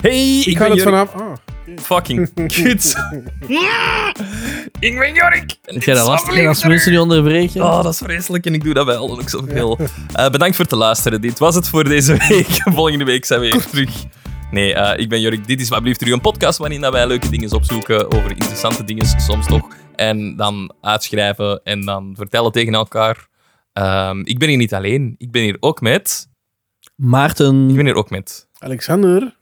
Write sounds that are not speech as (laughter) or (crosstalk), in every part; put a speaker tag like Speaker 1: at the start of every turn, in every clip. Speaker 1: Hey, ik,
Speaker 2: Ik
Speaker 1: ben Ah.
Speaker 2: had het
Speaker 1: Jorik.
Speaker 2: vanaf. Oh, (laughs)
Speaker 1: Fucking kut. ik ben Jorik.
Speaker 3: Heb jij dat lastig hè, als mensen niet onderbreken?
Speaker 1: Oh, dat is vreselijk en ik doe dat wel en ook zoveel. Eh, bedankt voor het luisteren. Dit was het voor deze week. (laughs) Volgende week zijn we weer terug. Nee, eh, ik ben Jorik. Dit is wat blieft terug een podcast waarin dat wij leuke dingen opzoeken over interessante dingen, soms toch. En dan uitschrijven en dan vertellen tegen elkaar. Ehm, ik ben hier niet alleen. Ik ben hier ook met.
Speaker 3: Maarten.
Speaker 1: Ik ben hier ook met.
Speaker 2: Alexander.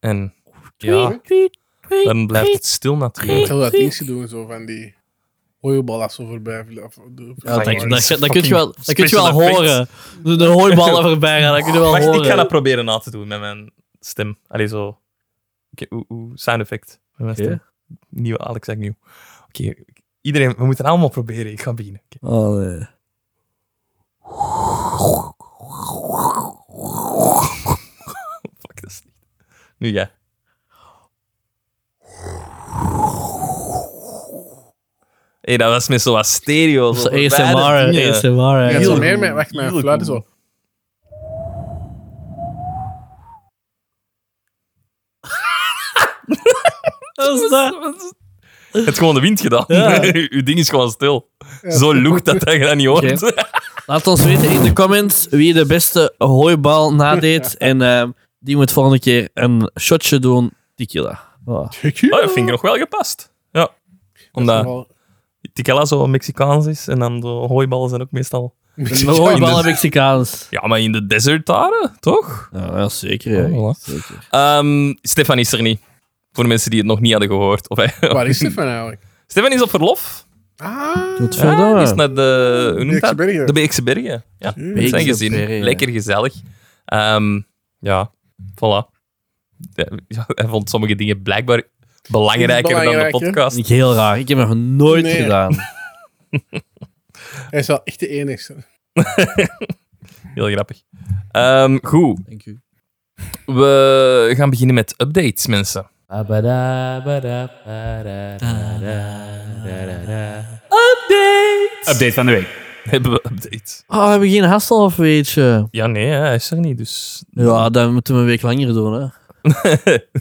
Speaker 1: En ja, dan blijft het stil
Speaker 2: Ik
Speaker 1: natuurlijk.
Speaker 2: zal dat dingetje doen, zo van die hooibal als ze voorbij vliegen. of- de-
Speaker 3: Ja, dat, dat,
Speaker 1: Fucking
Speaker 3: dat, dat kun je wel, dat kun je wel
Speaker 1: special
Speaker 3: horen. De, de
Speaker 1: (laughs)
Speaker 3: hooiballen voorbij gaan, dat kun je wel
Speaker 1: Wacht,
Speaker 3: horen.
Speaker 1: ik ga dat proberen na te doen met mijn stem. Allee, zo. Oké, oeh, oeh, sound effect. Met mijn
Speaker 3: Oké.
Speaker 1: stem. Nieuwe Alex, zeg nieuw. Oké, iedereen, we moeten allemaal proberen. Ik ga beginnen. Oké.
Speaker 3: Oh, nee.
Speaker 1: Fuck, dat is niet. Nu jij. Hé, dat was met zo wat stereo.
Speaker 3: Dat
Speaker 1: Zo
Speaker 3: is
Speaker 1: verwijderd
Speaker 3: ASMR,
Speaker 1: dingen.
Speaker 3: ASMR.
Speaker 2: Ja,
Speaker 3: hè.
Speaker 2: zo
Speaker 1: heel
Speaker 2: meer
Speaker 1: goed.
Speaker 2: met wacht
Speaker 1: Heel
Speaker 2: naar fluiten zo.
Speaker 3: Dat is dat.
Speaker 1: (laughs) Het is gewoon de wind gedaan.
Speaker 3: Ja.
Speaker 1: (laughs) Uw ding is gewoon stil.
Speaker 2: Ja.
Speaker 1: Zo lucht dat dat je dat niet hoort.
Speaker 3: Laat ons weten in de comments wie de beste hooibal nadeed. En ehm, die moet volgende keer een shotje doen. Tequila. Oh.
Speaker 1: (laughs) Oh, dat vind ik nog wel gepast. Ja. Omdat (laughs) tequila zo Mexicaans is en dan de hooiballen zijn ook meestal...
Speaker 2: (laughs)
Speaker 3: Een hooibal Mexicaans.
Speaker 1: Ja, maar in de desert daar, toch?
Speaker 3: Ja, wel zeker. Ja.
Speaker 1: Oh, voilà.
Speaker 3: zeker.
Speaker 1: Ehm, Stefan is er niet. Voor de mensen die het nog niet hadden gehoord. Of hij-
Speaker 2: Waar is Stefan eigenlijk?
Speaker 1: (laughs) Stefan is op verlof.
Speaker 2: Ah,
Speaker 3: Tot
Speaker 1: Ja,
Speaker 3: verdomme.
Speaker 1: die is naar de... Hoe noemt
Speaker 2: Beekse
Speaker 1: dat?
Speaker 2: Bergen.
Speaker 1: De Beekse Bergen. Ja, met zijn
Speaker 3: Beekse
Speaker 1: gezin.
Speaker 3: Bergen.
Speaker 1: Lekker gezellig. Ehm, ja, voilà. Ja, ja, hij vond sommige dingen blijkbaar belangrijker
Speaker 2: Belangrijk, hè?
Speaker 1: dan de podcast.
Speaker 3: Niet heel raar. Ik heb dat nog nooit
Speaker 2: Nee.
Speaker 3: gedaan.
Speaker 2: Hij is wel echt de enigste.
Speaker 1: Heel grappig. Ehm, goed,
Speaker 3: Dank u.
Speaker 1: we gaan beginnen met updates, mensen.
Speaker 4: Update van de week.
Speaker 1: Hebben we updates?
Speaker 3: Oh, we hebben geen hassel of weet je?
Speaker 1: Ja, nee, hè, hij is er niet, dus... (laughs)
Speaker 3: Ja, dan moeten we een week langer doen. Hè.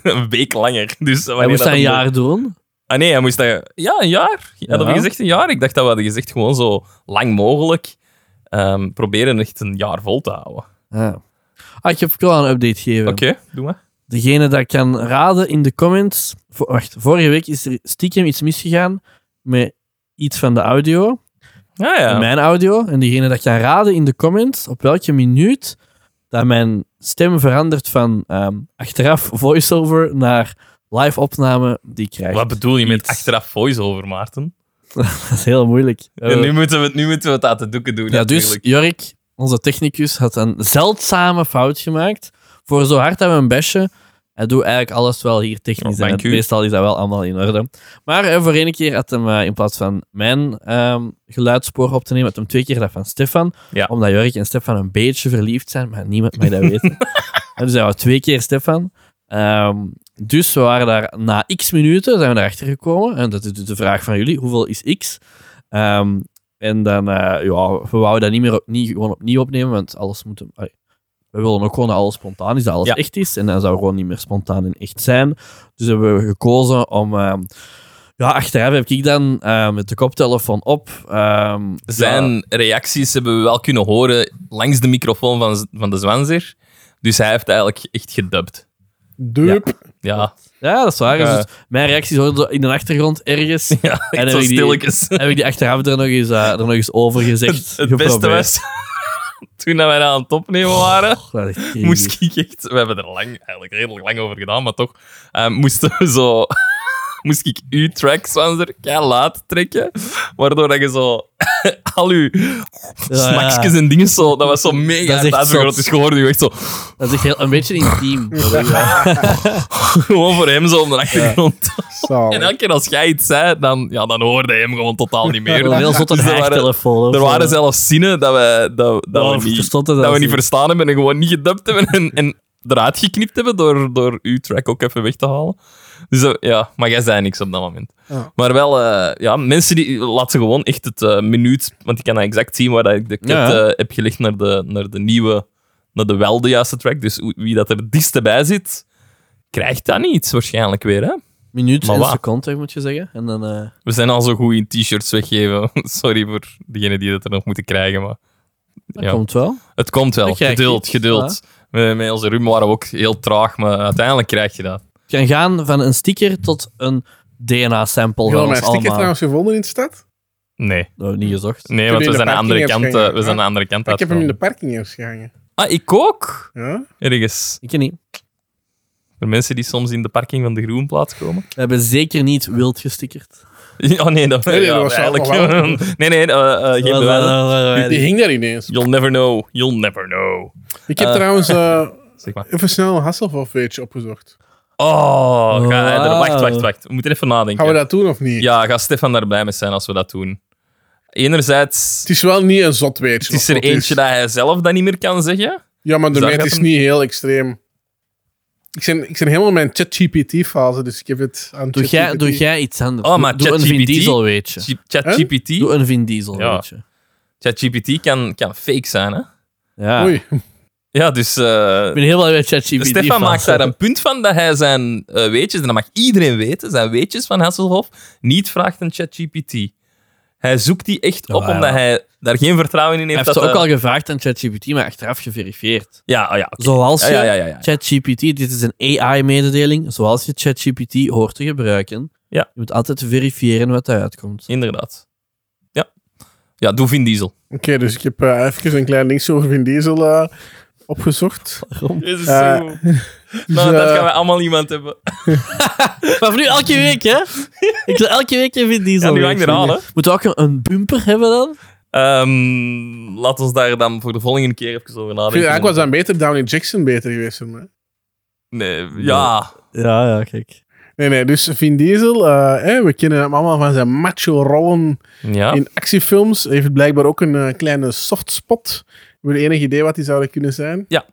Speaker 1: een week langer. Dus
Speaker 3: Hij moest dat een
Speaker 1: jaar.
Speaker 3: jaar doen.
Speaker 1: Ah nee, hij moest dat... Ja, een jaar. Hadden we
Speaker 3: Ja.
Speaker 1: gezegd een jaar? Ik dacht dat we hadden gezegd gewoon zo lang mogelijk ehm, proberen echt een jaar vol te houden.
Speaker 3: Ja. Ah, ik heb ook wel een update gegeven.
Speaker 1: Oké, doe maar.
Speaker 3: Degene dat kan raden in de comments. Vo- wacht, vorige week is er stiekem iets misgegaan met iets van de audio.
Speaker 1: Ja, ja.
Speaker 3: Mijn audio. En degene dat kan raden in de comments op welke minuut dat mijn stem verandert van ehm, achteraf voiceover naar live opname die ik krijg.
Speaker 1: Wat bedoel je met
Speaker 3: Iets.
Speaker 1: achteraf voice-over, Maarten?
Speaker 3: (laughs) Dat is heel moeilijk.
Speaker 1: En nu, moeten we, het- nu moeten we het aan de doeken doen,
Speaker 3: Eh, Ja, dus
Speaker 1: natuurlijk.
Speaker 3: Jorik, onze technicus, had een zeldzame fout gemaakt. Voor zo hard dat we een besje. Hij doet eigenlijk alles wel hier technisch.
Speaker 1: Ja,
Speaker 3: en
Speaker 1: dank
Speaker 3: het-
Speaker 1: u.
Speaker 3: meestal is dat wel allemaal in orde. Maar eh, voor één keer had hem eh, in plaats van mijn ehm, geluidsspoor op te nemen, had hem twee keer dat van Stefan.
Speaker 1: Ja.
Speaker 3: Omdat Jorik en Stefan een beetje verliefd zijn, maar niemand mag
Speaker 1: (laughs)
Speaker 3: dat weten. En dus dat was twee keer Stefan. Ehm, dus we waren daar na x minuten zijn we erachter gekomen. En dat is dus de vraag van jullie: hoeveel is x? Ehm, en dan, eh, ja, we wouden dat niet meer op- niet, gewoon opnieuw opnemen, want alles moet. allee, we willen ook gewoon dat alles spontaan is, dat alles
Speaker 1: Ja.
Speaker 3: echt is. En dan zou gewoon niet meer spontaan en echt zijn. Dus hebben we gekozen om. ehm, ja, achteraf heb ik dan eh, met de koptelefoon op. ehm,
Speaker 1: Dus Zijn
Speaker 3: ja,
Speaker 1: reacties hebben we wel kunnen horen langs de microfoon van, z- van de Zwanzer. Dus hij heeft eigenlijk echt gedubt.
Speaker 2: Dupe.
Speaker 1: Ja,
Speaker 3: ja, dat is waar.
Speaker 1: Ja.
Speaker 3: Dus mijn reacties hoorden in de achtergrond ergens.
Speaker 1: (laughs) ja
Speaker 3: En
Speaker 1: echt
Speaker 3: heb
Speaker 1: zo
Speaker 3: ik die- (laughs)
Speaker 1: stilletjes.
Speaker 3: heb ik die achteraf er nog eens, eh, er nog eens over gezegd.
Speaker 1: Het, het beste
Speaker 3: geprobeerd. Oh,
Speaker 1: was... (laughs) Toen dat wij dat aan het opnemen waren...
Speaker 3: Och, dat
Speaker 1: (laughs)
Speaker 3: is crazy.
Speaker 1: moest ik echt... We hebben er lang, eigenlijk redelijk lang over gedaan, maar toch ehm, moesten we zo... (laughs) Moest ik uw tracks van er kei laat trekken, waardoor dat je zo (laughs) al uw
Speaker 3: ja.
Speaker 1: snacksjes en dingen zo... Dat was zo mega
Speaker 3: Dat is echt
Speaker 1: uitvergroot.
Speaker 3: zot.
Speaker 1: Dus je hoorde je echt zo...
Speaker 3: Dat is echt heel, een beetje
Speaker 1: (laughs)
Speaker 3: intiem.
Speaker 2: (laughs)
Speaker 1: Gewoon voor hem zo om de achtergrond.
Speaker 2: Zalig.
Speaker 1: En elke keer als jij iets zei, dan, ja, dan hoorde hij hem gewoon totaal niet meer.
Speaker 3: Een heel (laughs) zotte
Speaker 1: Dus er waren-
Speaker 3: haaktelefoon.
Speaker 1: Er waren zelfs zinnen dat we, dat, dat
Speaker 3: Oh,
Speaker 1: we, niet,
Speaker 3: verstond
Speaker 1: dat
Speaker 3: het
Speaker 1: we
Speaker 3: zelfs
Speaker 1: niet
Speaker 3: niet.
Speaker 1: verstaan hebben en gewoon niet gedubt hebben en, en eruit geknipt hebben door, door uw track ook even weg te halen. Dus dat- ja, maar jij zei niks op dat moment.
Speaker 2: Ja.
Speaker 1: Maar wel, eh, ja, mensen die laten gewoon echt het eh, minuut, want ik kan dat exact zien waar dat ik de cut
Speaker 3: Ja, ja.
Speaker 1: eh, heb gelegd naar de, naar de nieuwe, naar de wel de juiste track. Dus hoe- wie dat er het dichtst bij zit, krijgt dat niet waarschijnlijk weer. Hè?
Speaker 3: Minuut
Speaker 1: Maar
Speaker 3: en
Speaker 1: wat?
Speaker 3: seconde, moet je zeggen. En dan... eh,
Speaker 1: We zijn al zo goed in t-shirts weggeven. (laughs) Sorry voor degenen die dat er nog moeten krijgen. Maar
Speaker 3: dat
Speaker 1: Ja.
Speaker 3: komt wel.
Speaker 1: het komt wel.
Speaker 3: Dan krijg je
Speaker 1: Geduld,
Speaker 3: iets,
Speaker 1: geduld. Met, met onze rum waren we ook heel traag, maar uiteindelijk krijg je dat.
Speaker 3: Je kan gaan van een sticker tot een DNA-sample
Speaker 2: Heb
Speaker 3: van
Speaker 2: je al mijn
Speaker 3: ons
Speaker 2: sticker
Speaker 3: allemaal.
Speaker 2: trouwens gevonden in de stad?
Speaker 1: Nee,
Speaker 3: Nou, niet gezocht.
Speaker 1: nee
Speaker 2: Toen
Speaker 1: want
Speaker 2: in
Speaker 1: we
Speaker 2: de
Speaker 1: zijn, aan de andere
Speaker 2: parking
Speaker 1: kant,
Speaker 2: heeft
Speaker 1: eh, we
Speaker 2: gehangen.
Speaker 1: zijn aan de andere kant
Speaker 2: ik heb hem in de
Speaker 1: uitgehangen.
Speaker 2: parking eens gehangen.
Speaker 1: Ah, ik ook?
Speaker 2: Ja?
Speaker 1: Ergens.
Speaker 3: Ik ken niet.
Speaker 1: Voor mensen die soms in de parking van de Groenplaats komen. (laughs)
Speaker 3: We hebben zeker niet wild gestickerd.
Speaker 1: Oh nee, dat,
Speaker 2: Nee, nee,
Speaker 1: ja,
Speaker 2: dat was
Speaker 1: eigenlijk.
Speaker 2: wel-
Speaker 1: nee, nee, eh eh, geen bewijzen.
Speaker 2: Die hing daar ineens.
Speaker 1: You'll never know. You'll never know.
Speaker 2: Ik heb
Speaker 1: Eh. (laughs)
Speaker 2: trouwens eh,
Speaker 1: Zeg maar.
Speaker 2: even snel een Hasselhoff-weetje opgezocht.
Speaker 1: Oh, ga hij er- wacht,
Speaker 3: Wauw.
Speaker 1: wacht, wacht. We moeten even nadenken.
Speaker 2: Gaan we dat doen of niet?
Speaker 1: Ja, gaat Stefan daar blij mee zijn als we dat doen? Enerzijds,
Speaker 2: Het is wel niet een zot weetje.
Speaker 1: het is
Speaker 2: of
Speaker 1: er
Speaker 2: wat
Speaker 1: eentje dat hij zelf dat niet meer kan zeggen.
Speaker 2: Ja,
Speaker 1: Dus
Speaker 2: maar door
Speaker 1: daar
Speaker 2: mij het
Speaker 1: gaat
Speaker 2: is
Speaker 1: hem-
Speaker 2: niet heel extreem. Ik ben, ik ben helemaal in mijn ChatGPT-fase, dus ik heb het aan
Speaker 3: Doe jij,
Speaker 2: ChatGPT.
Speaker 3: doe jij iets anders.
Speaker 1: Oh,
Speaker 3: Doe-
Speaker 1: maar
Speaker 3: doe een Vin
Speaker 1: ChatGPT?
Speaker 3: Diesel, weet je.
Speaker 1: Ch- ChatGPT
Speaker 3: Doe een Vin Diesel,
Speaker 1: Ja.
Speaker 3: weet je.
Speaker 1: ChatGPT kan, kan fake zijn, hè?
Speaker 3: Ja.
Speaker 2: Oei.
Speaker 1: Ja, dus... eh, dus
Speaker 3: Ik ben heel blij met ChatGPT.
Speaker 1: Stefan
Speaker 3: van.
Speaker 1: maakt daar een punt van dat hij zijn eh, weetjes, en dat mag iedereen weten, zijn weetjes van Hasselhoff, niet vraagt aan ChatGPT. Hij zoekt die echt
Speaker 3: Ja,
Speaker 1: op,
Speaker 3: ja.
Speaker 1: omdat hij daar geen vertrouwen in
Speaker 3: Hij
Speaker 1: heeft.
Speaker 3: heeft
Speaker 1: dat
Speaker 3: ze ook
Speaker 1: hij-
Speaker 3: al gevraagd aan ChatGPT, maar achteraf geverifieerd.
Speaker 1: Ja, ah, ja, oké.
Speaker 3: Zoals je
Speaker 1: ja, ja, ja, ja.
Speaker 3: ChatGPT, dit is een AI-mededeling, zoals je ChatGPT hoort te gebruiken.
Speaker 1: Ja.
Speaker 3: Je moet altijd verifiëren wat eruit komt.
Speaker 1: Inderdaad. Ja. Ja, doe Vin Diesel.
Speaker 2: Oké, dus ik heb eh, even een klein dingetje over Vin Diesel eh, opgezocht.
Speaker 1: Jezus,
Speaker 2: Eh,
Speaker 3: (laughs)
Speaker 1: zo.
Speaker 2: Dus,
Speaker 1: nou, dat
Speaker 2: eh,
Speaker 1: gaan we allemaal iemand hebben.
Speaker 3: Maar voor nu elke week, hè? (laughs) Ik wil elke week een Vin Diesel.
Speaker 1: Ja, nu
Speaker 3: week
Speaker 1: hangt er aan, hè?
Speaker 3: vinden. Moeten we ook een- een bumper hebben dan?
Speaker 1: Ehm, laat ons daar dan voor de volgende keer even over
Speaker 2: Ik vind
Speaker 1: nadenken.
Speaker 2: eigenlijk was dan beter Downey Jackson beter geweest voor mij.
Speaker 1: Nee, ja.
Speaker 3: Ja, ja, kijk.
Speaker 2: Nee, nee, dus Vin Diesel, eh, hè, we kennen hem allemaal van zijn macho-rollen
Speaker 1: Ja.
Speaker 2: in actiefilms. Hij heeft blijkbaar ook een eh, kleine softspot. We hebben enig idee wat die zouden kunnen zijn.
Speaker 3: Ja.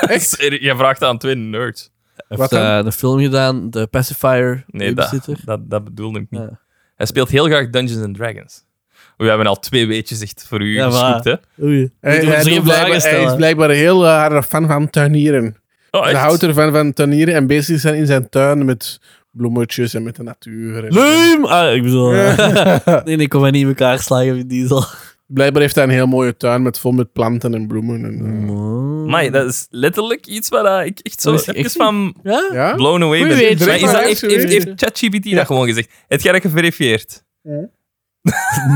Speaker 2: Echt?
Speaker 1: Je vraagt aan twee nerds.
Speaker 3: Hij
Speaker 2: Wat
Speaker 3: heeft eh, een film gedaan, The Pacifier.
Speaker 1: Nee, dat,
Speaker 3: babysitter.
Speaker 1: dat, dat bedoelde ik niet.
Speaker 3: Ja.
Speaker 1: Hij speelt heel graag Dungeons and Dragons. We hebben al twee weetjes echt voor u
Speaker 3: Ja, maar-
Speaker 1: gescoept, hè?
Speaker 3: Oei.
Speaker 2: Hij,
Speaker 3: Moeten we
Speaker 2: hij
Speaker 3: drie
Speaker 2: doet
Speaker 3: vragen
Speaker 2: blijkbaar- hij
Speaker 3: stellen?
Speaker 2: is blijkbaar een heel eh, harde fan van tuinieren.
Speaker 1: Oh,
Speaker 2: Hij
Speaker 1: echt?
Speaker 2: houdt ervan van tuinieren en bezig zijn in zijn tuin met bloemetjes en met de natuur. En-
Speaker 3: Leum! Ah, ik bedoel...
Speaker 2: Ja.
Speaker 3: (laughs) nee, nee, ik kon mij niet in elkaar slagen met diesel.
Speaker 2: (laughs) Blijkbaar heeft hij een heel mooie tuin met vol met planten en bloemen. En,
Speaker 3: Mm.
Speaker 2: eh,
Speaker 1: Amai, dat is letterlijk iets waar eh, ik echt zo
Speaker 3: Dat is echt
Speaker 1: even
Speaker 3: niet-
Speaker 1: van
Speaker 3: Ja?
Speaker 2: Ja?
Speaker 1: blown away
Speaker 3: Goeie
Speaker 1: ben.
Speaker 3: weetje.
Speaker 1: Maar is dat,
Speaker 2: Blijkbaar
Speaker 1: heeft,
Speaker 2: heeft ze
Speaker 1: heeft, heeft ChatGPT dat gewoon gezegd? Het jij dat geverifieerd?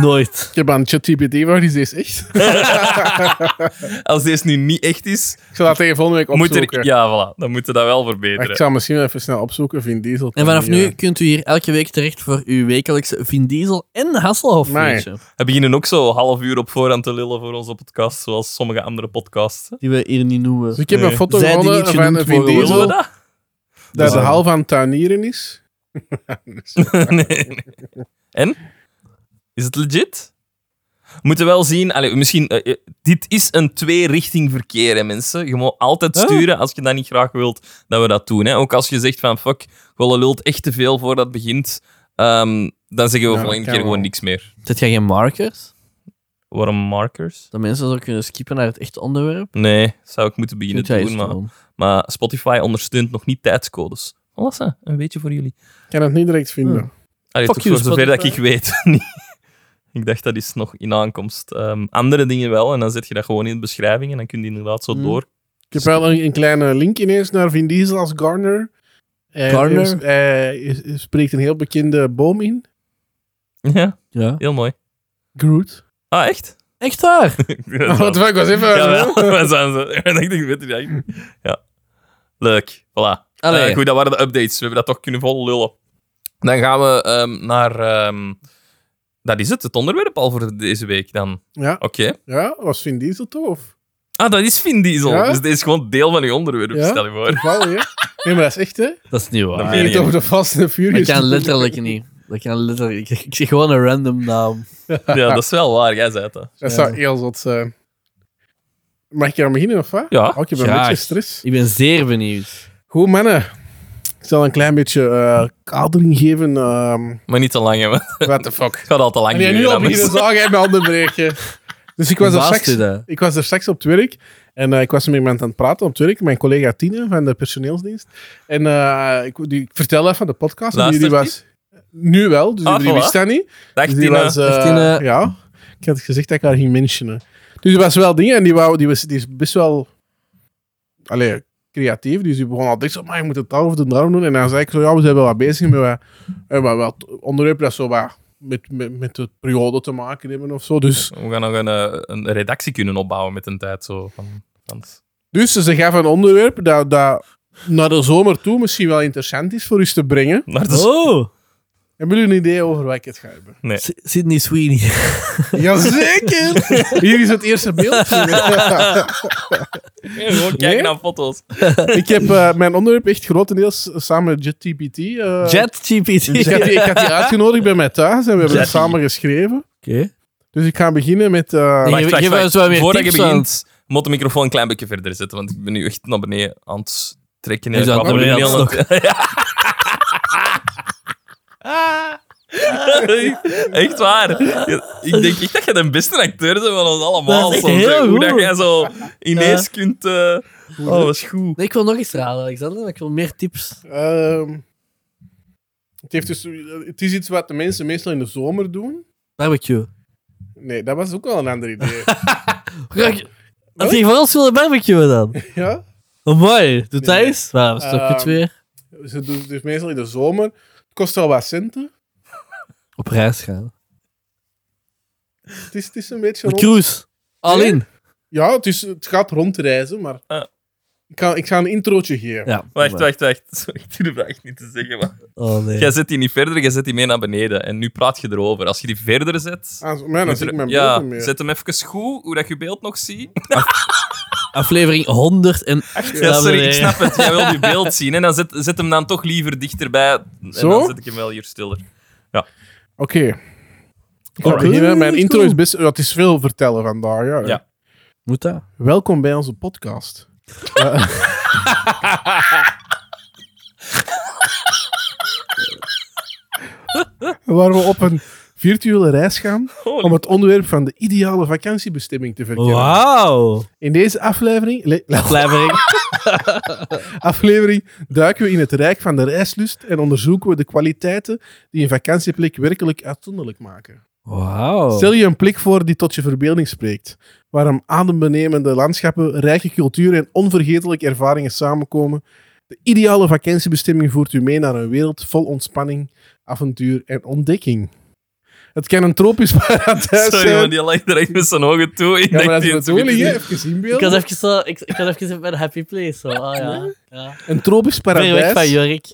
Speaker 3: Nooit.
Speaker 2: Ik heb aan ChatGPT gevraagd, is deze echt? (laughs)
Speaker 1: Als deze nu niet echt is,
Speaker 2: ik zal dat tegen volgende week
Speaker 1: moet
Speaker 2: opzoeken.
Speaker 1: er... Ja, voilà. Dan moeten we dat wel
Speaker 2: Maar Ik
Speaker 1: verbeteren.
Speaker 2: zal misschien wel even snel opzoeken, Vin Diesel.
Speaker 3: En vanaf nu
Speaker 2: tuinieren.
Speaker 3: kunt u hier elke week terecht voor uw wekelijkse Vin Diesel en Hasselhoff.
Speaker 2: Nee.
Speaker 3: weet je.
Speaker 1: We beginnen ook zo half uur op voorhand te lullen voor onze podcast, zoals sommige andere podcasts.
Speaker 3: Die we hier niet noemen.
Speaker 2: Dus ik heb
Speaker 1: Nee.
Speaker 2: een foto
Speaker 3: Zij die
Speaker 2: gevonden
Speaker 3: niet
Speaker 2: van
Speaker 3: genoemd
Speaker 2: een Vin
Speaker 3: mogen worden.
Speaker 1: Willen we
Speaker 2: Diesel
Speaker 1: dat?
Speaker 2: dat de
Speaker 3: Ja.
Speaker 2: half aan het tuinieren is. (laughs)
Speaker 1: (laughs) nee, nee. En? Is het legit? We moeten wel zien, allee, misschien, eh, eh, dit is een twee-richting verkeer, hè, mensen. Je moet altijd
Speaker 3: Huh?
Speaker 1: sturen als je dat niet graag wilt, dat we dat doen. Hè. Ook als je zegt van, fuck, Golle lult echt te veel voordat het begint, ehm, dan zeggen we
Speaker 2: Ja,
Speaker 1: volgende
Speaker 2: kan
Speaker 1: keer gewoon
Speaker 2: wel.
Speaker 1: niks meer.
Speaker 3: Zet jij geen markers?
Speaker 1: Waarom markers?
Speaker 3: Dat mensen zo kunnen skippen naar het echte onderwerp?
Speaker 1: Nee, zou ik moeten beginnen
Speaker 3: Kunt
Speaker 1: te
Speaker 3: jij
Speaker 1: doen,
Speaker 3: eens
Speaker 1: maar,
Speaker 3: doen.
Speaker 1: maar Spotify ondersteunt nog niet tijdscodes. Lassa, een beetje voor jullie.
Speaker 2: Ik kan het niet direct vinden.
Speaker 1: Allee,
Speaker 3: Fuck
Speaker 1: toch
Speaker 3: you,
Speaker 1: voor zover dat ik
Speaker 3: Spotify.
Speaker 1: weet. (laughs) niet. ik dacht, dat is nog in aankomst. Ehm, andere dingen wel, en dan zet je dat gewoon in de beschrijving en dan kun je inderdaad zo
Speaker 3: Hmm.
Speaker 1: door.
Speaker 2: Ik heb wel een, een kleine link ineens naar Vin Diesel als Garner. Hij-
Speaker 3: Garner?
Speaker 2: Hij, hij- hij spreekt een heel bekende boom in.
Speaker 1: Ja,
Speaker 3: Ja.
Speaker 1: heel mooi.
Speaker 2: Groot.
Speaker 1: Ah, echt? (laughs)
Speaker 3: Echt waar?
Speaker 2: Oh, Wat fuck, was even...
Speaker 1: Ja, (laughs) we zijn zo. Ik dacht, ik weet het eigenlijk niet. Ja. Leuk, voilà.
Speaker 3: Allee.
Speaker 1: Eh, goed, dat waren de updates. We hebben dat toch kunnen vol lullen. Dan gaan we ehm, naar... ehm, dat is het, het onderwerp al voor deze week dan.
Speaker 2: Ja.
Speaker 1: Oké.
Speaker 2: Ja, was Vin Diesel toch? Of?
Speaker 1: Ah, dat is Vin Diesel.
Speaker 2: Ja?
Speaker 1: Dus dit is gewoon deel van je onderwerp,
Speaker 2: Ja?
Speaker 1: stel je
Speaker 2: (laughs)
Speaker 1: voor. Ah,
Speaker 2: Toeval, hè? Nee, maar dat is echt, hè?
Speaker 3: Dat is niet
Speaker 1: Dat
Speaker 3: waar.
Speaker 1: meen
Speaker 2: Ik
Speaker 1: je
Speaker 2: het over de Fast and
Speaker 3: Dat
Speaker 2: Furious.
Speaker 3: kan letterlijk niet. Dat kan letterlijk... Ik, ik zeg gewoon een random naam.
Speaker 1: Ja, dat is wel waar. Jij zei dat.
Speaker 2: Dat zou heel zot zijn. Mag ik aan beginnen, of wat?
Speaker 1: Ja.
Speaker 2: Oh, ik heb een
Speaker 3: Graag.
Speaker 2: beetje stress.
Speaker 3: Ik ben zeer benieuwd.
Speaker 2: Goed, mannen. Ik zal een klein beetje eh, kadering geven. ehm
Speaker 1: (laughs) Maar niet te lang, hè. want
Speaker 2: what the fuck?
Speaker 1: Het gaat al te lang
Speaker 2: En jij nu al
Speaker 1: duren,
Speaker 2: beginnen
Speaker 1: anders. (laughs)
Speaker 2: zagen en me onderbreken. Dus ik was er
Speaker 3: Verbaast u
Speaker 2: straks...
Speaker 3: dat?
Speaker 2: Ik was er straks op het werk en eh, ik was met iemand aan het praten op het werk, mijn collega Tine van de personeelsdienst. En eh, ik, die, ik vertelde even van de podcast. en die, die was
Speaker 1: Luistert
Speaker 2: nu wel, dus
Speaker 1: Ah,
Speaker 2: die
Speaker 1: voilà.
Speaker 2: wist dat niet.
Speaker 1: Dag
Speaker 2: Dus die
Speaker 1: Tina.
Speaker 2: was, eh,
Speaker 3: Dag, Tine.
Speaker 2: Ja, ik had gezegd dat ik haar ging mentionen. Dus die was wel dingen en die, wou, die, was, die is best wel allee, creatief. Dus die begon altijd zo, maar je moet het daar of het daar doen. En dan zei ik zo, ja, we zijn wel wat bezig met wat, eh, wat, wat onderwerpen dat zo wat met, met, met de periode te maken hebben of zo. Dus
Speaker 1: We gaan nog een, eh, een redactie kunnen opbouwen met een tijd zo. Van, van...
Speaker 2: Dus ze gaf een onderwerp dat, dat naar de zomer toe misschien wel interessant is voor u te brengen.
Speaker 1: Naar de...
Speaker 3: Oh,
Speaker 2: Hebben jullie een idee over wat ik het ga hebben?
Speaker 3: S- Sydney Sweeney. (laughs)
Speaker 2: Jazeker! (laughs) Hier is het eerste beeld.
Speaker 1: (laughs) Gewoon kijken
Speaker 2: Nee?
Speaker 1: naar foto's.
Speaker 2: ik heb eh, mijn onderwerp echt grotendeels samen met JetGPT. eh,
Speaker 3: ChatGPT.
Speaker 2: dus ik, had die, ik had die uitgenodigd bij mij thuis en we hebben het
Speaker 1: Jetty.
Speaker 2: samen geschreven.
Speaker 3: Oké.
Speaker 2: Dus ik ga beginnen met... eh,
Speaker 3: Nee. Geef- geef ons wel weer
Speaker 1: Voordat je
Speaker 3: tips, want-
Speaker 1: begint, moet de microfoon een klein beetje verder zetten, want ik ben nu echt naar beneden aan het trekken.
Speaker 3: Je bent aan
Speaker 1: Ik
Speaker 3: het naar beneden
Speaker 1: babbel (laughs) nu heel het- Ja. Echt waar. Je- Ik denk echt dat je de beste acteur bent van ons allemaal.
Speaker 3: Dat is echt
Speaker 1: soms, hè.
Speaker 3: heel
Speaker 1: Hoe
Speaker 3: goed.
Speaker 1: dat jij zo ineens kunt... eh, Oh, dat is goed.
Speaker 3: Nee, ik wil nog eens raden, Alexander. maar Ik wil meer tips.
Speaker 2: ehm, het, heeft dus, het is iets wat de mensen meestal in de zomer doen. Oh,
Speaker 3: Barbecue.
Speaker 2: Nee, dat was ook wel een ander idee.
Speaker 3: Had je voor ons willen barbecuen dan?
Speaker 2: ja?
Speaker 3: Oh, mooi.
Speaker 2: Nee.
Speaker 3: Doe dat eens. Wauw, is toch
Speaker 2: Ehm,
Speaker 3: goed weer?
Speaker 2: Ze doen het dus meestal in de zomer. Het kost wel wat centen.
Speaker 3: Op reis gaan.
Speaker 2: Het is, het is een beetje
Speaker 3: Een
Speaker 2: rond.
Speaker 3: cruise. All
Speaker 2: Nee?
Speaker 3: in.
Speaker 2: Ja, het, is, het gaat rondreizen, maar...
Speaker 1: Ah.
Speaker 2: Ik, ga, ik ga een introotje geven.
Speaker 3: Ja.
Speaker 1: Wacht, wacht, wacht. (laughs) Sorry, ik durf dat echt niet te zeggen, maar...
Speaker 3: Oh, nee.
Speaker 1: Jij zet die niet verder, jij zet die mee naar beneden. En nu praat je erover. Als je die verder zet...
Speaker 2: Ah, zo- maar ja, dan zit ik mijn
Speaker 1: ja,
Speaker 2: beelden meer.
Speaker 1: zet hem even goed, hoe dat je beeld nog ziet.
Speaker 3: Aflevering 100 en...
Speaker 1: Ja, sorry, ik snap het. Jij
Speaker 2: (laughs)
Speaker 1: wil je beeld zien. En dan zet, zet hem dan toch liever dichterbij. En
Speaker 2: Zo?
Speaker 1: dan zet ik hem wel hier stiller.
Speaker 2: Oké. Ik
Speaker 3: Oh,
Speaker 2: ga
Speaker 1: Alright.
Speaker 2: beginnen. Mijn intro is best... Dat is veel vertellen vandaag, ja.
Speaker 1: Ja.
Speaker 3: Moet dat?
Speaker 2: Welkom bij onze podcast. Eh, (laughs) Waar we op een virtuele reis gaan om het onderwerp van de ideale vakantiebestemming te verkennen.
Speaker 3: Wauw.
Speaker 2: In deze aflevering... le- (laughs)
Speaker 3: Aflevering.
Speaker 2: aflevering duiken we in het rijk van de reislust en onderzoeken we de kwaliteiten die een vakantieplek werkelijk uitzonderlijk maken.
Speaker 1: Oh.
Speaker 3: Wauw.
Speaker 2: Stel je een plek voor die tot je verbeelding spreekt, waar een adembenemende landschappen, rijke cultuur en onvergetelijke ervaringen samenkomen. De ideale vakantiebestemming voert u mee naar een wereld vol ontspanning, avontuur en ontdekking. Het kan een tropisch (laughs) paradijs
Speaker 1: Sorry,
Speaker 2: zijn.
Speaker 1: maar die lag er echt met zijn ogen toe. Ik
Speaker 2: ja, maar
Speaker 1: denk
Speaker 2: dat is
Speaker 1: die
Speaker 2: de
Speaker 1: het zo
Speaker 2: bedoeling, hè?
Speaker 1: niet-
Speaker 2: Even zien
Speaker 3: Ik
Speaker 2: beelden.
Speaker 3: had even, zo, ik, ik had even bij de happy place. Zo. Ah, ja. ja.
Speaker 2: Een tropisch
Speaker 3: Ver weg van
Speaker 2: paradijs.
Speaker 3: Jorik.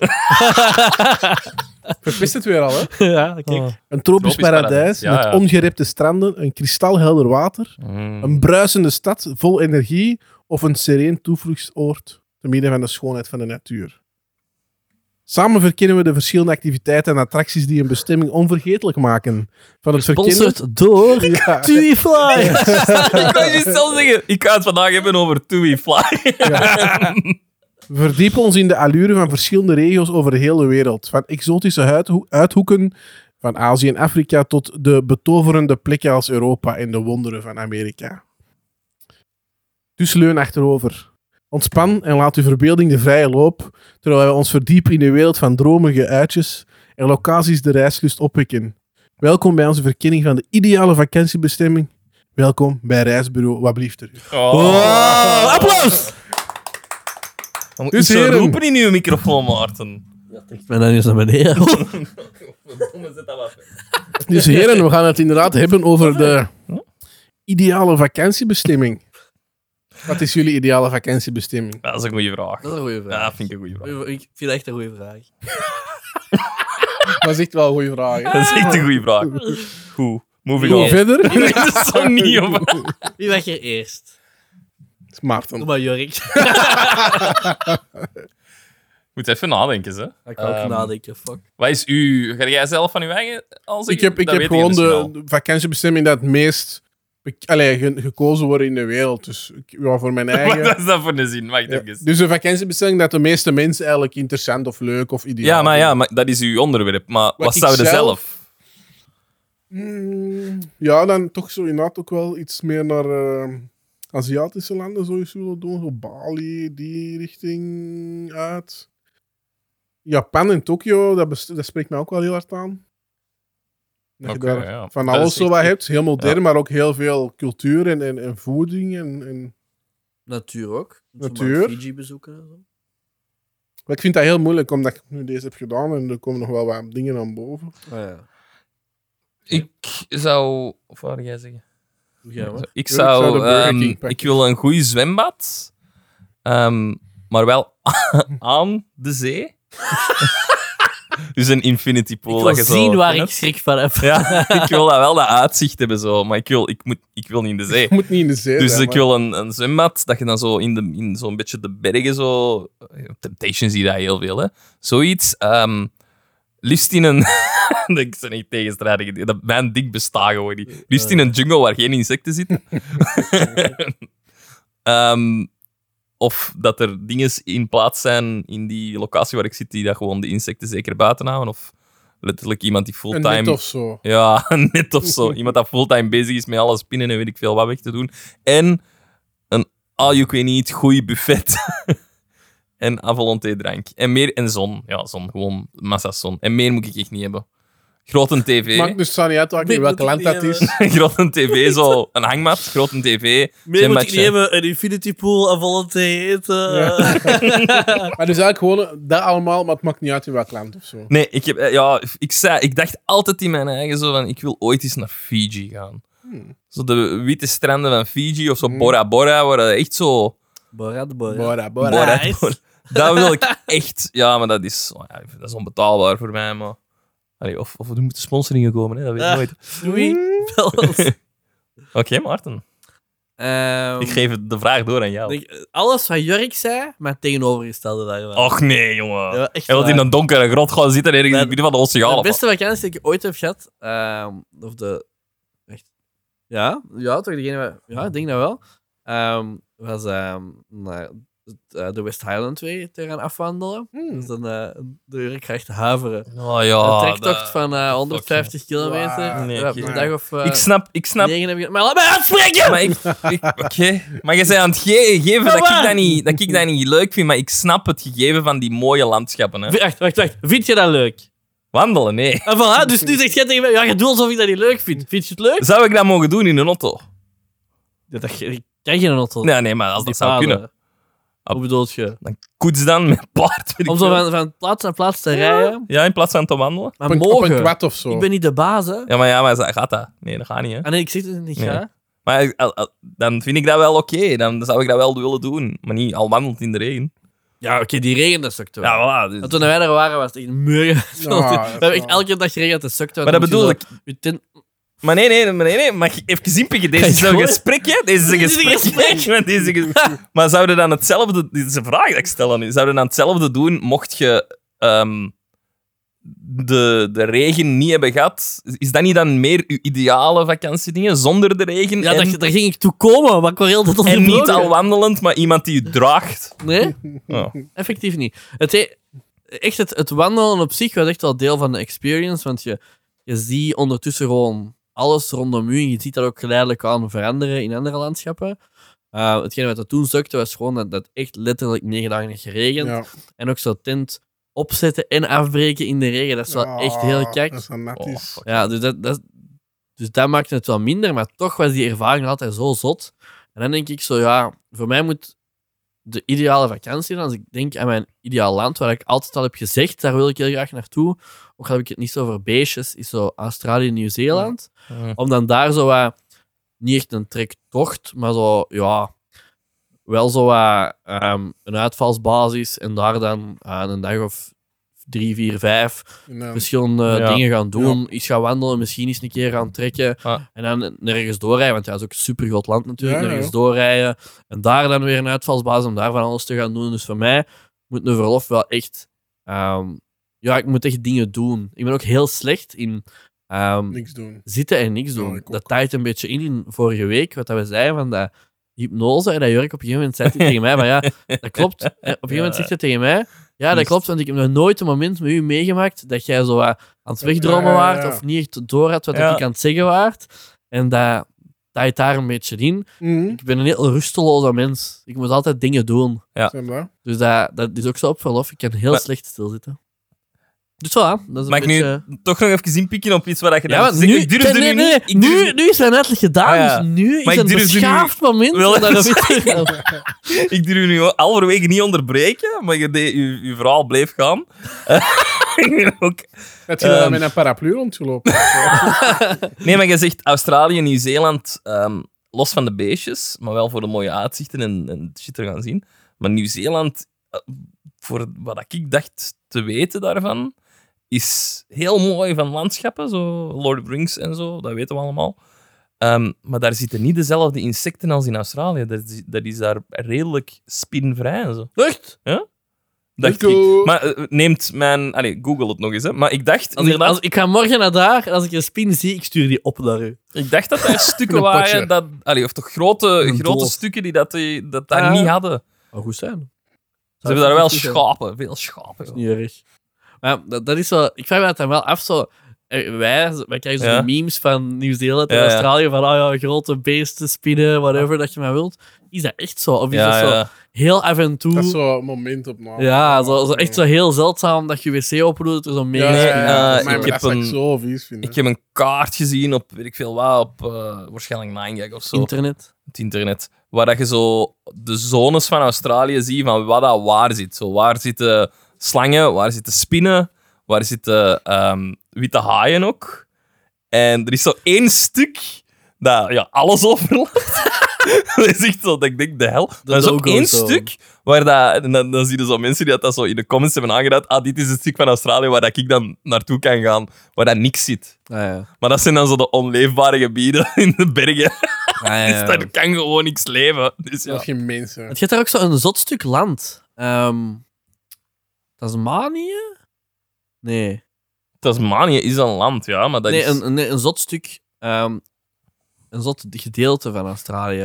Speaker 2: Verpest het weer al, hè?
Speaker 3: (laughs) ja, kijk.
Speaker 2: Een tropisch,
Speaker 1: Tropisch
Speaker 2: paradijs,
Speaker 1: paradijs, ja,
Speaker 2: met
Speaker 1: ja.
Speaker 2: ongerepte stranden, een kristalhelder water,
Speaker 1: Mm.
Speaker 2: een bruisende stad vol energie of een sereen toevluchtsoord te midden van de schoonheid van de natuur. Samen verkennen we de verschillende activiteiten en attracties die een bestemming onvergetelijk maken. Van het verkennen... (laughs)
Speaker 3: Sponsored door
Speaker 2: Ja,
Speaker 3: Tuifly.
Speaker 1: (laughs) Ik kan je zelf zeggen, ik ga het vandaag hebben over Tui (laughs) Fly.
Speaker 2: we verdiepen ons in de allure van verschillende regio's over de hele wereld. Van exotische huidho- uithoeken van Azië en Afrika tot de betoverende plekken als Europa en de wonderen van Amerika. Dus leun achterover. Ontspan en laat uw verbeelding de vrije loop, terwijl wij ons verdiepen in de wereld van dromige uitjes en locaties de reislust opwekken. Welkom bij onze verkenning van de ideale vakantiebestemming. Welkom bij Reisbureau, wat blieft er.
Speaker 1: Oh.
Speaker 3: Wow, applaus!
Speaker 1: Dan moet
Speaker 2: Dus
Speaker 1: je zo
Speaker 2: heren.
Speaker 1: roepen in uw microfoon, Maarten.
Speaker 3: Ik ben dan eens naar beneden.
Speaker 1: Verdomme, zet dat wat weg.
Speaker 2: Dus heren, we gaan het inderdaad hebben over de ideale vakantiebestemming. Wat is jullie ideale vakantiebestemming?
Speaker 1: Dat is een goede vraag.
Speaker 3: (laughs) is een goede
Speaker 1: Ja, vind ik een goede vraag.
Speaker 3: Ik vind dat echt een goede vraag.
Speaker 2: Dat is echt wel een goede vraag. hè.
Speaker 1: Dat is echt een goede vraag. Goed, moving
Speaker 2: Hoe
Speaker 1: on.
Speaker 2: (laughs) verder?
Speaker 1: Dat is zo niet
Speaker 2: (laughs)
Speaker 1: op.
Speaker 3: Wie weg er eerst?
Speaker 2: Het is
Speaker 3: Doe
Speaker 2: Maarten.
Speaker 3: maar Jorik.
Speaker 1: Moet even nadenken, hè.
Speaker 3: Ik kan ook
Speaker 1: Ehm,
Speaker 3: nadenken, fuck.
Speaker 1: Wat is u? Ga jij zelf van uw eigen al
Speaker 2: Ik
Speaker 1: zeggen?
Speaker 2: heb, ik
Speaker 1: Dat weet
Speaker 2: heb
Speaker 1: dus
Speaker 2: gewoon
Speaker 1: misschien
Speaker 2: de,
Speaker 1: al.
Speaker 2: de vakantiebestemming dat het meest be- allee, ge- gekozen wordt in de wereld. Dus ik ja, voor mijn
Speaker 1: (laughs) Wat
Speaker 2: eigen.
Speaker 1: is dat voor een zin? Wacht
Speaker 2: Ja.
Speaker 1: even.
Speaker 2: Dus een vakantiebestemming dat de meeste mensen eigenlijk interessant of leuk of ideaal
Speaker 1: Ja, maar ja,
Speaker 2: vinden.
Speaker 1: maar dat is uw onderwerp. Maar wat,
Speaker 2: ik
Speaker 1: zouden
Speaker 2: zelf-
Speaker 1: zelf?
Speaker 2: Mm, ja, dan toch zo inderdaad ook wel iets meer naar eh, Aziatische landen zou je eens willen doen. Zo Bali, die richting uit. Japan en Tokio, dat, best- dat spreekt mij ook wel heel hard aan. Dat je
Speaker 1: Oké,
Speaker 2: daar
Speaker 1: ja.
Speaker 2: van
Speaker 1: Dat is
Speaker 2: alles zo
Speaker 1: echt-
Speaker 2: wat hebt. Heel modern, maar ook heel veel cultuur en, en, en voeding. En, en...
Speaker 3: Natuur ook. Zo maar
Speaker 2: Natuur.
Speaker 3: Fiji bezoeken en zo.
Speaker 2: Maar ik vind dat heel moeilijk, omdat ik nu deze heb gedaan en er komen nog wel wat dingen aan
Speaker 1: (laughs)
Speaker 2: boven.
Speaker 3: Ah, ja.
Speaker 1: Ik zou... Of wat wou jij zeggen?
Speaker 3: Doe jij maar.
Speaker 1: Ik
Speaker 2: Ja, ik zou de
Speaker 1: zou...
Speaker 2: Burger
Speaker 1: ehm,
Speaker 2: King pakken.
Speaker 1: ik wil een goed zwembad. ehm, maar wel (laughs) aan de zee. (laughs) dus een infinity pool. dat
Speaker 3: Ik wil
Speaker 1: je zo
Speaker 3: zien waar
Speaker 1: hebt.
Speaker 3: ik schrik van heb. (laughs)
Speaker 1: Ja, (laughs) ik wil dat wel dat uitzicht hebben, zo. maar ik wil, ik, moet, ik wil niet in de zee.
Speaker 2: Het moet niet in de zee
Speaker 1: Dus
Speaker 2: zijn,
Speaker 1: ik
Speaker 2: maar-
Speaker 1: wil een, een zwembad dat je dan zo in, de, in zo'n beetje de bergen zo. op Temptation zie je dat heel veel, hè? Zoiets. ehm, liefst in een. (laughs) ik ben niet tegenstrijdig. Dat mijn ding bestaat gewoon niet. Liefst in een jungle waar geen insecten zitten. (laughs) Ehm, of dat er dingen in plaats zijn in die locatie waar ik zit die dat gewoon de insecten zeker buiten houden. Of letterlijk iemand die
Speaker 2: Een net
Speaker 1: fulltime
Speaker 2: of zo.
Speaker 1: ja, (laughs) net of zo. Iemand dat fulltime bezig is met alles spinnen en weet ik veel wat weg te doen. En een ah, all-you-can-eat goeie buffet. (laughs) en avalonté drank. En meer en zon. Ja, zon. Gewoon massa zon. En meer moet ik echt niet hebben. Grote tv.
Speaker 2: Maakt dus zo niet uit welk-
Speaker 3: Nee,
Speaker 2: welk
Speaker 3: moet
Speaker 2: land
Speaker 3: ik
Speaker 2: dat
Speaker 3: niet
Speaker 2: is.
Speaker 1: (laughs) Grote tv, zo. Een hangmat. Grote tv.
Speaker 3: Meer moet ik
Speaker 1: zwembadje.
Speaker 3: niet hebben. Een infinity pool, Avalante eten.
Speaker 2: Ja.
Speaker 1: Eh.
Speaker 2: (laughs) Maar dus eigenlijk gewoon eh, dat allemaal, maar het maakt niet uit in welk land of zo.
Speaker 1: Nee, ik, heb, eh, ja, ik, zei, ik dacht altijd in mijn eigen zo van... Ik wil ooit eens naar Fiji gaan.
Speaker 2: Hmm.
Speaker 1: Zo de witte stranden van Fiji of zo
Speaker 3: Hmm.
Speaker 1: Bora Bora, waar dat echt zo...
Speaker 3: Borat, borat.
Speaker 2: Bora, bora.
Speaker 1: Bora,
Speaker 3: Nice.
Speaker 1: Bora. Dat wil ik echt. Ja, maar dat is, oh ja, dat is onbetaalbaar voor mij. Maar... Allee, of, of er moeten sponsoringen komen, hè? dat weet ik
Speaker 3: Ah.
Speaker 1: nooit.
Speaker 3: Doei.
Speaker 2: Mm.
Speaker 3: (laughs)
Speaker 1: Hmm.
Speaker 3: Bel ons.
Speaker 1: Oké, Maarten.
Speaker 3: Ehm,
Speaker 1: Ik geef de vraag door aan jou.
Speaker 3: denk, alles wat Jurk zei, maar het tegenovergestelde daarvan.
Speaker 1: Och nee, jongen.
Speaker 3: Ja,
Speaker 1: Hij
Speaker 3: maar echt
Speaker 1: wil
Speaker 3: waar.
Speaker 1: in een donkere grot gaan zitten ergens in het
Speaker 3: Nee,
Speaker 1: midden van de oceaan.
Speaker 3: De
Speaker 1: of wat?
Speaker 3: beste vakantie die ik ooit heb gehad, ehm, of de... Echt? Ja, ja, toch degene... waar- Ja, ik denk dat wel. Ehm, was ehm, naar het, eh, de West Highland Way te gaan afwandelen.
Speaker 2: Hmm.
Speaker 3: Dus dan eh de Jurk gaat echt haveren.
Speaker 1: Oh ja.
Speaker 3: een trektocht
Speaker 1: dat-
Speaker 3: van eh, 150 kilometer.
Speaker 2: Wauw.
Speaker 1: Nee,
Speaker 3: ja,
Speaker 1: ik-
Speaker 3: een dag of eh,
Speaker 1: Ik snap, ik snap.
Speaker 3: negen heb ik... Maar laat mij uitspreken!
Speaker 1: Maar, ik, (laughs) ik- oké. maar je zei aan het ge- geven dat ik
Speaker 3: waar.
Speaker 1: dat, niet, dat ik dat niet leuk vind, maar ik snap het gegeven van die mooie landschappen. Hè.
Speaker 3: Wacht, wacht, wacht. Vind je dat leuk?
Speaker 1: Wandelen, nee.
Speaker 3: En voilà, dus nu zegt jij tegen mij, ja, je doet alsof ik dat niet leuk vind. Vind je het leuk?
Speaker 1: Zou ik dat mogen doen in een auto?
Speaker 3: Ja, dat ge- ik krijg je een auto.
Speaker 1: Nee, nee, maar als
Speaker 3: Die
Speaker 1: dat zou
Speaker 3: paden.
Speaker 1: kunnen.
Speaker 3: Hoe bedoelt je?
Speaker 1: koets dan met paard. weet ik
Speaker 3: Om zo
Speaker 1: veel.
Speaker 3: van, van plaats naar plaats te rijden.
Speaker 1: Ja, in plaats van te wandelen.
Speaker 3: Maar
Speaker 2: Op een, op een
Speaker 3: mogen.
Speaker 2: kwad of zo.
Speaker 3: Ik ben niet de baas, hè.
Speaker 1: Ja, maar ja, maar ze- gaat dat? Nee, dat gaat niet, hè.
Speaker 3: Ah nee, ik zeg het niet,
Speaker 1: Nee.
Speaker 3: ja.
Speaker 1: Maar eh, eh, dan vind ik dat wel oké. Dan zou ik dat wel willen doen. Maar niet al wandelend in de regen.
Speaker 3: Ja, oké, die regen, dat sukt wel.
Speaker 1: Ja, voilà. dus-
Speaker 3: Want toen wij er waren, was het echt murgen.
Speaker 2: Ja,
Speaker 3: (laughs) We
Speaker 2: ja.
Speaker 3: hebben echt elke dag geregeld, dat sukt wel.
Speaker 1: Maar dat
Speaker 3: Dan moet je
Speaker 1: bedoel ik.
Speaker 3: zo je tent-
Speaker 1: Maar nee, nee, maar nee, nee. Maar even inpikken. Deze
Speaker 3: Ga je
Speaker 1: is een
Speaker 3: door?
Speaker 1: gesprek, hè. Deze is een
Speaker 3: Dit is een
Speaker 1: gesprek. (laughs)
Speaker 3: gesprek.
Speaker 1: Want Deze is een
Speaker 3: (laughs)
Speaker 1: ges- maar zouden dan hetzelfde... Dit is een vraag dat ik stel aan u. Zouden dan hetzelfde doen mocht je... ehm, de, de regen niet hebben gehad, is dat niet dan meer uw ideale vakantiedingen zonder de regen?
Speaker 3: Ja,
Speaker 1: en-
Speaker 3: dat, daar ging ik toe komen, maar ik word heel de tijd
Speaker 1: En niet
Speaker 3: onderbroken.
Speaker 1: al wandelend, maar iemand die je draagt.
Speaker 3: Nee?
Speaker 1: Oh.
Speaker 3: Effectief niet. Het, he- echt het, het wandelen op zich was echt wel deel van de experience, want je, je ziet ondertussen gewoon alles rondom u en je ziet dat ook geleidelijk aan veranderen in andere landschappen. Eh hetgeen wat dat toen stukte was gewoon dat dat echt letterlijk negen dagen heeft geregend.
Speaker 2: Ja.
Speaker 3: En ook zo tent opzetten en afbreken in de regen, dat is wel
Speaker 2: Ja,
Speaker 3: echt heel
Speaker 2: Ah, Dat is
Speaker 3: kijk.
Speaker 2: wel nat
Speaker 1: Oh,
Speaker 2: is.
Speaker 1: fuck.
Speaker 3: Ja, dus dat, dat, dus dat maakte het wel minder, maar toch was die ervaring altijd zo zot. En dan denk ik zo, ja, voor mij moet de ideale vakantie, dan, als ik denk aan mijn ideaal land, waar ik altijd al heb gezegd, daar wil ik heel graag naartoe, ook al heb ik het niet zo over beestjes, is zo Australië, Nieuw-Zeeland. Om dan daar zo wat, niet echt een trektocht, maar zo, ja, wel zo wat ehm, een uitvalsbasis en daar dan aan een dag of drie, vier, vijf
Speaker 2: En,
Speaker 1: Dus-
Speaker 2: eh,
Speaker 3: verschillende
Speaker 1: Ja.
Speaker 3: dingen gaan doen. Iets gaan wandelen, misschien eens een keer gaan trekken.
Speaker 1: Ah.
Speaker 3: En dan nergens doorrijden, want ja, dat is ook een super groot land natuurlijk.
Speaker 2: Ja, ja,
Speaker 3: nergens
Speaker 2: ja.
Speaker 3: doorrijden. En daar dan weer een uitvalsbasis om daar van alles te gaan doen. Dus voor mij moet een verlof wel echt... ehm, ja, ik moet echt dingen doen. Ik ben ook heel slecht in... ehm,
Speaker 2: niks doen.
Speaker 3: zitten en niks doen.
Speaker 2: Ja, ik ook.
Speaker 3: dat taait een beetje in, in vorige week, wat dat we zeiden, van dat hypnose. En dat Jurk op een gegeven moment zei hij tegen mij, maar ja, dat klopt. En op een gegeven moment
Speaker 1: Ja.
Speaker 3: zegt hij tegen mij, ja, dat
Speaker 1: Juist.
Speaker 3: klopt, want ik heb nog nooit een moment met u meegemaakt dat jij zo wat aan het wegdromen
Speaker 2: Ja, ja, ja.
Speaker 3: waart of niet echt door had wat
Speaker 1: Ja.
Speaker 3: ik aan het zeggen waart. En dat taait daar een beetje in.
Speaker 2: Mhm.
Speaker 3: Ik ben een heel rusteloze mens. Ik moet altijd dingen doen.
Speaker 2: Zeg maar.
Speaker 3: Dus dat, dat is ook zo op verlof. Ik kan heel
Speaker 1: Maar-
Speaker 3: slecht stilzitten. Dus voilà. Dat is
Speaker 1: Mag
Speaker 3: een
Speaker 1: ik nu-
Speaker 3: beetje...
Speaker 1: Toch nog even inpikken op iets waar je
Speaker 3: Ja,
Speaker 1: dan
Speaker 3: want
Speaker 1: zegt,
Speaker 3: nu,
Speaker 1: ik durfde
Speaker 3: nee,
Speaker 1: nu
Speaker 3: nee,
Speaker 1: niet.
Speaker 3: nee.
Speaker 1: Ik durf-
Speaker 3: nu, nu is het net gedaan,
Speaker 1: Ah, ja.
Speaker 3: dus nu
Speaker 1: Maar
Speaker 3: is
Speaker 1: ik
Speaker 3: het een
Speaker 1: durfde nu-
Speaker 3: beschaafd moment.
Speaker 1: Wel,
Speaker 3: om daar
Speaker 1: dat is-
Speaker 3: (laughs) iets te gaan.
Speaker 1: Ik durf u nu halverwege niet onderbreken, maar je deed, uw, uw verhaal bleef gaan. (laughs) Ook-
Speaker 2: Heb je daar
Speaker 1: Ehm.
Speaker 2: met een paraplu rondgelopen?
Speaker 1: (laughs) nee, maar je zegt Australië, Nieuw-Zeeland, ehm, los van de beestjes, maar wel voor de mooie uitzichten en, en shit te gaan zien. Maar Nieuw-Zeeland, eh, voor wat ik dacht te weten daarvan, is heel mooi van landschappen, zo Lord of the Rings en zo, dat weten we allemaal. Ehm, maar daar zitten niet dezelfde insecten als in Australië. Dat is, dat is daar redelijk spinvrij en zo.
Speaker 3: Echt?
Speaker 1: Dacht
Speaker 2: Let's go.
Speaker 1: ik. Maar eh, neemt mijn... Allee, google het nog eens, hè. Maar ik dacht
Speaker 3: Als ik,
Speaker 1: inderdaad...
Speaker 3: als, ik ga morgen naar daar en als ik een spin zie, ik stuur die op naar u.
Speaker 1: ik dacht dat er stukken
Speaker 2: Een potje.
Speaker 1: waren dat... Allee, of toch grote,
Speaker 3: Een
Speaker 1: grote
Speaker 3: dolf.
Speaker 1: stukken die dat, die, dat daar
Speaker 3: Ah.
Speaker 1: niet hadden.
Speaker 3: Maar goed zijn.
Speaker 1: Ze hebben daar wel schapen. Veel schapen. joh.
Speaker 3: Niet erg. Maar dat, dat is wel... Ik vraag me dat dan wel af, zo... eh, Wij, wij krijgen zo
Speaker 1: Ja.
Speaker 3: die memes van Nieuw-Zeeland en
Speaker 1: Ja, ja.
Speaker 3: Australië, van oh ja, grote beesten, spinnen, whatever, dat je maar wilt. Is dat echt zo? Of is dat
Speaker 1: Ja,
Speaker 3: zo
Speaker 1: ja.
Speaker 3: heel af en toe...
Speaker 2: Dat is zo'n moment op nou.
Speaker 3: Ja, zo, zo echt zo heel zeldzaam dat je wc opendoet, dat er zo mega...
Speaker 2: Ja, ja,
Speaker 1: eh,
Speaker 2: ja.
Speaker 1: ik
Speaker 2: maar
Speaker 1: heb
Speaker 2: dat zou ik
Speaker 1: een-
Speaker 2: zo vies vinden.
Speaker 1: Ik heb een kaart gezien op, weet ik veel waar, op eh, waarschijnlijk 9gag of zo,
Speaker 3: Internet.
Speaker 1: het internet, waar dat je zo de zones van Australië ziet van wat dat waar zit. Zo, waar zitten slangen, waar zitten spinnen, waar zitten ehm, witte haaien ook. En er is zo één stuk dat ja, alles (laughs) overlaat. dat is echt zo, dat ik denk, de hel. Maar er is ook
Speaker 3: logo
Speaker 1: één
Speaker 3: zo.
Speaker 1: stuk waar dat, en dan, dan zie je zo mensen die dat, dat zo in de comments hebben aangeduid. Ah, dit is het stuk van Australië waar dat ik dan naartoe kan gaan, waar dat niks zit.
Speaker 3: Ah, ja.
Speaker 1: Maar dat zijn dan zo de onleefbare gebieden (laughs) in de bergen.
Speaker 3: Ah, (laughs) ja,
Speaker 1: Dus
Speaker 3: ja.
Speaker 1: daar kan gewoon niks leven. Dus
Speaker 2: Dat
Speaker 1: ja.
Speaker 2: is geen mensen.
Speaker 3: Het gaat daar ook zo'n zot stuk land. Ehm Tasmanië? Nee.
Speaker 1: Tasmanië is een land, ja, maar dat
Speaker 3: nee,
Speaker 1: is...
Speaker 3: een, een- nee, een zot stuk. ehm, een zot gedeelte van Australië.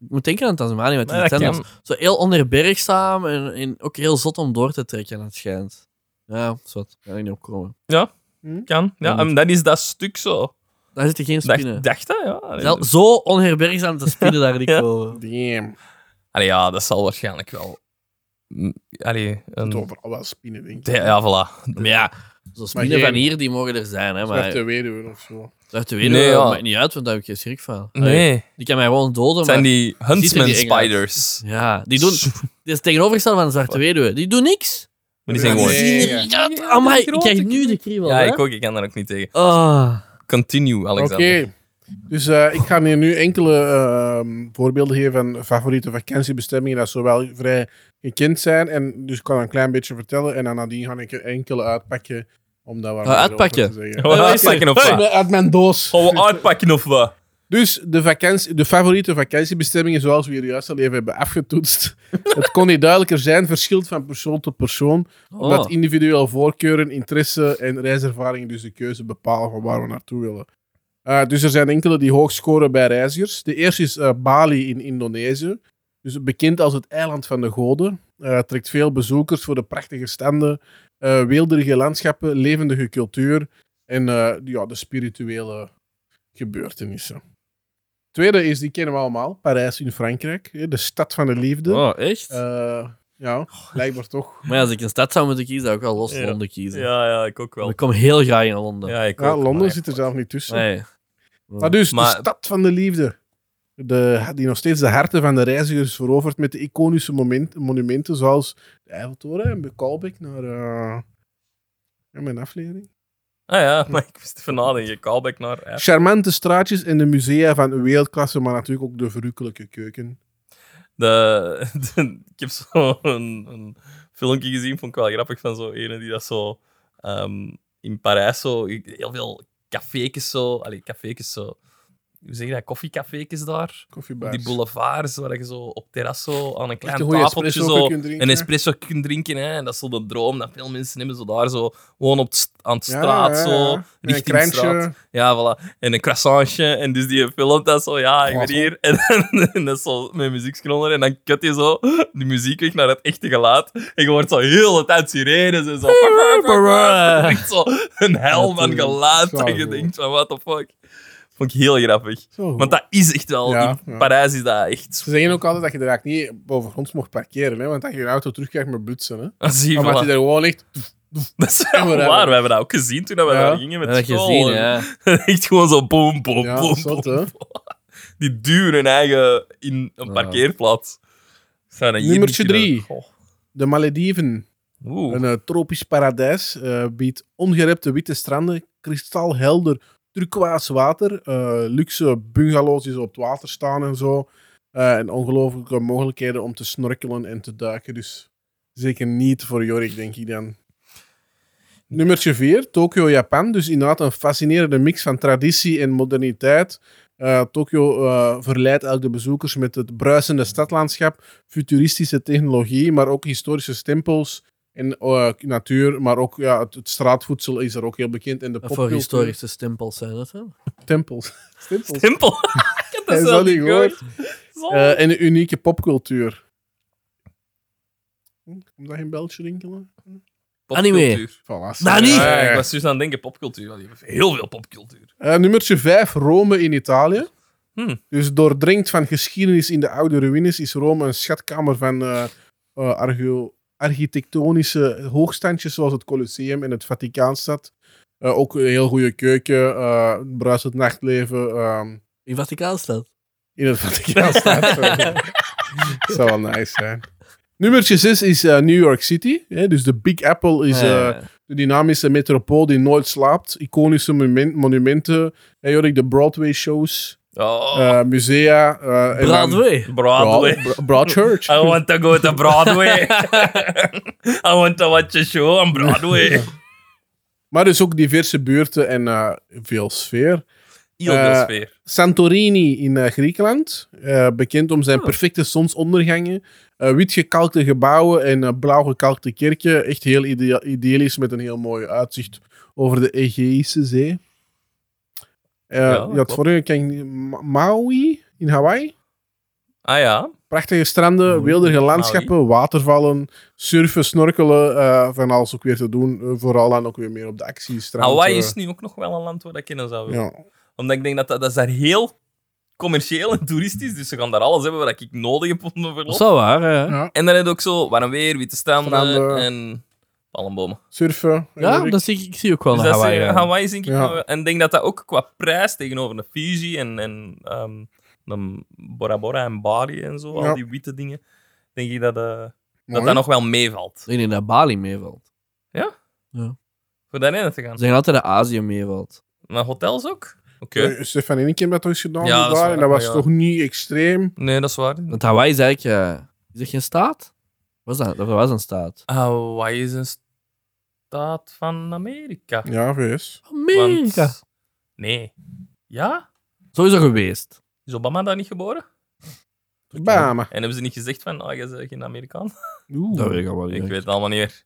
Speaker 3: Ik moet denken aan Tasmanië, want
Speaker 1: Maar
Speaker 3: die
Speaker 1: dat
Speaker 3: zijn
Speaker 1: kan.
Speaker 3: dan Zo heel onherbergzaam en, en ook heel zot om door te trekken, het schijnt. Ja, zot. Kan ik niet opkomen.
Speaker 1: Kan, ja. En dat is dat stuk zo.
Speaker 3: Daar zitten geen spinnen.
Speaker 1: Dacht, dacht dat, ja.
Speaker 3: Wel, Zo onherbergzaam dat de spinnen daar niet
Speaker 1: dus- (laughs) Ja.
Speaker 3: komen.
Speaker 2: Damn.
Speaker 1: Allee, ja, dat zal waarschijnlijk wel... Mm, Allee, een...
Speaker 2: Het overal wel spinnen, denk ik.
Speaker 1: Ja, Ja, voilà.
Speaker 3: Maar ja, zo'n spinnen
Speaker 2: geen-
Speaker 3: van hier, die mogen er zijn. Hè,
Speaker 2: Zwarte
Speaker 3: maar
Speaker 2: weduwe of zo.
Speaker 3: uit de wereld
Speaker 1: Nee, ja.
Speaker 3: maakt niet uit, want daar heb ik geen schrik van. Allee,
Speaker 1: Nee,
Speaker 3: Die kan mij gewoon doden,
Speaker 1: het zijn
Speaker 3: maar-
Speaker 1: die
Speaker 3: ziet er
Speaker 1: huntsman
Speaker 3: die eng uit.
Speaker 1: spiders.
Speaker 3: Ja, die doen... Dit is tegenovergesteld van de zwarte weduwe. Die doen niks.
Speaker 1: Maar die zijn
Speaker 2: Nee.
Speaker 1: gewoon...
Speaker 2: Nee.
Speaker 3: Die zien er niet uit. Amai, ik
Speaker 1: Grote
Speaker 3: krijg nu de kriebel.
Speaker 1: Ja,
Speaker 3: hè.
Speaker 1: ik ook. Ik kan daar ook niet tegen.
Speaker 3: Ah.
Speaker 1: Continue,
Speaker 2: Oké.
Speaker 1: Alexander.
Speaker 2: Dus eh, ik ga hier nu enkele ehm, voorbeelden geven van favoriete vakantiebestemmingen. Dat zowel vrij gekend zijn. En dus ik kan een klein beetje vertellen. En dan nadien ga ik er enkele uitpakken. Om daar wat
Speaker 3: Ah,
Speaker 2: meer over
Speaker 3: uitpakken?
Speaker 2: te zeggen.
Speaker 1: Gaan we uitpakken of
Speaker 2: Uit
Speaker 1: (laughs) wat?
Speaker 2: mijn- Uit mijn doos.
Speaker 1: Gaan we uitpakken of wat?
Speaker 2: Dus de, vakantie, de favoriete vakantiebestemmingen, zoals we hier juist al even hebben afgetoetst, (laughs) het kon niet duidelijker zijn, verschilt van persoon tot persoon, omdat
Speaker 3: Oh.
Speaker 2: individuele voorkeuren, interesse en reiservaringen dus de keuze bepalen van waar we naartoe willen. Eh, dus er zijn enkele die hoog scoren bij reizigers. De eerste is eh, Bali in Indonesië, dus bekend als het eiland van de goden. Eh, trekt veel bezoekers voor de prachtige standen, eh, weelderige landschappen, levendige cultuur en eh, ja, de spirituele gebeurtenissen. Tweede is, die kennen we allemaal, Parijs in Frankrijk. hè, De stad van de liefde.
Speaker 3: Oh, echt?
Speaker 2: Eh, ja, blijkbaar toch.
Speaker 3: Maar als ik een stad zou moeten kiezen, zou ik wel los
Speaker 1: Ja.
Speaker 3: Londen kiezen.
Speaker 1: Ja, ja, ik ook
Speaker 3: Want
Speaker 1: wel.
Speaker 3: Ik kom heel graag in Londen.
Speaker 1: Ja, ik
Speaker 2: Ja,
Speaker 1: ook,
Speaker 2: Londen
Speaker 1: maar-
Speaker 2: zit er zelf niet tussen.
Speaker 3: Nee.
Speaker 2: Maar dus,
Speaker 1: Maar-
Speaker 2: de stad van de liefde. De, die nog steeds de harten van de reizigers verovert met de iconische moment- monumenten zoals de Eiffeltoren en de Kaalbeek naar eh, ja, mijn aflevering.
Speaker 1: Ah ja, (laughs) maar ik moest even nadenken. Callback naar... ja.
Speaker 2: Charmante straatjes en de musea van wereldklasse, maar natuurlijk ook de verrukkelijke keuken.
Speaker 1: De, (laughs) de- ik heb zo een, een filmpje gezien, vond ik wel grappig, van zo'n ene die dat zo ehm, in Parijs zo heel veel cafékes zo, allee, cafékes zo hoe zeg je dat, koffiecafékjes daar.
Speaker 2: Koffiebaars.
Speaker 1: Die boulevards waar je zo op terrasso aan een klein
Speaker 2: Echt een goeie
Speaker 1: tafeltje
Speaker 2: espresso
Speaker 1: zo
Speaker 2: ook kunt drinken.
Speaker 1: een espresso kunt drinken. Hè. En dat is zo de droom dat veel mensen hebben. Zo daar zo gewoon op het st- aan de
Speaker 2: Ja,
Speaker 1: straat.
Speaker 2: ja, ja.
Speaker 1: Zo,
Speaker 2: Met een
Speaker 1: richting
Speaker 2: krantje.
Speaker 1: straat. Ja, voilà. En een croissantje. En dus die filmt dat zo. Ja, ik ben
Speaker 2: Croissant.
Speaker 1: hier. (laughs) En, dan, en dat is zo met muziek eronder. En dan kut je zo de muziek weg naar het echte geluid. En je hoort zo heel de tijd sirenes
Speaker 2: (laughs)
Speaker 1: en zo. Echt zo een hel van
Speaker 2: Natuurlijk.
Speaker 1: geluid. Dat je
Speaker 2: Zwaar,
Speaker 1: denkt van, what the fuck. Vond ik heel grappig.
Speaker 2: Zo goed.
Speaker 1: Want dat is echt wel...
Speaker 2: Ja,
Speaker 1: in
Speaker 2: ja.
Speaker 1: Parijs is dat echt... (laughs)
Speaker 2: Ze zeggen ook altijd dat je er eigenlijk niet bovengronds mocht parkeren, hè, want dat je je auto terugkrijgt met blutsen. Hè.
Speaker 1: Als je,
Speaker 2: Omdat hij er gewoon ligt.
Speaker 1: Dat is
Speaker 2: Ja, maar
Speaker 1: wel
Speaker 2: dat-
Speaker 1: waar. We hebben dat ook gezien toen we
Speaker 2: Ja.
Speaker 1: daar gingen met
Speaker 3: Dat heb je
Speaker 1: school.
Speaker 3: gezien, ja.
Speaker 1: (laughs) Echt gewoon zo boom, boom,
Speaker 2: Ja,
Speaker 1: boom,
Speaker 2: zot,
Speaker 1: boom.
Speaker 2: hè.
Speaker 1: Die duwen hun eigen in een
Speaker 3: Ja.
Speaker 1: parkeerplaats. Zou dat hier
Speaker 2: Nummertje
Speaker 1: niet kunnen-
Speaker 2: drie.
Speaker 1: Goh.
Speaker 2: De Malediven,
Speaker 1: Oeh.
Speaker 2: een eh, tropisch paradijs, eh, biedt ongerepte witte stranden, kristalhelder turquoise water, eh, luxe bungalows die zo op het water staan en zo, eh, en ongelooflijke mogelijkheden om te snorkelen en te duiken. Dus zeker niet voor Jorik, denk ik dan. Nummertje 4, Tokio, Japan. Dus inderdaad een fascinerende mix van traditie en moderniteit. Eh, Tokio eh, verleidt elk de bezoekers met het bruisende stadlandschap, futuristische technologie, maar ook historische stempels en eh, natuur. Maar ook ja, het, het straatvoedsel is er ook heel bekend. En de
Speaker 3: Voor
Speaker 2: popcultuur.
Speaker 3: historische stempels zijn dat dan?
Speaker 2: Tempels. Stempels. (laughs)
Speaker 1: Tempel. (laughs) ik heb
Speaker 2: Hij
Speaker 1: dat
Speaker 2: is
Speaker 1: zelf
Speaker 2: al
Speaker 1: niet
Speaker 2: niet
Speaker 1: gehoord. Zo.
Speaker 2: Eh, en een unieke popcultuur. Hm, Komt daar geen beltje rinkelen?
Speaker 1: Popcultuur.
Speaker 3: anime.
Speaker 2: Voilà.
Speaker 3: Nou, niet!
Speaker 1: Ja,
Speaker 2: Eh,
Speaker 1: ik was dus aan het denken, popcultuur. want die hebben Heel veel popcultuur.
Speaker 2: Eh, nummertje 5, Rome in Italië.
Speaker 1: Hmm.
Speaker 2: Dus doordringd van geschiedenis in de oude ruïnes is Rome een schatkamer van eh, eh, archeo- architectonische hoogstandjes zoals het Colosseum en het Vaticaanstad. Eh, ook een heel goede keuken, eh bruisend nachtleven ehm,
Speaker 3: In Vaticaanstad.
Speaker 2: in het (laughs) Vaticaanstad. Dat zou wel nice zijn. Nummertje 6 is eh, New York City. hè, dus de Big Apple is... eh,
Speaker 3: Ja.
Speaker 2: de dynamische metropool die nooit slaapt. Iconische monumen- monumenten. Hey, Jorik, de Broadway-shows,
Speaker 1: Oh,
Speaker 2: eh, musea. eh, en dan-
Speaker 3: Broadway.
Speaker 1: Broadway. Ah, oh.
Speaker 2: Bro-
Speaker 1: (laughs)
Speaker 2: Bro- Broadchurch.
Speaker 1: I want to go to
Speaker 2: (laughs)
Speaker 1: Broadway. I want to watch a show on Broadway.
Speaker 2: Maar dus ook diverse buurten en eh, veel sfeer.
Speaker 1: Heel veel
Speaker 2: Eh,
Speaker 1: sfeer.
Speaker 2: Santorini in eh, Griekenland. eh, bekend om
Speaker 1: Ah.
Speaker 2: zijn perfecte zonsondergangen. eh wit gekalkte gebouwen en eh, blauw gekalkte kerken. Echt heel idea- idyllisch met een heel mooi uitzicht over de Egeïsche Zee. Eh
Speaker 1: Ja,
Speaker 2: je had
Speaker 1: klopt.
Speaker 2: vorige keer Ma- Maui in Hawaii.
Speaker 1: Ah ja.
Speaker 2: Prachtige stranden,
Speaker 1: Mooi.
Speaker 2: weelderige landschappen, watervallen, surfen, snorkelen, eh, van alles ook weer te doen. Eh, vooral dan ook weer meer op de actiestranden.
Speaker 1: Hawaii is nu ook nog wel een land waar ik in zou willen.
Speaker 2: Ja.
Speaker 1: Omdat ik denk dat dat, dat is daar heel commercieel en toeristisch Dus ze gaan daar alles hebben wat ik nodig heb op mijn
Speaker 3: Dat is
Speaker 1: verlof.
Speaker 3: wel waar, hè.
Speaker 2: ja.
Speaker 1: En dan heb je ook zo warm weer, witte stranden
Speaker 2: Stranden.
Speaker 1: en palmbomen.
Speaker 2: Surfen.
Speaker 3: Ja,
Speaker 2: Erik.
Speaker 3: dat zie ik, ik zie ook wel
Speaker 1: Dus
Speaker 3: naar
Speaker 1: dat is,
Speaker 3: Hawaii.
Speaker 1: eh,
Speaker 3: gaan.
Speaker 1: Hawaii is denk ik
Speaker 2: Ja.
Speaker 1: wel- En ik denk dat dat ook qua prijs tegenover de Fiji en, en ehm, dan Bora Bora en Bali en zo, al
Speaker 2: Ja.
Speaker 1: die witte dingen, denk ik dat eh, dat,
Speaker 2: Mooi.
Speaker 1: dat nog wel meevalt.
Speaker 3: Ik denk dat eh, Bali meevalt.
Speaker 1: Voor daarin te gaan.
Speaker 3: Ze zeggen altijd dat Azië meevalt.
Speaker 1: Maar hotels ook? Oké.
Speaker 2: Eh, Stefan Innikim dat toch eens gedaan
Speaker 1: Ja, dat is
Speaker 2: daar,
Speaker 1: waar,
Speaker 2: en dat was
Speaker 1: ja.
Speaker 2: toch niet extreem.
Speaker 1: Nee, dat is waar.
Speaker 3: Want Hawaii is eigenlijk... eh, is dat geen staat? Was dat, dat was een staat.
Speaker 1: Hawaii is een staat van Amerika.
Speaker 2: Ja, wees.
Speaker 1: Want-
Speaker 3: Amerika.
Speaker 1: Nee. Ja?
Speaker 3: Zo is dat geweest.
Speaker 1: Is Obama daar niet geboren?
Speaker 2: Bama.
Speaker 1: En hebben ze niet gezegd van, ah, jij bent geen Amerikaan?
Speaker 2: Oeh.
Speaker 3: Dat weet ik al wel niet.
Speaker 1: Ik weet het allemaal niet meer.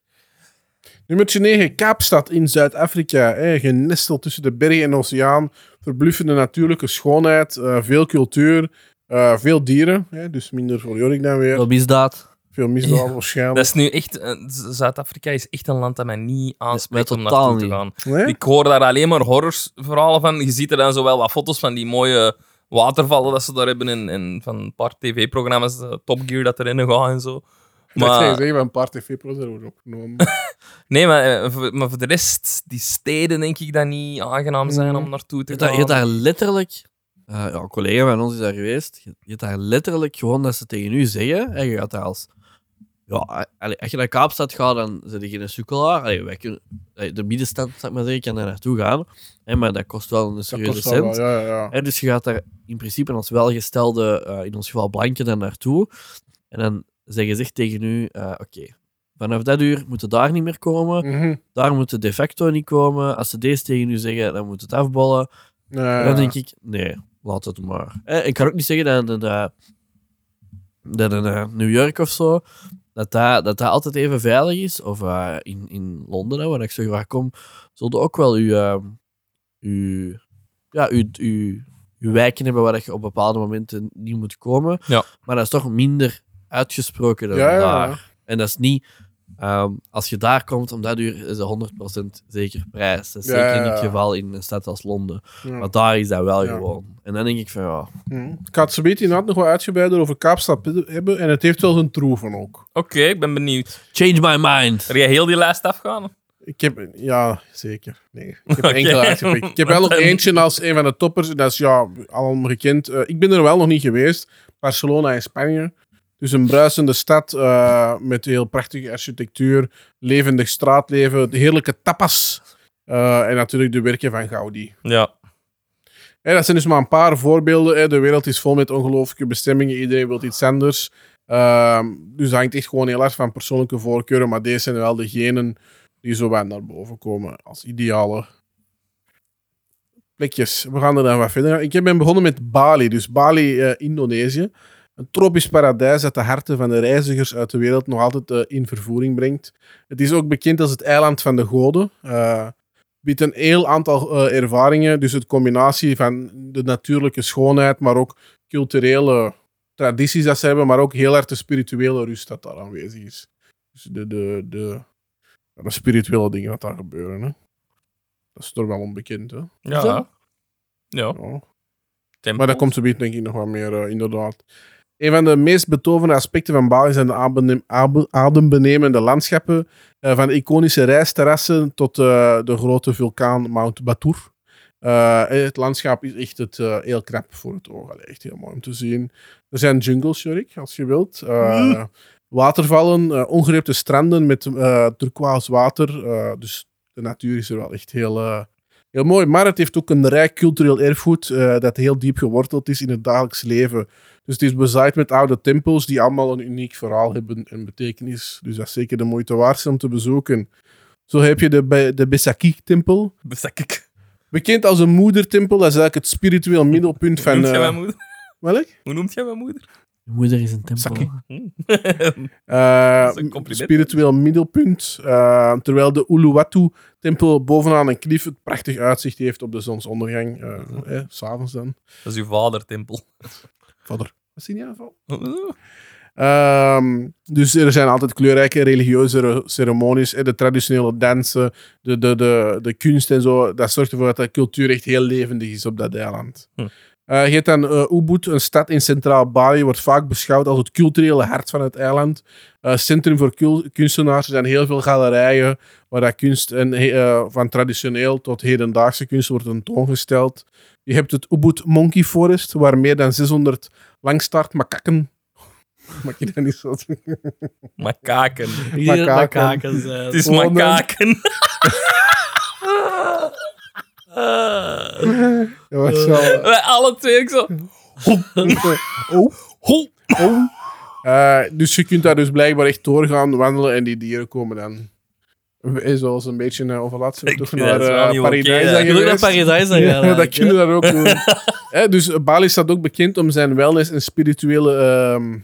Speaker 2: Nummertje 9, Kaapstad in Zuid-Afrika. Eh, genesteld tussen de bergen en oceaan. Verbluffende natuurlijke schoonheid, eh, veel cultuur, eh, veel dieren. eh, dus minder voor Jorik dan weer.
Speaker 3: Wel misdaad.
Speaker 2: Veel misdaad waarschijnlijk.
Speaker 1: (laughs) Dat is nu echt... eh, Z- Zuid-Afrika is echt een land dat mij niet aanspreekt
Speaker 3: mij
Speaker 1: om
Speaker 3: totaal
Speaker 1: naartoe te
Speaker 3: niet.
Speaker 1: gaan.
Speaker 2: Nee?
Speaker 1: Ik hoor daar alleen maar horrorverhalen van. Je ziet er dan zo wel wat foto's van die mooie watervallen dat ze daar hebben en, en van een paar tv-programma's, eh, Top Gear dat erin gaat en zo.
Speaker 2: Dat zijn
Speaker 1: Maar,
Speaker 2: zeggen van een paar tv-pro's er worden opgenomen.
Speaker 1: nee, maar, eh, voor- maar voor de rest, die steden denk ik dat niet aangenaam zijn om naartoe
Speaker 3: Mm. Je
Speaker 1: te
Speaker 3: hebt daar,
Speaker 1: gaan.
Speaker 3: je hebt daar letterlijk... eh, ja, een collega van ons is daar geweest. Je, je hebt daar letterlijk gewoon dat ze tegen u zeggen. En je gaat daar als... Ja, allee, als je naar Kaapstad gaat, dan zit je geen sukkelaar. Allee, wij kunnen, allee, de middenstand, zou ik maar zeggen, kan daar naartoe gaan. Hè, maar dat kost wel een
Speaker 2: Dat
Speaker 3: serieuze
Speaker 2: kost wel
Speaker 3: cent.
Speaker 2: wat, ja, ja, ja.
Speaker 3: Hè, dus je gaat daar in principe als welgestelde, eh, in ons geval blanke, dan naartoe. En dan zeggen ze echt tegen u, eh, oké, vanaf dat uur moeten daar niet meer komen,
Speaker 2: Mhm.
Speaker 3: daar moeten de facto niet komen. Als ze deze tegen u zeggen, dan moet het afbollen.
Speaker 2: Ja,
Speaker 3: Dan denk ik, nee, laat het maar. Eh, ik kan ook niet zeggen dat, dat, dat, dat in eh, New York of zo, dat dat, dat, dat altijd even veilig is. Of eh, in, in Londen, hè, waar ik zo graag kom, zullen ook wel uw, eh, uw, ja, uw, uw, uw wijken hebben waar je op bepaalde momenten niet moet komen.
Speaker 1: Ja.
Speaker 3: Maar dat is toch minder uitgesproken dan
Speaker 2: Ja, ja, ja.
Speaker 3: daar. En dat is niet... ehm, als je daar komt, om dat uur is het 100% zeker prijs. Dat is
Speaker 2: Ja,
Speaker 3: zeker
Speaker 2: ja,
Speaker 3: niet
Speaker 2: ja.
Speaker 3: het geval in een stad als Londen.
Speaker 2: Ja.
Speaker 3: Maar daar is dat wel
Speaker 2: Hm. Ja.
Speaker 3: gewoon. En dan denk ik van ja.
Speaker 2: Hm. Ik had ze beetje inderdaad nog wel uitgebreider over Kaapstad hebben. En het heeft wel zijn troeven ook.
Speaker 1: Oké, ik ben benieuwd.
Speaker 3: Change my mind.
Speaker 1: Heb jij heel die lijst afgaan?
Speaker 2: Ik heb, ja, zeker. Nee, ik heb
Speaker 1: Oké.
Speaker 2: enkel uitgepikt. Ik heb wel nog eentje als een van de toppers. En dat is ja, allemaal gekend. Eh, ik ben er wel nog niet geweest. Barcelona in Spanje. Dus een bruisende stad eh, met heel prachtige architectuur, levendig straatleven, de heerlijke tapas. eh, en natuurlijk de werken van Gaudi.
Speaker 1: Ja.
Speaker 2: Hè, dat zijn dus maar een paar voorbeelden. hè. De wereld is vol met ongelooflijke bestemmingen. Iedereen wil iets anders. Ehm, dus dat hangt echt gewoon heel erg van persoonlijke voorkeuren. Maar deze zijn wel degenen die zo wat naar boven komen als ideale plekjes. We gaan er dan wat verder gaan. Ik heb- ben begonnen met Bali. Dus Bali, eh, Indonesië. Een tropisch paradijs dat de harten van de reizigers uit de wereld nog altijd eh, in vervoering brengt. Het is ook bekend als het eiland van de goden. Eh, biedt een heel aantal eh, ervaringen. Dus het combinatie van de natuurlijke schoonheid, maar ook culturele tradities dat ze hebben, maar ook heel erg de spirituele rust dat daar aanwezig is. Dus de, de, de, de spirituele dingen dat daar gebeuren. Hè. Dat is toch wel onbekend, hè?
Speaker 1: Ja.
Speaker 3: Zo.
Speaker 1: Ja.
Speaker 2: Ja.
Speaker 1: Tempels.
Speaker 2: Maar daar komt zo denk ik nog wat meer, eh, inderdaad. Een van de meest betoverende aspecten van Bali zijn de adembenem- abe- adembenemende landschappen. eh, van iconische reisterrassen tot eh, de grote vulkaan Mount Batur. Eh, het landschap is echt het, eh, heel knap voor het oog. Allee, echt heel mooi om te zien. Er zijn jungles, Jorik, als je wilt. Eh, Watervallen, eh, ongerepte stranden met eh turquoise water. Eh, dus de natuur is er wel echt heel... eh, Heel mooi, maar het heeft ook een rijk cultureel erfgoed eh, dat heel diep geworteld is in het dagelijks leven. Dus het is bezaaid met oude tempels die allemaal een uniek verhaal hebben en betekenis. Dus dat is zeker de moeite waard om te bezoeken. Zo heb je de, Be- de Besakik-tempel,
Speaker 1: Bestek ik.
Speaker 2: bekend als een moedertempel. Dat is eigenlijk het spiritueel middelpunt
Speaker 1: Hoe
Speaker 2: van...
Speaker 1: noemt jij
Speaker 2: eh,
Speaker 1: mijn moeder?
Speaker 2: welk?
Speaker 1: Hoe noemt jij mijn moeder?
Speaker 3: Je moeder is een tempel.
Speaker 2: Saki.
Speaker 1: Dat
Speaker 2: Eh,
Speaker 1: is een compliment.
Speaker 2: spiritueel middelpunt. eh, terwijl de Uluwatu-tempel bovenaan een klif het prachtig uitzicht heeft op de zonsondergang. eh, eh, S'avonds dan.
Speaker 1: Dat is uw vadertempel. (laughs)
Speaker 2: Vader. Wat is in ieder geval? Ehm, dus er zijn altijd kleurrijke religieuze re- ceremonies, eh, de traditionele dansen, de, de, de, de kunst en zo. Dat zorgt ervoor dat de cultuur echt heel levendig is op dat eiland.
Speaker 1: Hm.
Speaker 2: Eh, je hebt dan eh, Ubud, een stad in centraal Bali, wordt vaak beschouwd als het culturele hart van het eiland. Eh, centrum voor kul- kunstenaars. Er zijn heel veel galerijen waar dat kunst en, he- eh, van traditioneel tot hedendaagse kunst wordt tentoongesteld. Je hebt het Ubud Monkey Forest, waar meer dan 600 langstaart makakken. (laughs) Mag je dat niet zo zeggen?
Speaker 1: Makaken.
Speaker 3: Hier
Speaker 2: Makaken.
Speaker 3: dat kaken
Speaker 1: Het
Speaker 3: zijn.
Speaker 1: is
Speaker 2: Gewoon een-
Speaker 1: makaken. Ah.
Speaker 2: Ja, maar zo.
Speaker 1: (laughs) Wij alle twee ik zo.
Speaker 2: Oh.
Speaker 1: Ho.
Speaker 2: Oh. Eh, dus je kunt daar dus blijkbaar echt doorgaan wandelen en die dieren komen dan. Is wel eens een beetje uh, overlaat. Ze
Speaker 1: Ik
Speaker 2: toch
Speaker 1: vind
Speaker 2: naar
Speaker 1: dat wel
Speaker 2: eh,
Speaker 1: niet oké,
Speaker 2: Paradijs
Speaker 1: hè.
Speaker 2: zijn
Speaker 3: Ik wil ook naar
Speaker 2: geweest.
Speaker 3: Paradijs gaan.
Speaker 2: Ja, dat
Speaker 3: eigenlijk,
Speaker 2: kunnen
Speaker 3: hè.
Speaker 2: we daar ook doen. Hè, dus eh, Bali staat ook bekend om zijn wellness en spirituele ehm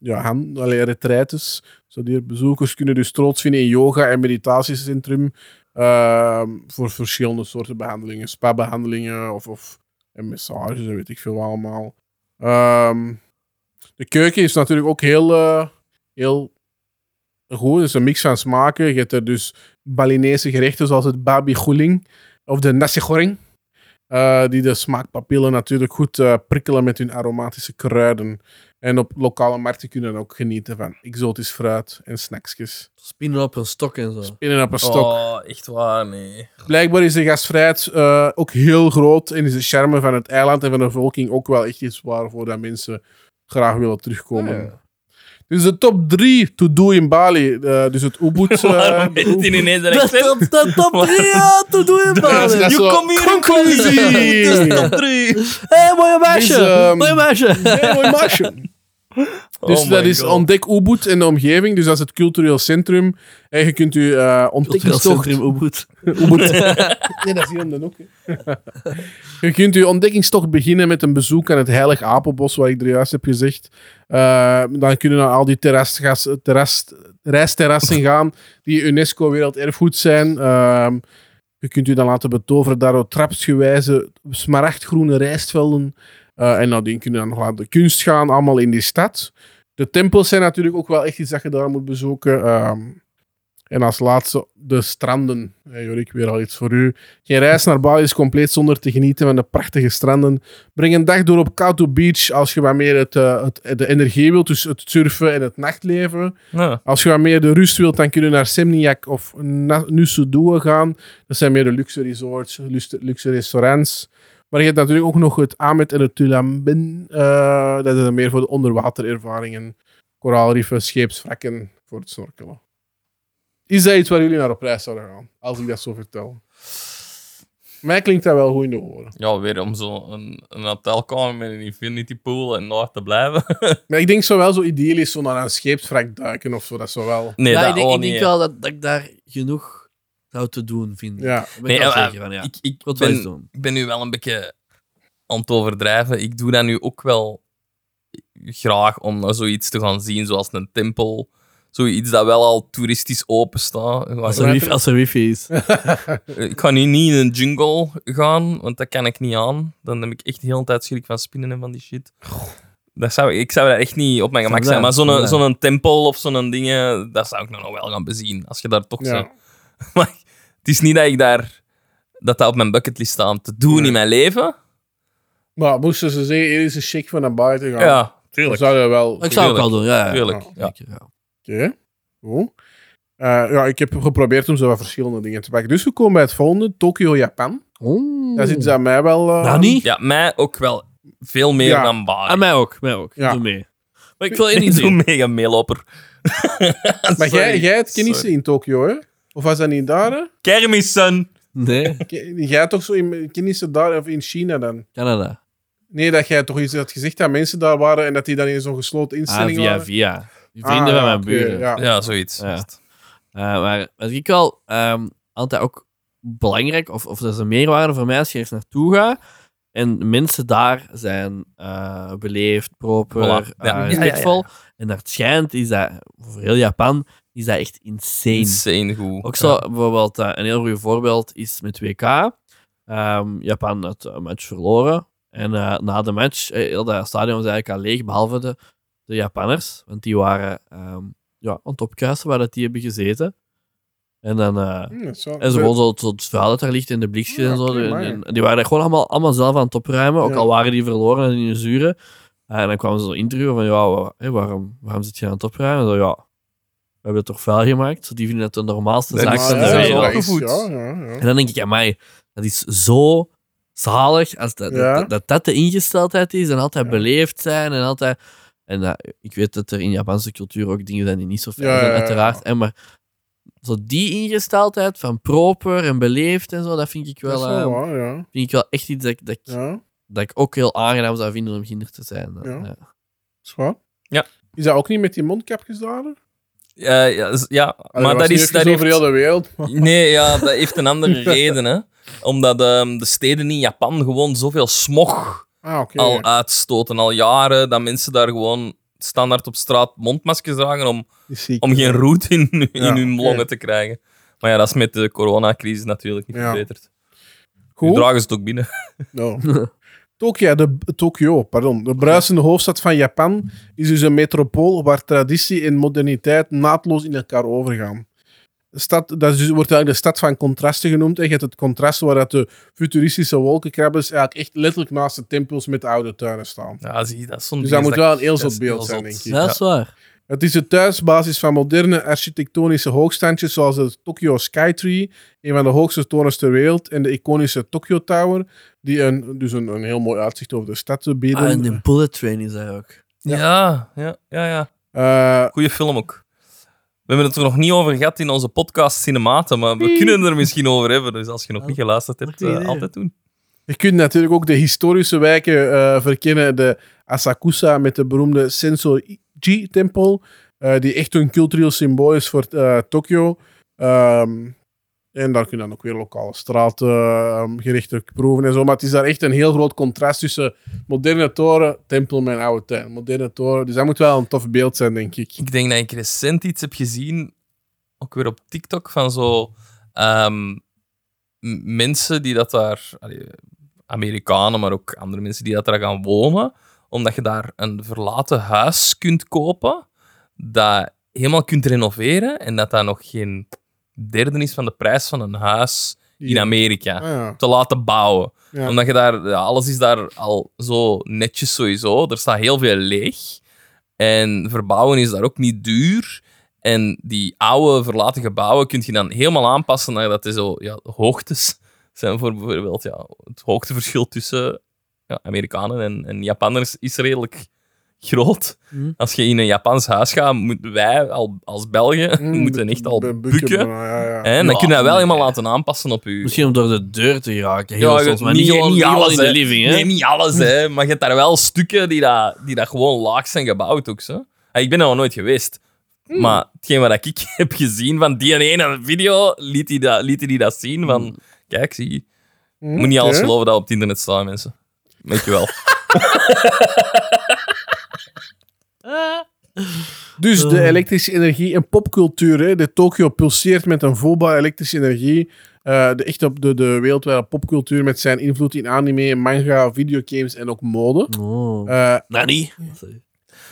Speaker 2: ja, hand, allee, retraites. Zo die bezoekers kunnen dus trots vinden in yoga- en meditatiecentrum ehm, voor verschillende soorten behandelingen. Spa-behandelingen of, of en massages en weet ik veel wat allemaal. Ehm, de keuken is natuurlijk ook heel, eh, heel goed. Het is een mix van smaken. Je hebt er dus Balinese gerechten zoals het babi guling of de nasi goreng. eh, die de smaakpapillen natuurlijk goed eh, prikkelen met hun aromatische kruiden. En op lokale markten kunnen dan ook genieten van exotisch fruit en snacksjes.
Speaker 3: Spinnen op een stok en zo.
Speaker 2: Spinnen op een stok.
Speaker 1: Oh, echt waar, nee.
Speaker 2: Blijkbaar is de gastvrijheid eh, ook heel groot en is de charme van het eiland en van de bevolking ook wel echt iets waarvoor dat mensen graag willen terugkomen.
Speaker 1: Oh,
Speaker 2: Dus de top 3 to do in Bali. eh, dus het
Speaker 1: (laughs)
Speaker 2: Ubud. (laughs) eh,
Speaker 1: Waarom
Speaker 2: de
Speaker 1: is het
Speaker 2: Ubud-
Speaker 1: in ineens een
Speaker 3: Dat is
Speaker 1: expert?
Speaker 3: top- dat top 3, ja, dat doe je
Speaker 2: Dat is-
Speaker 3: maar.
Speaker 2: dat is
Speaker 1: You
Speaker 2: wel-
Speaker 1: come here in
Speaker 2: Conclusie!
Speaker 3: (laughs)
Speaker 1: conclusie. Het is top 3.
Speaker 3: Hé, mooie
Speaker 2: Dus,
Speaker 3: meisje.
Speaker 2: ehm,
Speaker 3: Mooie meisje.
Speaker 2: Heel mooi marsje. Dus
Speaker 1: Oh
Speaker 2: dat
Speaker 1: my
Speaker 2: is
Speaker 1: God.
Speaker 2: ontdek Ubud en de omgeving. Dus dat is het cultureel centrum. En je kunt u eh ontdekkingstocht...
Speaker 3: Ubud.
Speaker 2: (laughs) Ubud. nee, dat is hier om de hoek. hè. je kunt uw ontdekkingstocht beginnen met een bezoek aan het Heilig Apelbos, wat ik er juist heb gezegd. Eh, dan kunnen naar al die terrasgas, terras, reisterrassen gaan, die UNESCO Werelderfgoed zijn. Ehm, je kunt u dan laten betoveren daar op trapsgewijze smaragdgroene rijstvelden. Eh, en nadien kun je dan nog aan de kunst gaan, allemaal in die stad. De tempels zijn natuurlijk ook wel echt iets dat je daar moet bezoeken. Ehm, en als laatste de stranden. Hey, Jorik, weer al iets voor u. Geen reis naar Bali is compleet zonder te genieten van de prachtige stranden. Breng een dag door op Kato Beach als je wat meer het, eh, het, de energie wilt, dus het surfen en het nachtleven.
Speaker 1: Ja.
Speaker 2: Als je wat meer de rust wilt, dan kun je naar Semniak of Na- Nusa Dua gaan. Dat zijn meer de luxe resorts, luxe, luxe restaurants. Maar je hebt natuurlijk ook nog het Amet en het Tulambin. Eh, dat is dan meer voor de onderwaterervaringen. Koraalriffen, scheepswrakken voor het snorkelen. Is dat iets waar jullie naar op reis zouden gaan? Als ik dat zo vertel. Mij klinkt dat wel goed in de oren.
Speaker 1: ja, weer om zo'n een hotelkamer met een infinity pool en daar te blijven.
Speaker 2: Maar ik denk zo wel zo idyllisch, zo naar een scheepswrak duiken of zo. Dat zou wel...
Speaker 1: Nee,
Speaker 3: Ja,
Speaker 1: dat
Speaker 3: ik denk,
Speaker 1: ook
Speaker 3: ik denk
Speaker 1: niet.
Speaker 3: wel dat, dat ik daar genoeg zou te doen vinden.
Speaker 2: Ja.
Speaker 3: Daar ben
Speaker 1: Nee,
Speaker 3: ik wel
Speaker 1: eh,
Speaker 3: zeker van, ja.
Speaker 1: Ik, ik,
Speaker 3: Wat wil je
Speaker 1: ben,
Speaker 3: doen?
Speaker 1: ik ben nu wel een beetje aan het overdrijven. Ik doe dat nu ook wel graag om naar zoiets te gaan zien, zoals een tempel. Zoiets dat wel al toeristisch openstaat. Ik
Speaker 3: Als
Speaker 1: ga-
Speaker 3: er, wifi, als er wifi is.
Speaker 1: Ik ga nu niet in een jungle gaan, want dat kan ik niet aan. Dan heb ik echt de hele tijd schrik van spinnen en van die shit. Dat zou, ik zou daar echt niet op mijn gemak
Speaker 3: Vandaar,
Speaker 1: zijn. Maar zo'n
Speaker 3: vandaar.
Speaker 1: zo'n tempel of zo'n dingen, dat zou ik nog wel gaan bezien. Als je daar toch
Speaker 2: ja.
Speaker 1: bent. (laughs) Maar het is niet dat ik daar... Dat dat op mijn bucketlist staat om te doen
Speaker 2: Nee.
Speaker 1: in mijn leven.
Speaker 2: Maar moesten ze zeggen, hier is een chic van naar buiten gaan.
Speaker 1: Ja,
Speaker 2: Dan
Speaker 1: tuurlijk.
Speaker 2: zou je wel...
Speaker 3: Ik zou het wel doen, ja. ja.
Speaker 1: Tuurlijk, ja.
Speaker 2: Ja.
Speaker 3: Zeker, ja.
Speaker 2: Oké, goed. Eh, ja, ik heb geprobeerd om zo wat verschillende dingen te pakken. Dus we komen bij het volgende, Tokio, Japan.
Speaker 3: Oeh.
Speaker 2: Daar zit ze aan mij wel... eh,
Speaker 3: Nou, niet?
Speaker 1: Ja, mij ook wel veel meer
Speaker 2: Ja.
Speaker 1: dan Bali.
Speaker 3: Aan Ah, mij ook, mij ook.
Speaker 2: Ja.
Speaker 3: Doe mee. Ah, Maar ik wil één
Speaker 1: Ik
Speaker 3: ding
Speaker 1: zo'n
Speaker 3: zeggen.
Speaker 1: mega meeloper.
Speaker 2: (laughs) Maar jij,
Speaker 1: Sorry.
Speaker 2: jij hebt kennissen
Speaker 1: Sorry.
Speaker 2: in Tokio, hè? Of was dat niet daar? hè?
Speaker 1: Kermissen.
Speaker 3: Nee,
Speaker 2: K- Jij toch zo in, kennissen daar of in China dan? (laughs)
Speaker 3: Canada.
Speaker 2: Nee, dat jij toch iets had gezegd dat mensen daar waren en dat die dan in zo'n gesloten
Speaker 3: Ah,
Speaker 2: instelling
Speaker 3: via,
Speaker 2: waren?
Speaker 3: via. Die
Speaker 2: Ah,
Speaker 3: Vrienden
Speaker 2: ja,
Speaker 3: van mijn
Speaker 2: oké,
Speaker 3: buren.
Speaker 2: Ja.
Speaker 1: Ja, zoiets.
Speaker 3: Ja. Eh, maar wat ik wel ehm, altijd ook belangrijk, of, of dat is een meerwaarde voor mij als je ergens naartoe gaat en de mensen daar zijn eh, beleefd, proper,
Speaker 1: Voilà. Ja.
Speaker 3: eh,
Speaker 1: Ja, ja, ja.
Speaker 3: respectvol. En naar het schijnt is dat, voor heel Japan, is dat echt insane.
Speaker 1: Insane goed.
Speaker 3: Ook zo, bijvoorbeeld, eh, een heel goed voorbeeld is met WK. Ehm, Japan had een match verloren. En eh, na de match, eh, heel dat stadion was eigenlijk al leeg, behalve de, de Japanners. Want die waren ehm, ja, aan het opkuisen waar dat die hebben gezeten. En dan... eh,
Speaker 2: Hm, dat is wel-
Speaker 3: en ze gewoon zo, zo het vuil dat er ligt in de blikjes
Speaker 2: Ja,
Speaker 3: en zo.
Speaker 2: oké,
Speaker 3: En-
Speaker 2: maar ja.
Speaker 3: en die waren daar gewoon allemaal, allemaal zelf aan het opruimen. Ook
Speaker 2: Ja.
Speaker 3: al waren die verloren en in hun zuren. En dan kwamen ze zo interviewen van, ja, wa- hé, waarom, waarom zit je aan het opruimen? Zo, ja, we hebben het toch vuil gemaakt? Zo, die vinden dat de normaalste
Speaker 1: Dat
Speaker 3: zaak
Speaker 1: is-
Speaker 2: Maar,
Speaker 3: van
Speaker 1: dat
Speaker 3: de
Speaker 1: is
Speaker 2: ja,
Speaker 1: wel
Speaker 2: dat
Speaker 3: wereld.
Speaker 2: is-
Speaker 1: opgevoed.
Speaker 2: Ja, ja, ja.
Speaker 3: En dan denk ik, mij dat is zo zalig als dat dat,
Speaker 2: Ja.
Speaker 3: dat, dat dat de ingesteldheid is. En altijd
Speaker 2: Ja.
Speaker 3: beleefd zijn en altijd... En dat- ik weet dat er in Japanse cultuur ook dingen zijn die niet zo fijn
Speaker 2: Ja, ja,
Speaker 3: zijn,
Speaker 2: ja, ja.
Speaker 3: uiteraard. En maar zo die ingesteldheid van proper en beleefd en zo, dat vind ik
Speaker 2: Dat
Speaker 3: wel,
Speaker 2: is wel
Speaker 3: eh,
Speaker 2: waar, ja.
Speaker 3: vind ik wel echt iets dat, ik- dat, ik-
Speaker 2: ja.
Speaker 3: dat ik ook heel aangenaam zou vinden om kinder te zijn.
Speaker 2: Ja.
Speaker 3: Ja.
Speaker 2: Is waar.
Speaker 1: Ja.
Speaker 2: Is dat ook niet met die mondkapjes daar? Allee,
Speaker 1: Eh, ja, z- ja, maar
Speaker 2: was
Speaker 1: dat
Speaker 2: niet
Speaker 1: is...
Speaker 2: even
Speaker 1: Dat
Speaker 2: over
Speaker 1: heeft-
Speaker 2: heel de wereld.
Speaker 1: Nee, ja, dat heeft een
Speaker 2: (laughs)
Speaker 1: andere reden. Hè. Omdat ehm, de steden in Japan gewoon zoveel smog
Speaker 2: Ah, oké.
Speaker 1: al uitstoten, al jaren. Dat mensen daar gewoon standaard op straat mondmaskers dragen om,
Speaker 2: Is ziek.
Speaker 1: om geen roet in, in
Speaker 2: Ja,
Speaker 1: hun
Speaker 2: oké.
Speaker 1: longen te krijgen. Maar ja, dat is met de coronacrisis natuurlijk niet
Speaker 2: Ja.
Speaker 1: verbeterd. Nu
Speaker 2: Goed.
Speaker 1: dragen ze het ook binnen.
Speaker 2: No.
Speaker 1: (laughs)
Speaker 2: Tokio, de, Tokio, pardon, de bruisende hoofdstad van Japan, is dus een metropool waar traditie en moderniteit naadloos in elkaar overgaan. De stad, dat is dus- wordt eigenlijk de stad van contrasten genoemd. En je hebt het contrast waar dat de futuristische wolkenkrabbers eigenlijk echt letterlijk naast de tempels met de oude tuinen staan.
Speaker 1: Ja, zie, je, dat is zo'n
Speaker 2: Dus
Speaker 1: ding,
Speaker 2: dat moet
Speaker 1: is
Speaker 2: wel een heel
Speaker 1: dat is
Speaker 2: zot beeld
Speaker 1: heel
Speaker 2: zijn,
Speaker 1: zot.
Speaker 2: denk ik.
Speaker 3: Ja, dat is waar.
Speaker 2: Het is de thuisbasis van moderne architectonische hoogstandjes zoals het Tokyo Skytree, een van de hoogste torens ter wereld, en de iconische Tokyo Tower, die een, dus een, een heel mooi uitzicht over de stad te bieden.
Speaker 3: Ah, en de bullet train is hij ook.
Speaker 1: Ja, ja, ja. ja,
Speaker 2: Eh,
Speaker 1: Goeie film ook. We hebben het er nog niet over gehad in onze podcast Cinematen, maar we kunnen er misschien over hebben. Dus als je nog niet geluisterd hebt,
Speaker 3: Goed idee.
Speaker 1: eh, altijd doen.
Speaker 2: Je kunt natuurlijk ook de historische wijken eh, verkennen. De Asakusa met de beroemde Sensoji-tempel, eh, die echt een cultureel symbool is voor eh, Tokio. Ehm, en daar kun je dan ook weer lokale straatgerechten proeven en zo. Maar het is daar echt een heel groot contrast tussen moderne toren, tempel en oude tuin. Moderne toren, dus dat moet wel een tof beeld zijn, denk ik.
Speaker 1: Ik denk dat ik recent iets heb gezien, ook weer op TikTok, van zo ehm, m- mensen die dat daar, allee, Amerikanen, maar ook andere mensen die dat daar gaan wonen, omdat je daar een verlaten huis kunt kopen, dat helemaal kunt renoveren en dat dat nog geen derde is van de prijs van een huis in Amerika.
Speaker 2: Ah, ja.
Speaker 1: Te laten bouwen.
Speaker 2: Ja.
Speaker 1: Omdat je daar, ja, alles is daar al zo netjes sowieso. Er staat heel veel leeg. En verbouwen is daar ook niet duur. En die oude verlaten gebouwen kun je dan helemaal aanpassen naar dat er zo ja, hoogtes zijn. Voor bijvoorbeeld ja, het hoogteverschil tussen ja, Amerikanen en, en Japanners is redelijk groot.
Speaker 2: Mm.
Speaker 3: Mhm.
Speaker 1: Als je in een Japans huis gaat, moeten wij al, als Belgen
Speaker 2: Mm,
Speaker 1: (laughs) moeten echt al
Speaker 2: bu- bu-
Speaker 1: bukken.
Speaker 2: maar ja, ja.
Speaker 1: En dan
Speaker 3: Ja,
Speaker 1: kun je dat wel
Speaker 3: nee.
Speaker 1: helemaal laten aanpassen op je
Speaker 3: Misschien om door de deur te raken.
Speaker 1: Ja,
Speaker 3: Heel
Speaker 1: je-
Speaker 3: soms, maar
Speaker 1: niet-
Speaker 3: niet, gewoon-
Speaker 1: niet
Speaker 3: niet gewoon
Speaker 1: alles,
Speaker 3: in de
Speaker 1: hè.
Speaker 3: living, hè?
Speaker 1: Nee, niet alles, hè. Maar je hebt daar wel stukken die daar die dat gewoon laag zijn gebouwd ook, zo. Hey, Ik ben er nog nooit geweest.
Speaker 3: Hmm.
Speaker 1: Maar hetgeen wat ik (laughs) heb gezien van die ene video, liet hij dat, liet die dat zien
Speaker 3: Hmm.
Speaker 1: van... Kijk, zie. je.
Speaker 2: Hm,
Speaker 1: Moet niet alles
Speaker 2: ja.
Speaker 1: geloven dat op het internet staat, mensen. Dank
Speaker 3: (laughs)
Speaker 1: je wel.
Speaker 3: Ah.
Speaker 2: Dus de
Speaker 1: Ehm.
Speaker 3: Eh.
Speaker 2: elektrische energie en popcultuur. Hè. De Tokio pulseert met een voelbare elektrische energie. Eh, de, echt op de, de wereldwijde popcultuur met zijn invloed in anime, manga, videogames en ook mode.
Speaker 3: Oh.
Speaker 2: Eh
Speaker 3: Nani?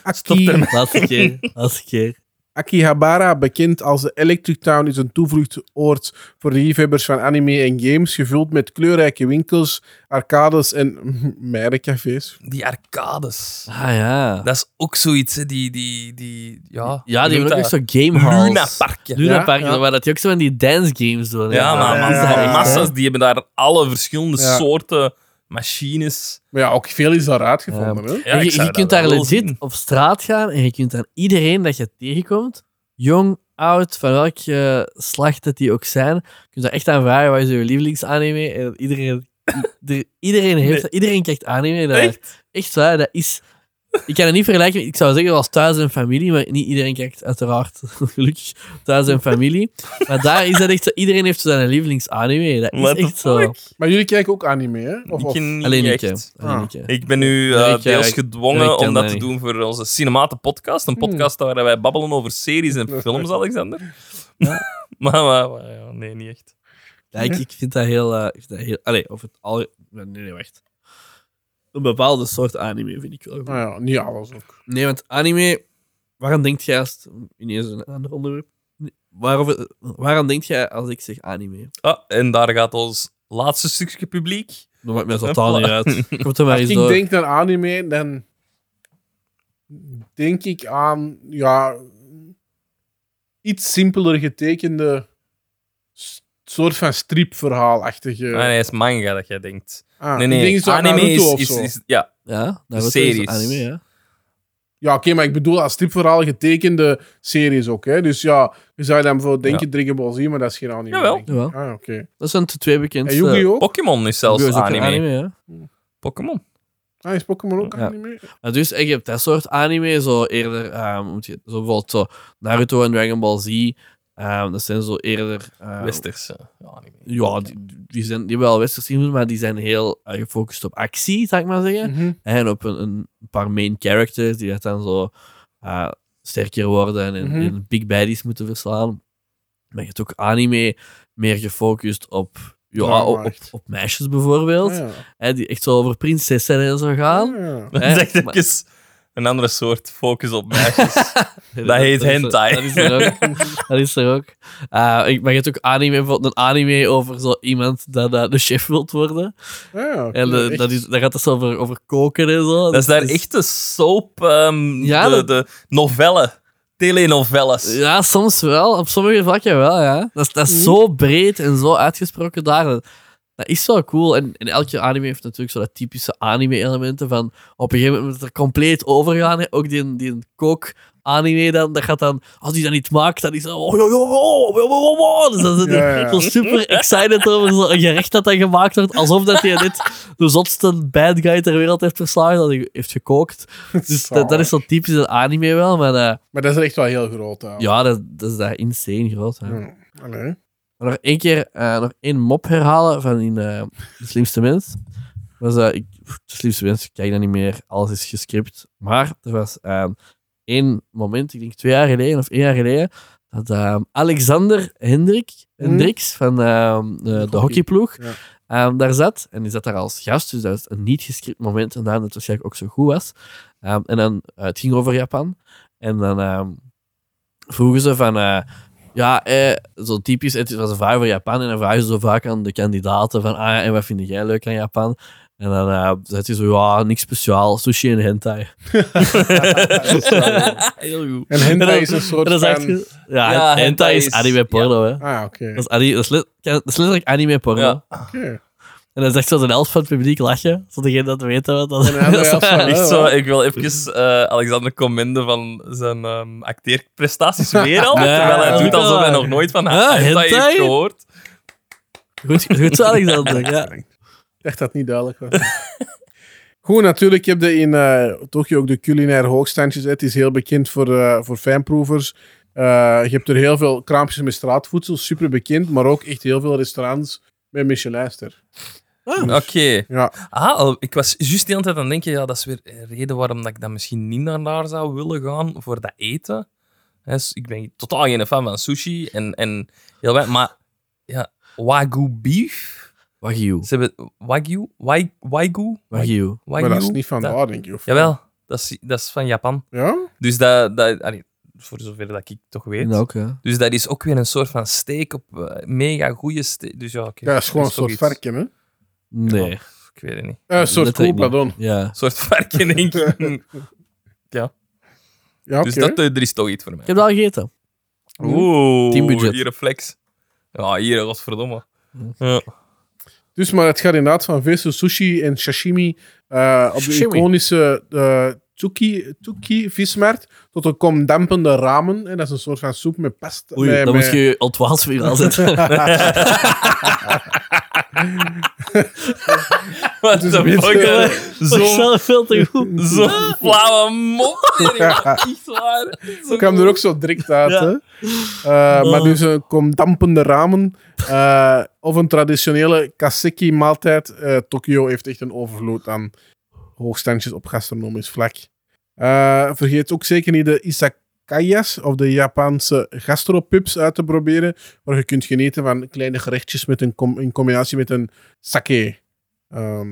Speaker 1: Ah, Stop
Speaker 2: Aki,
Speaker 3: Laatste keer. Laatste keer.
Speaker 2: Akihabara, bekend als de Electric Town, is een toevluchtsoord voor de liefhebbers van anime en games, gevuld met kleurrijke winkels, arcades en (laughs) meidencafés.
Speaker 1: Die arcades.
Speaker 3: Ah ja.
Speaker 1: Dat is ook zoiets, hè. Die, die, die... Ja,
Speaker 3: Ja, die
Speaker 1: noemt
Speaker 3: hebben ook echt
Speaker 1: dat?
Speaker 3: zo'n game halls.
Speaker 1: Luna Parkje.
Speaker 3: Luna
Speaker 2: Ja,
Speaker 3: Park,
Speaker 2: ja.
Speaker 3: waar dat je ook zo van die dance games doen.
Speaker 1: Ja, maar
Speaker 2: ja,
Speaker 1: massa-
Speaker 2: ja, ja.
Speaker 1: massa's, die hebben daar alle verschillende
Speaker 2: Ja.
Speaker 1: soorten machines.
Speaker 2: Maar ja, ook veel is daar uitgevonden. Hè?
Speaker 1: Ja, ik
Speaker 3: je,
Speaker 1: zou
Speaker 3: je
Speaker 1: dat
Speaker 3: kunt daar
Speaker 1: wel
Speaker 3: legit
Speaker 1: zien.
Speaker 3: op straat gaan en je kunt aan iedereen dat je tegenkomt, jong, oud, van welk eh, slag dat die ook zijn, je kunt daar echt aan vragen wat is je lievelingsanime. En iedereen, ieder- iedereen, heeft,
Speaker 1: Nee.
Speaker 3: dat. iedereen kijkt anime. Dat,
Speaker 1: Echt?
Speaker 3: echt waar, dat is... Ik kan het niet vergelijken, ik zou zeggen als thuis en familie, maar niet iedereen kijkt uiteraard, (laughs) gelukkig, thuis en familie. Maar daar is dat echt zo, iedereen heeft zo zijn lievelingsanime. Dat is
Speaker 1: What the
Speaker 3: echt zo.
Speaker 1: fuck?
Speaker 2: Maar jullie kijken ook anime, hè? Of,
Speaker 1: Ik
Speaker 2: of-
Speaker 1: niet
Speaker 3: Alleen ik,
Speaker 1: echt.
Speaker 3: hè. Alleen
Speaker 2: Ah.
Speaker 3: ik, hè.
Speaker 1: Ik ben nu
Speaker 3: Nee,
Speaker 1: eh,
Speaker 3: ik, eh,
Speaker 1: deels
Speaker 3: ik-
Speaker 1: gedwongen
Speaker 3: nee, ik ken
Speaker 1: om dat
Speaker 3: dat
Speaker 1: te
Speaker 3: niet.
Speaker 1: doen voor onze Cinematen podcast. Een
Speaker 2: Hmm.
Speaker 1: podcast waar wij babbelen over series
Speaker 2: (laughs)
Speaker 1: en films, Alexander. (laughs) maar maar, maar ja, nee, niet echt.
Speaker 3: Ja, ik, ik vind dat heel... eh, ik vind dat heel allee, of het al... Nee, nee, wacht. Een bepaalde soort anime vind ik wel goed.
Speaker 2: Nou ja, niet alles ook.
Speaker 3: Nee, want anime... Waarom denkt jij als... Ineens een ander onderwerp. Nee, Waarover, waarom denkt jij als ik zeg anime?
Speaker 1: Ah, en daar gaat ons laatste stukje publiek.
Speaker 3: Dat maakt mij totaal niet
Speaker 2: (laughs)
Speaker 3: uit. Komt er maar
Speaker 2: Als
Speaker 3: eens
Speaker 2: ik
Speaker 3: door.
Speaker 2: denk aan anime, dan denk ik aan ja, iets simpeler getekende s- soort van stripverhaalachtige.
Speaker 1: Ah, nee, is manga dat jij denkt.
Speaker 2: Ah,
Speaker 1: Nee,
Speaker 2: ik
Speaker 1: nee,
Speaker 2: denk zo aan
Speaker 1: anime
Speaker 2: Naruto
Speaker 1: is,
Speaker 2: of
Speaker 1: is,
Speaker 2: zo.
Speaker 1: is- Ja,
Speaker 3: Ja, dat wordt
Speaker 1: series.
Speaker 3: dus anime, ja.
Speaker 2: Ja, oké, maar ik bedoel aan stripverhaal getekende series ook. Hè? Dus ja, je zou dan bijvoorbeeld denken Dragon Ball Z, maar dat is geen anime.
Speaker 1: Jawel. eh,
Speaker 2: denk ik.
Speaker 3: Jawel.
Speaker 2: Ah, oké.
Speaker 3: Dat zijn de twee
Speaker 2: En
Speaker 3: bekendste...
Speaker 2: Yu-Gi-Oh! ook?
Speaker 1: Pokémon is zelfs
Speaker 3: Yu-Gi-Oh! is ook een
Speaker 1: anime.
Speaker 3: anime, ja.
Speaker 1: Pokémon.
Speaker 2: Ah, is Pokémon ook
Speaker 3: Ja.
Speaker 2: anime?
Speaker 3: Maar dus eh, je hebt dat soort anime, zo eerder, ehm, hoe moet je, zo bijvoorbeeld zo Naruto en Dragon Ball Z, ehm, dat zijn zo eerder... ehm,
Speaker 1: Westerse anime. (laughs)
Speaker 3: Ja, die, die zijn die hebben wel westerse invloed, maar die zijn heel eh, gefocust op actie, zou ik maar zeggen.
Speaker 2: Mhm.
Speaker 3: En op een, een paar main characters die dat dan zo eh, sterker worden en,
Speaker 2: Mhm.
Speaker 3: en big baddies moeten verslaan. Maar je hebt ook anime meer gefocust op, ja,
Speaker 2: Drama,
Speaker 3: op, op,
Speaker 2: echt.
Speaker 3: op meisjes bijvoorbeeld,
Speaker 2: Ah, ja.
Speaker 3: hè, die echt zo over prinsessen en zo gaan.
Speaker 2: Ah, ja.
Speaker 1: Dat
Speaker 3: Eh,
Speaker 1: is echt
Speaker 3: maar-
Speaker 1: even een andere soort focus
Speaker 3: (laughs)
Speaker 1: op meisjes.
Speaker 3: Nee,
Speaker 1: Dat heet
Speaker 3: is er-
Speaker 1: hentai.
Speaker 3: Dat is er
Speaker 2: (laughs)
Speaker 3: ook. dat is er ook. Eh, ik, maar je hebt ook anime, bijvoorbeeld een anime over zo iemand dat eh, de chef wilt worden.
Speaker 2: Ah, ja, oké,
Speaker 3: En eh,
Speaker 2: echt.
Speaker 3: dat is, daar gaat het zo over, over koken en zo. Dus-
Speaker 1: Dat is daar echt de soap, ehm,
Speaker 3: Ja,
Speaker 1: de,
Speaker 3: dat-
Speaker 1: de novellen, telenovelles.
Speaker 3: Ja, soms wel. Op sommige vlakken wel, ja. Dat is, dat
Speaker 2: Mhm.
Speaker 3: is zo breed en zo uitgesproken daar. Dat, dat is zo cool. En, en elke anime heeft natuurlijk zo dat typische anime-elementen van op een gegeven moment er compleet overgaan. hè. Ook die, die kook anime dan, dat gaat dan, als die dat niet maakt, dan is dat... Oh, oh, oh, oh, oh, oh, oh. Dus dan zit hij
Speaker 2: Ja, ja.
Speaker 3: zo super excited over zo'n gerecht dat dan gemaakt wordt, alsof dat hij net de zotste bad guy ter wereld heeft verslagen, dat hij heeft gekookt. Dus dat, dat is zo typisch een anime wel, maar eh,
Speaker 2: Maar dat is echt wel heel groot. hè.
Speaker 3: ja, dat, dat is daar insane groot. hè.
Speaker 2: Hm. Allee.
Speaker 3: Maar nog één keer eh, nog één mop herhalen van in eh, De Slimste Mens. Was, eh, ik, pff, de Slimste Mens, ik kijk dat niet meer. Alles is gescript. Maar er was eh, één moment, ik denk twee jaar geleden of één jaar geleden, dat eh, Alexander Hendrik, Hendricks van eh, de, de hockeyploeg
Speaker 2: Ja.
Speaker 3: eh, daar zat. En die zat daar als gast, dus dat was een niet gescript moment. En daarom dat het waarschijnlijk ook zo goed was. Eh, en dan, eh, het ging over Japan. En dan eh, vroegen ze van... eh, ja, eh, zo typisch. Het was een vraag voor Japan. En dan vragen ze zo vaak aan de kandidaten: van, ah, en wat vind jij leuk aan Japan? En dan eh zegt hij zo: ja, niks speciaal. Sushi en
Speaker 1: (laughs)
Speaker 3: hentai. Heel goed.
Speaker 2: En hentai
Speaker 3: dan-
Speaker 2: is een soort
Speaker 3: En dan zegt
Speaker 2: van-
Speaker 3: je- ja,
Speaker 1: Ja,
Speaker 3: hentai,
Speaker 1: hentai
Speaker 3: is
Speaker 1: is-
Speaker 3: anime porno, hè?
Speaker 2: Ah, oké.
Speaker 3: Dat is, ani- dat, is let- dat is letterlijk anime porno. (laughs)
Speaker 1: Ja.
Speaker 2: Oké.
Speaker 3: En dan zegt zo'n helft van het publiek lachen. Zodat degene dat weet wat dat
Speaker 2: En Oh, de andere helft van-
Speaker 1: Echt zo, ik wil even eh, Alexander commenden van zijn ehm,
Speaker 3: (laughs)
Speaker 1: acteerprestaties weer al.
Speaker 3: Ja.
Speaker 1: terwijl hij doet alsof hij
Speaker 3: Ja.
Speaker 1: nog nooit van
Speaker 3: Ah,
Speaker 1: haar heeft
Speaker 3: hentai?
Speaker 1: gehoord.
Speaker 3: Goed, goed zo, Alexander. Ja.
Speaker 2: Ik dacht dat het niet duidelijk was. (laughs) Goed, natuurlijk heb je in eh Tokio ook de culinaire hoogstandjes. Het is heel bekend voor, eh, voor fijnproevers. Eh, je hebt er heel veel kraampjes met straatvoedsel, super bekend. Maar ook echt heel veel restaurants met Michelinster.
Speaker 1: Oké.
Speaker 2: Ja,
Speaker 1: Ah, al- ik was juist de hele tijd aan het denken, ja, dat is weer een reden waarom dat ik dan misschien niet naar daar zou willen gaan voor dat eten. Hè, s- ik ben totaal geen fan van sushi en, en heel weinig, maar ja, wagyu beef.
Speaker 3: Wagyu.
Speaker 1: Ze hebben wagyu, wai- wagyu,
Speaker 3: Wagyu.
Speaker 1: wagyu.
Speaker 2: maar dat is niet van
Speaker 1: dat-
Speaker 2: daar, denk ik. Of...
Speaker 1: Jawel, dat is, dat is van Japan.
Speaker 2: Ja?
Speaker 1: Dus dat, dat allee, voor zover dat ik toch weet.
Speaker 3: Ja, ook, hè.
Speaker 1: Dus dat is ook weer een soort van steek op eh, mega goede steek. Dus ja, oké.
Speaker 2: Ja, dat is gewoon een
Speaker 1: toch
Speaker 2: soort
Speaker 1: iets.
Speaker 2: varken, hè?
Speaker 3: Nee.
Speaker 1: Ja, ik weet het niet.
Speaker 2: Eh, een soort
Speaker 3: Dat
Speaker 2: koe,
Speaker 3: weet ik niet.
Speaker 2: pardon.
Speaker 3: Ja.
Speaker 1: Een soort varken, denk
Speaker 2: (laughs)
Speaker 1: ik. dus
Speaker 2: Ja, oké.
Speaker 1: dat, eh, er is toch iets voor
Speaker 3: Ik
Speaker 1: mij.
Speaker 3: heb dat al gegeten.
Speaker 1: Oeh,
Speaker 3: Teambudget.
Speaker 1: hier een flex. Ja, hier, godverdomme.
Speaker 3: Hm.
Speaker 2: (laughs)
Speaker 1: Ja.
Speaker 2: Dus, maar het gaat inderdaad van vis, tot sushi en sashimi. eh, op de
Speaker 3: Sashimi.
Speaker 2: iconische eh tsuki, tsuki vismarkt. Tot een komdampende ramen. En dat is een soort van soep met pasta.
Speaker 3: Oei,
Speaker 2: met,
Speaker 3: dan
Speaker 2: met-
Speaker 3: moet je je ontwaals weer aanzetten. (laughs)
Speaker 1: Wat de
Speaker 2: niet (laughs)
Speaker 1: fuck,
Speaker 2: zo-
Speaker 1: hè? Zo'n
Speaker 3: Zo veel te goed.
Speaker 1: zo flauwe
Speaker 2: (laughs)
Speaker 1: mop. Echt waar. Zo
Speaker 2: Ik kwam er ook zo direct uit.
Speaker 3: Ja.
Speaker 2: Hè? Eh, Maar dus een komdampende ramen. eh, of een traditionele kaseki maaltijd. Eh, Tokio heeft echt een overvloed aan hoogstandjes op gastronomisch vlak. Eh, vergeet ook zeker niet de izakayas of de Japanse gastropubs uit te proberen. Waar je kunt genieten van kleine gerechtjes met een com- in combinatie met een sake. Ehm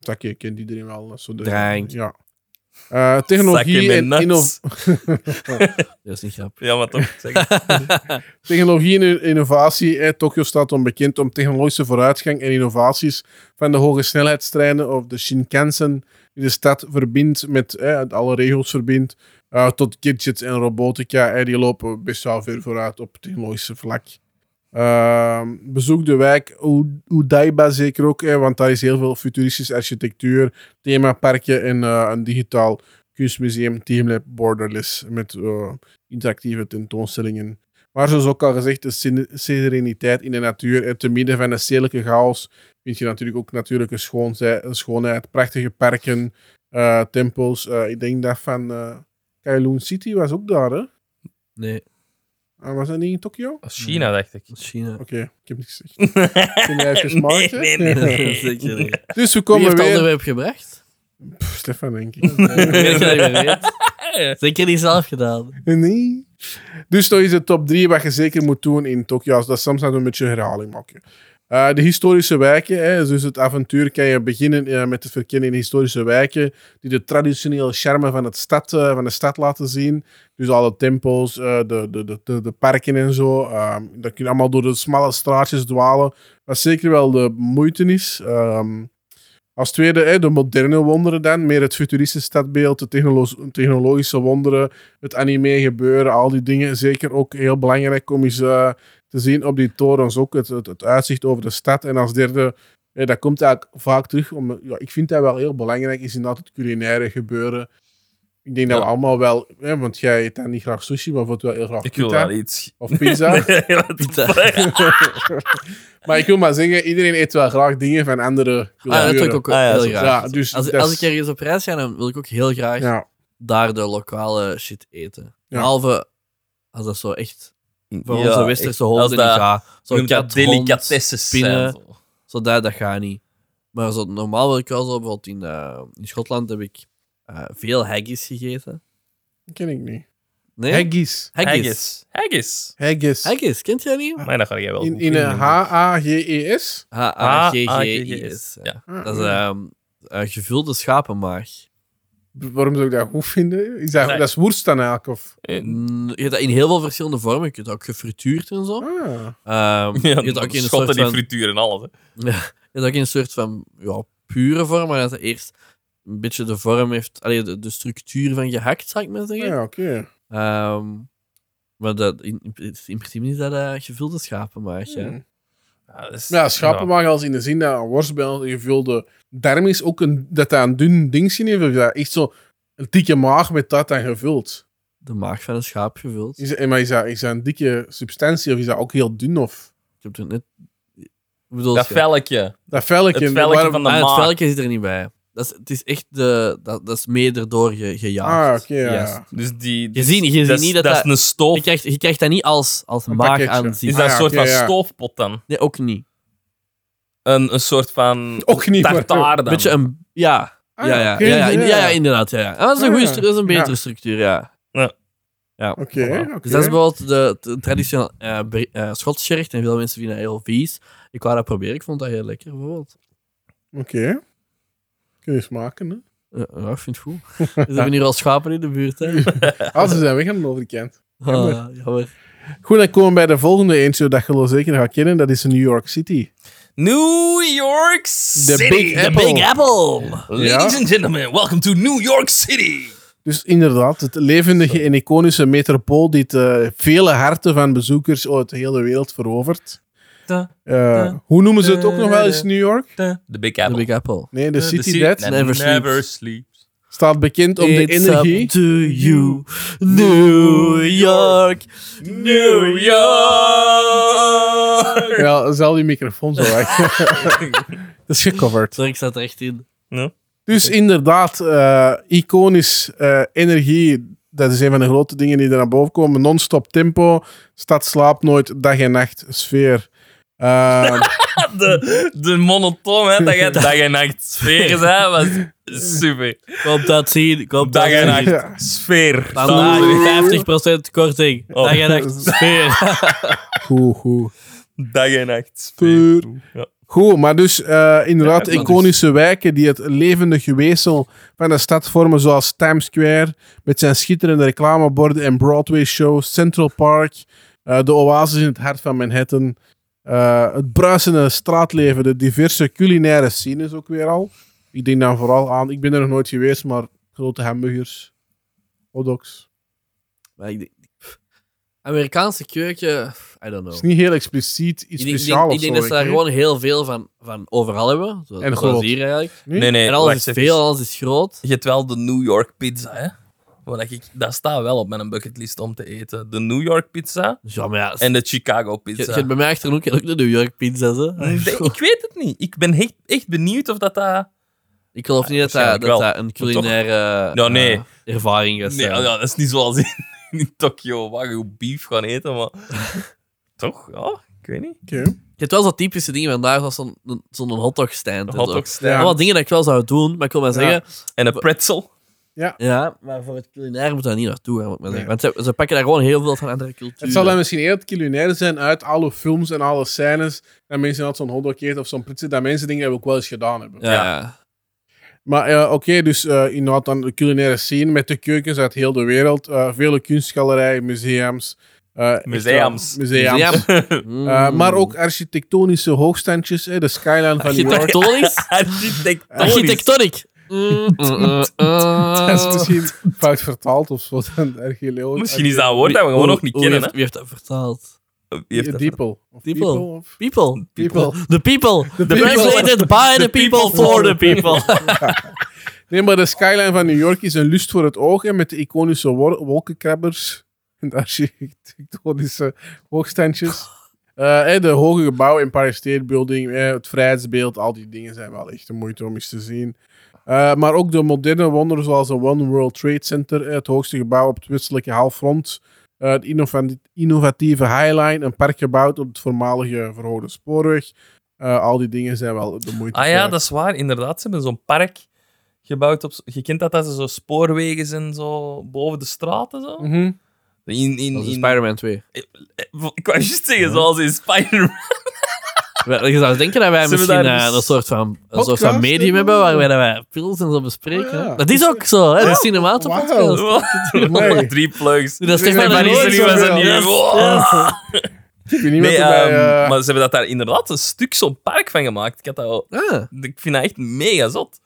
Speaker 2: sake kent iedereen wel. dat is zo de-
Speaker 3: Drank.
Speaker 2: Ja. Eh,
Speaker 1: Zakken
Speaker 2: technologie
Speaker 1: met
Speaker 2: en
Speaker 1: nuts.
Speaker 2: innovatie.
Speaker 3: Dat is niet grappig.
Speaker 1: Ja, maar toch. (laughs) Zeg het.
Speaker 2: Technologie en innovatie. Eh, Tokio staat onbekend om technologische vooruitgang en innovaties van de hoge snelheidstreinen of de Shinkansen, die de stad verbindt met eh, alle regio's verbindt, eh, tot gadgets en robotica. Eh, die lopen best wel ver vooruit op technologische vlak. Ehm, bezoek de wijk U- Udaiba zeker ook, eh, want daar is heel veel futuristische architectuur, themaparken en eh, een digitaal kunstmuseum, Teamlab Borderless, met eh, interactieve tentoonstellingen. Maar zoals ook al gezegd, de sene- sereniteit in de natuur. En te midden van de stedelijke chaos vind je natuurlijk ook natuurlijke schoonheid, schoonheid prachtige parken, eh, tempels. Eh, ik denk dat van eh Kowloon City was ook daar, hè?
Speaker 3: Nee,
Speaker 2: Ah, was dat niet in Tokio? Oké,
Speaker 1: Dat is China,
Speaker 3: Hmm.
Speaker 1: dacht ik.
Speaker 2: (laughs)
Speaker 3: China.
Speaker 2: ik heb
Speaker 1: (laughs)
Speaker 2: niks gezegd. Kun jij even
Speaker 1: Nee,
Speaker 2: smaken?
Speaker 3: (laughs)
Speaker 1: nee, nee.
Speaker 3: Zeker niet.
Speaker 2: Dus we
Speaker 3: Wie heeft
Speaker 2: komen
Speaker 3: het
Speaker 2: weer...
Speaker 3: onderwerp gebracht?
Speaker 2: Pff, Stefan,
Speaker 1: (laughs)
Speaker 2: denk ik.
Speaker 3: Ik weet niet of je dat weet. (laughs) Ah, Zeker niet zelf gedaan.
Speaker 2: Nee. Dus dat is de top 3 wat je zeker moet doen in Tokio. Als dat soms nog een beetje herhaling maken. Eh, de historische wijken, hè, dus het avontuur kan je beginnen eh, met het verkennen in historische wijken die de traditionele charme van, het stad, eh, van de stad laten zien. Dus alle tempels, eh, de, de, de, de, de parken en zo. Ehm dat kun je allemaal door de smalle straatjes dwalen. Wat zeker wel de moeite is. Ehm, als tweede, hè, de moderne wonderen dan. Meer het futuristische stadbeeld, de technolo- technologische wonderen, het anime gebeuren, al die dingen. Zeker ook heel belangrijk om eens eh, te zien op die torens ook. Het, het, het uitzicht over de stad. En als derde, hè, dat komt eigenlijk vaak terug. Om, ja, ik vind dat wel heel belangrijk, is inderdaad het culinaire gebeuren. Ik denk dat we
Speaker 1: Ja.
Speaker 2: allemaal wel... Hè, want jij eet dan niet graag sushi, maar wordt wel heel graag
Speaker 1: Ik wil
Speaker 2: pita.
Speaker 1: wel iets.
Speaker 2: Of pizza.
Speaker 1: Nee,
Speaker 3: (laughs)
Speaker 1: wat de
Speaker 3: Pita.
Speaker 1: fuck?
Speaker 2: (laughs) Maar ik wil maar zeggen, iedereen eet wel graag dingen van andere
Speaker 3: Ah, dat
Speaker 2: culturen.
Speaker 3: doe ik ook
Speaker 1: Ah, ja,
Speaker 3: heel
Speaker 1: zo-
Speaker 3: graag.
Speaker 2: Ja, dus
Speaker 3: Als,
Speaker 2: dat
Speaker 3: als
Speaker 2: is-
Speaker 3: ik ergens op reis ga, dan wil ik ook heel graag
Speaker 2: Ja,
Speaker 3: daar de lokale shit eten.
Speaker 2: Ja.
Speaker 3: Behalve als dat zo echt voor
Speaker 1: Mm, Ja,
Speaker 3: onze
Speaker 1: echt.
Speaker 3: westerse
Speaker 1: Als
Speaker 3: honden niet
Speaker 1: dat-
Speaker 3: gaat.
Speaker 1: Zo
Speaker 3: Zo'n
Speaker 1: dat
Speaker 3: kat,
Speaker 1: delicatesses zijn.
Speaker 3: hond, spinnen.
Speaker 1: zo.
Speaker 3: Zo dat, dat gaat niet. Maar zo, normaal wil ik wel zo, bijvoorbeeld in, eh, in Schotland heb ik eh, veel haggis gegeten.
Speaker 2: dat ken ik niet.
Speaker 3: Nee?
Speaker 2: Haggis.
Speaker 3: haggis.
Speaker 1: Haggis. Ah, Haggis.
Speaker 2: Haggis.
Speaker 3: Haggis, kent jij niet?
Speaker 1: Maar dat ga jij wel
Speaker 2: In,
Speaker 1: goed
Speaker 2: in eh,
Speaker 1: vinden.
Speaker 2: een H-A-G-E-S?
Speaker 1: ah,
Speaker 3: Ah, H-A-G-G-I-S.
Speaker 1: Ja.
Speaker 2: E Ah,
Speaker 3: Dat is
Speaker 2: ja.
Speaker 3: ehm, eh, gevulde schapenmaag.
Speaker 2: Waarom zou ik dat goed vinden? Is dat,
Speaker 1: Nee.
Speaker 2: dat is worst dan eigenlijk? Of...
Speaker 1: In- (laughs)
Speaker 3: Mm, Je hebt dat in heel veel verschillende vormen. Je kunt dat ook gefrituurd en zo.
Speaker 2: Ah.
Speaker 3: Ehm,
Speaker 1: Ja,
Speaker 3: je hebt dat ook in een
Speaker 1: schotten
Speaker 3: soort
Speaker 1: die
Speaker 3: van
Speaker 1: frituur en alles. hè.
Speaker 3: Ja, dat ook in een soort van ja, pure vorm, maar dat het eerst een beetje de vorm heeft, allee, de, de structuur van gehakt, zou ik maar zeggen.
Speaker 2: ah, Ja, oké.
Speaker 3: Ehm, maar dat, in, in in principe is dat eh, gevulde schapenmaag. hè.
Speaker 2: Hmm.
Speaker 1: Ja, dat is-
Speaker 2: Ja, schapenmaag als in de zin dat een worstbel een gevulde darm is, ook een, dat dat een dun dingetje heeft. Of dat echt zo een dikke maag met dat dan gevuld.
Speaker 3: De maag van een schaap gevuld.
Speaker 2: Is, eh, maar is dat, is dat een dikke substantie of is dat ook heel dun? Of...
Speaker 3: Ik heb toen net... Bedoel,
Speaker 1: Dat velletje.
Speaker 2: Dat velletje.
Speaker 1: Het velletje
Speaker 2: waar-
Speaker 1: van de
Speaker 3: ah, het
Speaker 1: maag.
Speaker 3: velkje zit er niet bij. Dat is, het is echt de... Dat, dat is meer erdoor ge, gejaagd.
Speaker 2: Ah, oké. ja.
Speaker 3: Juist.
Speaker 1: Dus die,
Speaker 3: Je ziet- je
Speaker 1: dat
Speaker 3: ziet
Speaker 1: is-
Speaker 3: niet dat
Speaker 1: dat is
Speaker 3: dat-
Speaker 1: een stof.
Speaker 3: Je, krijgt, je krijgt dat niet als, als
Speaker 2: Een
Speaker 3: maag
Speaker 2: pakketje.
Speaker 3: aan
Speaker 1: Is
Speaker 3: zich.
Speaker 1: dat
Speaker 2: Ah,
Speaker 1: een
Speaker 2: ja,
Speaker 1: soort
Speaker 2: oké,
Speaker 1: van
Speaker 2: ja.
Speaker 1: stoofpot dan?
Speaker 3: Nee, ook niet.
Speaker 1: Een, een soort van
Speaker 2: Ook niet, maar-
Speaker 1: tartaar dan?
Speaker 3: Beetje een... Ja,
Speaker 2: Ah,
Speaker 3: ja, ja,
Speaker 2: oké,
Speaker 3: ja, ja, in- ja, ja, inderdaad. Ja, ja. Ah, dat is een
Speaker 2: Ah,
Speaker 3: goede
Speaker 2: ja.
Speaker 3: stru- dat is een betere
Speaker 2: Ja.
Speaker 3: structuur, ja.
Speaker 1: Ja.
Speaker 3: Ja,
Speaker 2: Oké,
Speaker 3: voilà.
Speaker 2: oké.
Speaker 3: Dus dat is bijvoorbeeld de, de traditioneel eh Bri- eh, Schotse gerecht. En veel mensen vinden dat heel vies. Ik wou dat proberen. Ik vond dat heel lekker, bijvoorbeeld.
Speaker 2: Oké. Kun je smaken, hè?
Speaker 3: Ja, ja, ik vind het goed. Dus er zijn hier al schapen in de buurt, hè.
Speaker 2: Ah, ze zijn weg aan de overkant.
Speaker 3: Ah, jammer.
Speaker 2: Goed, dan komen we bij de volgende eentje dat je wel zeker gaat kennen. Dat is New York City.
Speaker 1: New York City.
Speaker 2: Big
Speaker 1: The
Speaker 2: Apple.
Speaker 1: Big Apple. Ladies
Speaker 2: Ja.
Speaker 1: and gentlemen, welcome to New York City.
Speaker 2: Dus inderdaad, het levendige en iconische metropool die het, eh, vele harten van bezoekers uit de hele wereld verovert.
Speaker 1: Da,
Speaker 2: Eh, hoe noemen ze
Speaker 3: Eh,
Speaker 2: het ook nog wel eens New York?
Speaker 1: The Big
Speaker 3: De
Speaker 1: Apple.
Speaker 3: Big Apple.
Speaker 2: Nee, de
Speaker 1: Eh,
Speaker 2: City
Speaker 1: ci-
Speaker 2: Dead
Speaker 1: Nee,
Speaker 3: Never
Speaker 1: never sleeps.
Speaker 2: staat bekend om de
Speaker 3: It's eh,
Speaker 2: energie.
Speaker 3: up to you, New York.
Speaker 1: New York.
Speaker 2: Ja, zal die
Speaker 3: (laughs)
Speaker 2: microfoon zo weg. (laughs) Dat is gecoverd.
Speaker 3: Sorry, ik zat er echt in.
Speaker 2: Dus inderdaad, eh, iconisch eh, energie. Dat is een van de grote dingen die er naar boven komen. Non-stop tempo. Stad slaapt nooit. Dag en nacht. Sfeer. Eh,
Speaker 1: (laughs) de, de monotoon, hè, dat je dag en nacht sfeer (laughs) zijn, was super.
Speaker 3: Komt dat zien, komt
Speaker 1: Dag en
Speaker 3: zien.
Speaker 1: nacht
Speaker 2: Ja.
Speaker 1: sfeer.
Speaker 3: Vandaag 50% korting.
Speaker 1: Oh.
Speaker 3: Dag en nacht sfeer.
Speaker 2: goed, goed.
Speaker 1: Dag en nacht
Speaker 2: Sfeer.
Speaker 1: sfeer. Ja.
Speaker 2: Goed, maar dus eh, inderdaad
Speaker 1: Ja, dat
Speaker 2: iconische wijken die het levendige weefsel van de stad vormen, zoals Times Square met zijn schitterende reclameborden en Broadway-shows, Central Park, eh, de oases in het hart van Manhattan, eh, het bruisende straatleven, de diverse culinaire scenes ook weer al. Ik denk dan vooral aan, ik ben er nog nooit geweest, maar grote hamburgers, hotdogs.
Speaker 3: Maar ik denk- pff, Amerikaanse keuken, I don't
Speaker 2: Het
Speaker 3: know.
Speaker 2: is niet heel expliciet iets
Speaker 3: Oh. Ik denk, ik
Speaker 2: speciaals
Speaker 3: denk,
Speaker 2: of
Speaker 3: ik denk
Speaker 2: zo,
Speaker 3: dat ze daar
Speaker 2: weet je.
Speaker 3: gewoon heel veel van, van overal hebben. Zoals,
Speaker 2: En
Speaker 3: zoals
Speaker 2: groot.
Speaker 3: hier eigenlijk.
Speaker 2: Nee?
Speaker 1: Nee, nee,
Speaker 3: en alles
Speaker 1: wacht
Speaker 3: is
Speaker 1: even.
Speaker 3: veel, alles is groot.
Speaker 1: Je hebt wel de New York pizza, hè. Waar dat ik, dat staat wel op mijn bucketlist om te eten. De New York pizza
Speaker 3: Dus ja, maar ja,
Speaker 1: en de Chicago
Speaker 3: je, je
Speaker 1: pizza.
Speaker 3: hebt bij mij achter een hoekje ook de New York pizza's. Hè?
Speaker 1: Nee, ik weet het niet. Ik ben echt, echt benieuwd of dat dat...
Speaker 3: Ik geloof niet dat dat,
Speaker 1: waarschijnlijk
Speaker 3: dat,
Speaker 1: wel.
Speaker 3: dat een culinaire
Speaker 1: Ja, nee.
Speaker 3: eh, ervaring is.
Speaker 1: Nee, ja, dat is niet zoals in, (laughs) in Tokio, waar je beef gaan eten,
Speaker 3: (laughs)
Speaker 1: maar... Toch? Ja, ik weet niet.
Speaker 2: Oké.
Speaker 3: Je hebt wel zo typische dingen vandaag, zoals zo'n zo'n hotdog stand. en zo.
Speaker 1: Hotdog
Speaker 2: Ja.
Speaker 3: Allemaal dingen dat ik wel zou doen, maar ik wil maar
Speaker 2: Ja.
Speaker 3: zeggen,
Speaker 1: En een pretzel. (laughs)
Speaker 3: Ja, maar voor het culinair moet dat niet naartoe gaan, moet ik maar zeggen.
Speaker 2: Nee.
Speaker 3: Want ze, ze pakken daar gewoon heel veel van andere culturen.
Speaker 2: Het zal dan misschien heel het culinair zijn uit alle films en alle scènes. Dat mensen altijd zo'n hotdog eten of zo'n pizza. Dat mensen dingen hebben ook wel eens gedaan hebben.
Speaker 3: Ja,
Speaker 1: Ja.
Speaker 3: ja.
Speaker 2: Maar eh, oké, dus eh, inderdaad dan de culinaire scene met de keukens uit heel de wereld. eh, vele kunstgalerijen, museums. eh, echt wel,
Speaker 1: Museums.
Speaker 2: museums. (laughs)
Speaker 3: Mm.
Speaker 2: Eh, maar ook architectonische hoogstandjes. eh, de skyline van New York.
Speaker 3: Architectonisch?
Speaker 1: Architectonisch. (laughs)
Speaker 3: Architectonic. Mm, mm, mm, mm.
Speaker 2: (laughs) Dat is
Speaker 1: dus-
Speaker 2: misschien fout vertaald of zo. (laughs) Dan archeoloog-
Speaker 1: Misschien is dat een woord dat we gewoon
Speaker 3: Oeh,
Speaker 1: nog niet
Speaker 3: oeh,
Speaker 1: kennen.
Speaker 3: Wie heeft, wie heeft dat vertaald?
Speaker 1: hè? Wie
Speaker 2: Die-
Speaker 1: heeft dat
Speaker 2: Diepel. Of
Speaker 3: Diepel.
Speaker 2: of-
Speaker 3: People.
Speaker 2: Diepel.
Speaker 3: The people.
Speaker 2: The people.
Speaker 3: Translated by the people for the people.
Speaker 2: Nee, maar de skyline van New York is een lust voor het oog. En met de iconische wor- wolkenkrabbers. (laughs) En de architectonische hoogstandjes. Eh, eh, de hoge gebouwen, Empire State Building, eh, het vrijheidsbeeld. Al die dingen zijn wel echt de moeite om eens te zien. Eh, maar ook de moderne wonderen zoals de One World Trade Center. eh, het hoogste gebouw op het westelijke halfrond. eh het innova- innovatieve Highline. Een park gebouwd op het voormalige verhoogde spoorweg. Eh, al die dingen zijn wel de moeite
Speaker 1: Ah ja,
Speaker 2: waard.
Speaker 1: dat is waar. Inderdaad, ze hebben zo'n park gebouwd. Op, zo- je kent dat, dat ze zo spoorwegen zijn, zo boven de straten. Zo.
Speaker 2: Mhm.
Speaker 1: In, in,
Speaker 3: Mm. Dat is
Speaker 1: in-
Speaker 3: Spider-Man 2.
Speaker 1: eh, (laughs) ik wou juist zeggen, zoals in Spider-Man.
Speaker 3: Wel, Je zou denken dat wij
Speaker 1: Zullen we
Speaker 3: misschien
Speaker 1: daar
Speaker 3: eh,
Speaker 1: eens
Speaker 3: een soort van, een soort
Speaker 2: podcast
Speaker 3: van medium
Speaker 2: doen?
Speaker 3: hebben waarbij dat wij pils en zo bespreken.
Speaker 2: Oh, ja.
Speaker 3: hè? Dat is ook zo, hè?
Speaker 1: Oh,
Speaker 3: de cinematische
Speaker 2: Wauw.
Speaker 3: podcast.
Speaker 2: Nee.
Speaker 1: Drie plugs.
Speaker 3: Doe dat
Speaker 2: Ik
Speaker 3: Stefan
Speaker 2: ben
Speaker 3: en
Speaker 2: er
Speaker 3: Marie
Speaker 2: nooit
Speaker 3: zijn nu
Speaker 2: zo
Speaker 3: aan
Speaker 1: zijn
Speaker 2: veel.
Speaker 1: hier.
Speaker 2: Yes,
Speaker 1: Wow.
Speaker 2: yes. Ik weet
Speaker 1: Nee,
Speaker 2: niet wat
Speaker 1: ehm,
Speaker 2: erbij, eh,
Speaker 1: maar ze hebben dat daar inderdaad een stuk zo'n park van gemaakt. Ik, had dat al-
Speaker 3: Ah,
Speaker 1: ik vind dat echt mega zot.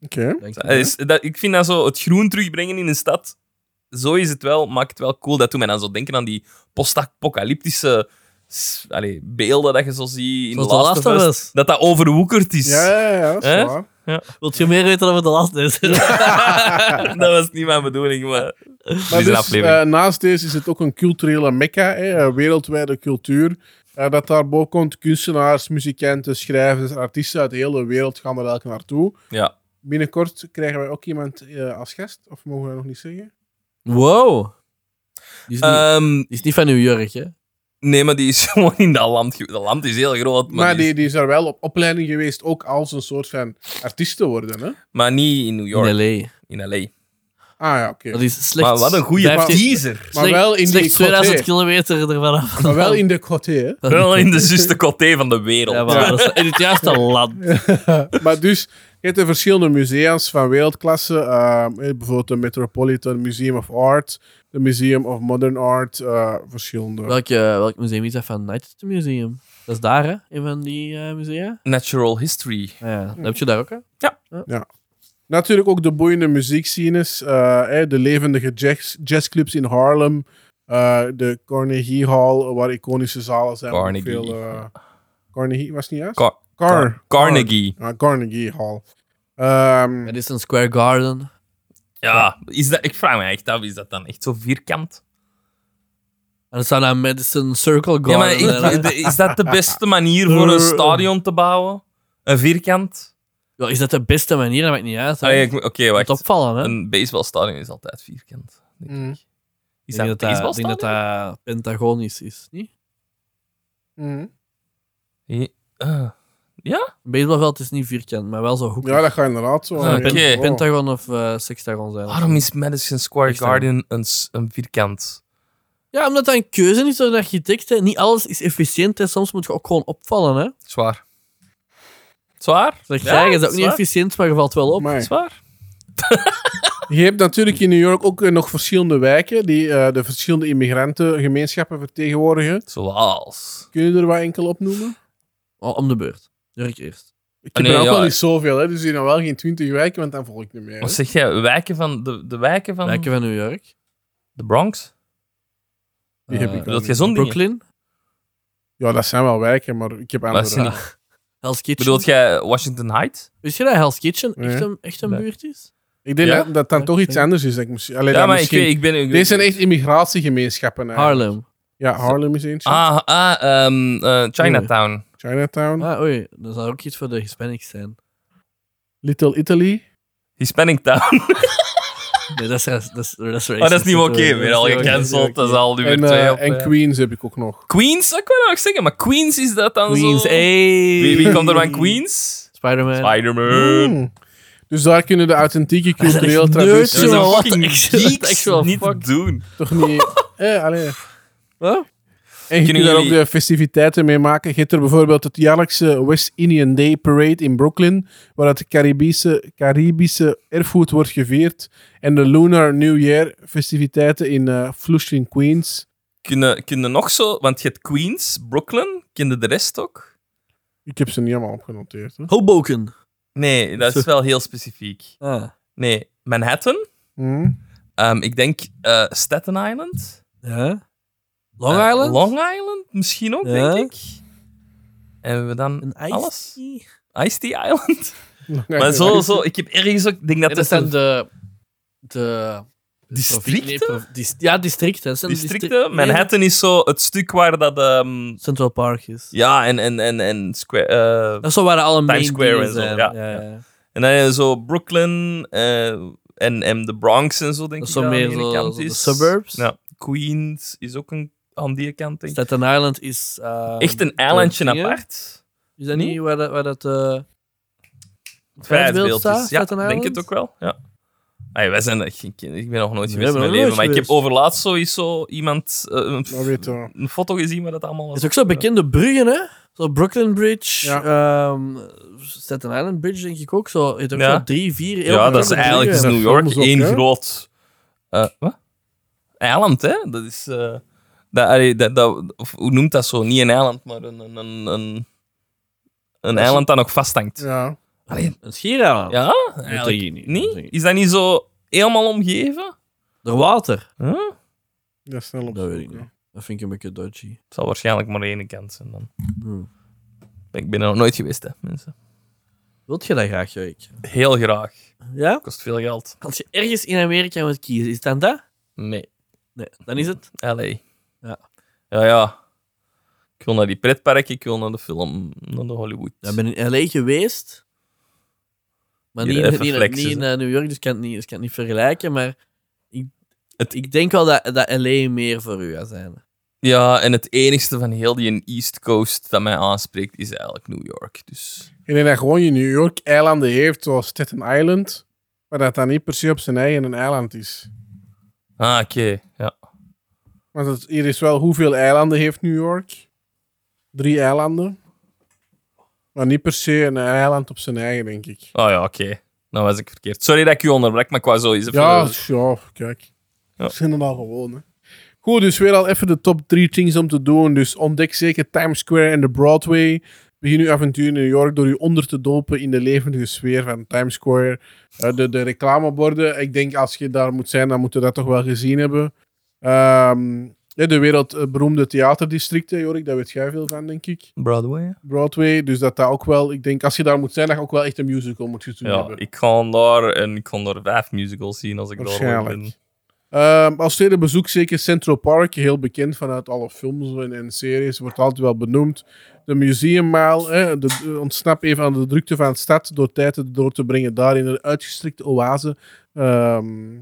Speaker 2: Oké.
Speaker 3: dank
Speaker 1: Dat
Speaker 3: je.
Speaker 1: is- dat, ik vind dat zo het groen terugbrengen in een stad. Zo is het wel, maakt het wel cool. Dat doet mij dan zo denken aan die post-apocalyptische s- allee, beelden dat je zo ziet in
Speaker 3: Zoals
Speaker 1: The
Speaker 3: The
Speaker 1: Last of Us.
Speaker 3: Us.
Speaker 1: Dat dat overwoekerd is.
Speaker 2: Ja, ja, ja, dat is
Speaker 1: Hè?
Speaker 2: waar.
Speaker 3: Wilt je meer weten over de last is?
Speaker 1: (laughs) dat was niet mijn bedoeling, maar...
Speaker 2: Maar
Speaker 1: Deze
Speaker 2: dus,
Speaker 1: aflevering.
Speaker 2: eh, naast deze is het ook een culturele mekka, hè, een wereldwijde cultuur. Eh, dat daar boven komt, kunstenaars, muzikanten, schrijvers, artiesten uit de hele wereld gaan er elk naartoe.
Speaker 1: Ja.
Speaker 2: Binnenkort krijgen wij ook iemand eh, als gast, of mogen we dat nog niet zeggen?
Speaker 3: (laughs) Wow. Die is, niet,
Speaker 2: eh,
Speaker 1: Ehm,
Speaker 3: die is niet van New York, hè?
Speaker 1: nee, maar die is (laughs) gewoon in dat land. ge- Dat land is heel groot, maar,
Speaker 2: Maar,
Speaker 1: die is-
Speaker 2: die, die is er wel op opleiding geweest, ook als een soort van artiest te worden. Hè?
Speaker 1: maar niet in New York,
Speaker 3: In L.A.
Speaker 1: in L.A.
Speaker 2: Ah ja, oké.
Speaker 3: Dat is slechts...
Speaker 1: Maar wat een goede
Speaker 3: 15
Speaker 1: teaser.
Speaker 2: Maar wel in die
Speaker 3: slechts 2000
Speaker 2: coté.
Speaker 3: kilometer ervan af.
Speaker 2: Maar
Speaker 3: (laughs)
Speaker 2: wel in de coté, hè.
Speaker 1: Wel in de zuste coté van de wereld.
Speaker 3: Ja, maar dat is in het
Speaker 2: (laughs)
Speaker 3: juiste land.
Speaker 2: maar dus, je hebt de verschillende musea's van wereldklasse. ehm, eh, bijvoorbeeld het Metropolitan Museum of Art, het Museum of Modern Art, eh, verschillende.
Speaker 3: Welk, eh, welk museum is dat van? Night at the Museum. Dat is daar, hè? Een van die eh, musea.
Speaker 1: Natural history.
Speaker 3: Ah, ja. Dat heb je daar ook, hè?
Speaker 2: Natuurlijk ook de boeiende muziekscenes, eh, eh, de levendige jazz, jazzclubs in Harlem, eh, de Carnegie Hall, waar iconische zalen zijn. waar
Speaker 1: Carnegie.
Speaker 2: Veel, eh, Carnegie, was het niet juist?
Speaker 1: Car-
Speaker 2: Car-
Speaker 1: Carnegie.
Speaker 2: Ah, Carnegie Hall. Ehm,
Speaker 3: Madison Square Garden.
Speaker 1: Ja, is dat, ik vraag me echt af, is dat dan echt zo vierkant?
Speaker 3: En dat zou dan Madison Circle Garden
Speaker 1: Ja, maar ik-
Speaker 3: zijn, hè?
Speaker 1: de- is dat de beste manier voor een stadion te bouwen? Een vierkant?
Speaker 3: Ja, Is dat de beste manier? Dat maakt niet uit. hè.
Speaker 1: Allee, Ah, ik- Oké,
Speaker 3: Het
Speaker 1: wacht.
Speaker 3: opvallen, hè?
Speaker 1: Een baseballstadion is altijd vierkant. Denk ik.
Speaker 2: Mm.
Speaker 1: Is
Speaker 3: ik denk dat
Speaker 1: dat een
Speaker 3: dat, ik denk dat
Speaker 1: baseballstadion?
Speaker 3: dat pentagonisch is, niet?
Speaker 2: mm.
Speaker 1: Ah.
Speaker 3: Een baseballveld is niet vierkant, maar wel zo hoekig.
Speaker 2: ja, dat gaat inderdaad zo.
Speaker 1: Ah,
Speaker 2: Ja,
Speaker 1: oké.
Speaker 2: wow.
Speaker 3: Pentagon of eh, sextagon zijn.
Speaker 1: Waarom is Madison Square
Speaker 3: Echt, hè?
Speaker 1: Garden een, s- een vierkant?
Speaker 3: Ja, omdat dat een keuze is door de architecten. Niet alles is efficiënt en soms moet je ook gewoon opvallen. Hè?
Speaker 1: Zwaar. Zwaar?
Speaker 3: Zeg,
Speaker 1: Ja,
Speaker 3: ja, je bent ook
Speaker 1: is
Speaker 3: niet
Speaker 1: waar.
Speaker 3: efficiënt, maar je valt wel op.
Speaker 2: Amai.
Speaker 1: Zwaar.
Speaker 2: Je hebt natuurlijk in New York ook eh, nog verschillende wijken die eh, de verschillende immigrantengemeenschappen vertegenwoordigen.
Speaker 1: Zoals.
Speaker 2: Kun je er wat enkel opnoemen?
Speaker 3: Oh, om de beurt. Jurk eerst.
Speaker 2: Ik
Speaker 1: Ah, nee,
Speaker 2: heb er ook
Speaker 1: ja.
Speaker 2: al niet zoveel, hè, dus hier dan wel geen twintig wijken, want dan volg ik niet meer. hè.
Speaker 1: Wat zeg jij? Wijken van de, de wijken van
Speaker 3: Wijken van New York.
Speaker 1: de Bronx?
Speaker 2: Die heb ik
Speaker 3: Eh,
Speaker 2: al
Speaker 1: Dat jij
Speaker 2: niet.
Speaker 1: zo'n dingen?
Speaker 3: Brooklyn.
Speaker 2: Ja, dat zijn wel wijken, maar ik heb
Speaker 1: Dat zijn
Speaker 2: andere.
Speaker 1: die-
Speaker 3: Hell's Kitchen.
Speaker 1: Bedoelt jij eh, Washington Heights?
Speaker 3: Wist je dat Hell's Kitchen echt
Speaker 2: Ja.
Speaker 3: een, echt een
Speaker 1: Nee.
Speaker 3: buurt is?
Speaker 2: Ik denk
Speaker 1: Ja?
Speaker 2: dat dat dan toch iets
Speaker 3: Ja.
Speaker 2: anders is. dat Ik misschien, allee,
Speaker 1: Ja,
Speaker 2: dat
Speaker 1: maar ik,
Speaker 2: misschien...
Speaker 1: weet- ik ben... Ik,
Speaker 2: Deze zijn echt immigratiegemeenschappen. eigenlijk.
Speaker 3: Harlem.
Speaker 2: Ja, Harlem is eentje.
Speaker 1: Ah, ah ehm, eh, Chinatown.
Speaker 2: Chinatown.
Speaker 3: Ah, oei. Dat zou ook iets voor de Hispanics zijn.
Speaker 2: Little Italy.
Speaker 1: Hispanic Town.
Speaker 3: Nee, dat is, ras- dat is, dat is
Speaker 1: Maar Oh, dat is niet oké.
Speaker 3: weer
Speaker 1: weer al gecanceld. Dat is al nu weer
Speaker 2: En,
Speaker 1: twee
Speaker 2: eh,
Speaker 1: op.
Speaker 2: en
Speaker 1: eh.
Speaker 2: Queens heb ik ook nog.
Speaker 1: Queens? Dat kan ik nog zeggen. Maar Queens is dat dan
Speaker 3: Queens,
Speaker 1: zo...
Speaker 3: hey!
Speaker 1: Wie, wie komt er van Queens?
Speaker 3: Spider-Man.
Speaker 1: Spider-Man.
Speaker 2: Mm. Dus daar kunnen de authentieke
Speaker 3: Dat zijn echt
Speaker 2: culturele
Speaker 1: (laughs)
Speaker 3: nerds,
Speaker 1: Dat is
Speaker 2: tradities
Speaker 3: jongen.
Speaker 1: een
Speaker 3: Wat
Speaker 1: fucking
Speaker 3: echt- dat is
Speaker 1: geeks,
Speaker 3: echt wel
Speaker 1: niet
Speaker 3: fucked.
Speaker 1: doen.
Speaker 2: toch niet...
Speaker 3: (laughs)
Speaker 2: eh, allee.
Speaker 3: Huh?
Speaker 2: En je
Speaker 1: Kunnen
Speaker 2: kunt daar ook
Speaker 1: jullie-
Speaker 2: de festiviteiten mee maken. Je hebt er bijvoorbeeld het jaarlijkse West Indian Day Parade in Brooklyn, waar het Caribische, Caribische erfgoed wordt gevierd. En de Lunar New Year festiviteiten in eh, Flushing, Queens.
Speaker 1: Kunnen, kunnen nog zo... Want je hebt Queens, Brooklyn. Kende de rest ook?
Speaker 2: Ik heb ze niet allemaal opgenoteerd. hè.
Speaker 3: Hoboken.
Speaker 1: Nee, dat is
Speaker 3: Zo.
Speaker 1: wel heel specifiek.
Speaker 3: Ah.
Speaker 1: Nee, Manhattan.
Speaker 2: Hm?
Speaker 1: Ehm, ik denk eh, Staten Island.
Speaker 3: Ja. Long
Speaker 1: Eh,
Speaker 3: Island?
Speaker 1: Long Island misschien ook,
Speaker 3: Ja.
Speaker 1: denk ik. En hebben we dan
Speaker 3: Een
Speaker 1: alles?
Speaker 3: ijs?
Speaker 1: Ice Tea Island? Maar zo, zo, ik heb ergens ook... ik denk dat dat
Speaker 3: Ja, dat zijn
Speaker 1: zijn
Speaker 3: de... de Nee,
Speaker 1: districten?
Speaker 3: pro- dis- ja, districten. Dat zijn de
Speaker 1: Districten?
Speaker 3: distri-
Speaker 1: Manhattan is zo het stuk waar dat... ehm,
Speaker 3: Nee, Central Park is.
Speaker 1: ja, en, en, en, en Square... eh,
Speaker 3: Dat is zo waar alle main
Speaker 1: Square
Speaker 3: dingen
Speaker 1: en zo,
Speaker 3: zijn.
Speaker 1: ja, ja. En dan eh, zo Brooklyn eh, en, en de Bronx en zo, denk
Speaker 3: Dat
Speaker 1: ik.
Speaker 3: is zo
Speaker 1: dat
Speaker 3: meer
Speaker 1: aan de
Speaker 3: zo-
Speaker 1: ene kant
Speaker 3: zo de
Speaker 1: is.
Speaker 3: suburbs.
Speaker 1: Ja. Queens is ook een, aan die kant, denk ik.
Speaker 3: Staten Island is... ehm,
Speaker 1: Echt een eilandje
Speaker 3: dingen.
Speaker 1: apart.
Speaker 3: Is dat niet waar dat... Waar dat eh,
Speaker 1: Het
Speaker 3: vrijheidsbeeld staat,
Speaker 1: Ja,
Speaker 3: Staten
Speaker 1: denk
Speaker 3: Island?
Speaker 1: het ook wel. Ja. Ai, wij zijn, ik, ik- ik ben nog nooit geweest
Speaker 3: We
Speaker 1: in
Speaker 3: hebben
Speaker 1: mijn
Speaker 3: nog
Speaker 1: leven,
Speaker 3: nooit
Speaker 1: maar ik heb
Speaker 3: geweest.
Speaker 1: overlaatst sowieso iemand eh, een, f-
Speaker 2: Dat weet je wel.
Speaker 1: een foto gezien waar dat allemaal was.
Speaker 3: Het is ook zo bekende bruggen, hè? Zo Brooklyn Bridge, ehm, Staten Island Bridge, denk ik ook. Zo, je hebt ook
Speaker 1: Ja.
Speaker 3: zo drie, vier heel
Speaker 1: Ja, dat is
Speaker 3: bekende
Speaker 1: eigenlijk is
Speaker 3: bruggen.
Speaker 1: New York
Speaker 2: films ook,
Speaker 1: één
Speaker 2: hè?
Speaker 1: groot... eh, wat? Eiland, hè? Dat is... eh, dat, allee, dat, dat, of hoe noemt dat zo? Niet een eiland, maar een... Een, een, een, een eiland dat nog vasthangt.
Speaker 2: Ja.
Speaker 1: Allee,
Speaker 3: Een schiereiland.
Speaker 1: ja?
Speaker 3: dat
Speaker 1: Eigenlijk
Speaker 3: denk ik niet. dat
Speaker 1: niet?
Speaker 3: denk ik
Speaker 1: Is dat niet zo helemaal omgeven?
Speaker 3: Door water.
Speaker 1: Huh?
Speaker 2: Dat is snel op
Speaker 3: Dat weet
Speaker 2: zoek,
Speaker 3: ik
Speaker 2: ja.
Speaker 3: niet. Dat vind ik een beetje dodgy.
Speaker 1: Het zal waarschijnlijk maar één kant zijn dan. Ik ben er nog nooit geweest, hè, mensen.
Speaker 3: Wilt je dat graag, Jorik?
Speaker 1: Heel graag.
Speaker 3: Ja?
Speaker 1: Kost veel geld.
Speaker 3: Als je ergens in Amerika moet kiezen, is het dan dat?
Speaker 1: Nee.
Speaker 3: Nee, dan is het.
Speaker 1: L.A.
Speaker 3: Ja.
Speaker 1: Ja, ja. Ik wil naar die pretpark, ik wil naar de film, naar de Hollywood.
Speaker 3: Ja, ik ben in LA geweest. Maar
Speaker 1: Hier
Speaker 3: niet,
Speaker 1: even
Speaker 3: niet, niet,
Speaker 1: flexen,
Speaker 3: in eh, New York, dus ik kan het niet, dus ik kan het niet vergelijken. Maar ik,
Speaker 1: Het-
Speaker 3: ik denk wel dat, dat LA meer voor u gaat zijn.
Speaker 1: Ja, en het enigste van heel die East Coast dat mij aanspreekt is eigenlijk New York. Dus
Speaker 2: Ik denk dat gewoon je New York-eilanden heeft, zoals Staten Island, maar dat dat niet per se op zijn eigen een eiland is.
Speaker 1: ah, oké. Ja.
Speaker 2: Want het, hier is wel hoeveel eilanden heeft New York? Drie eilanden. Maar niet per se een eiland op zijn eigen, denk ik.
Speaker 1: Oh ja, oké. Dan was ik verkeerd. Sorry dat ik u onderbrak, maar qua zo is het.
Speaker 2: Ja, ja kijk.
Speaker 1: Ja.
Speaker 2: Dat zijn er al gewoon, hè. Goed, dus weer al even de top drie things om te doen. Dus ontdek zeker Times Square en de Broadway. Begin uw avontuur in New York door u onder te dopen in de levendige sfeer van Times Square. Eh, de, de reclameborden, ik denk als je daar moet zijn, dan moet je dat toch wel gezien hebben. Ehm, ja, de wereldberoemde theaterdistricten, Jorik, daar weet jij veel van, denk ik.
Speaker 1: Broadway.
Speaker 2: Broadway, dus dat dat ook wel... Ik denk, als je daar moet zijn, dat je ook wel echt een musical moet gezien
Speaker 1: Ja,
Speaker 2: hebben.
Speaker 1: ik kan daar en ik kan daar vijf musicals zien als ik daar ooit ben.
Speaker 2: Waarschijnlijk. Ehm, als tweede bezoek zeker Central Park, heel bekend vanuit alle films en, en series, wordt altijd wel benoemd. De museummile, hè, de, de- ontsnap even aan de drukte van de stad door tijd door te brengen daar in een uitgestrekte oase. Ehm,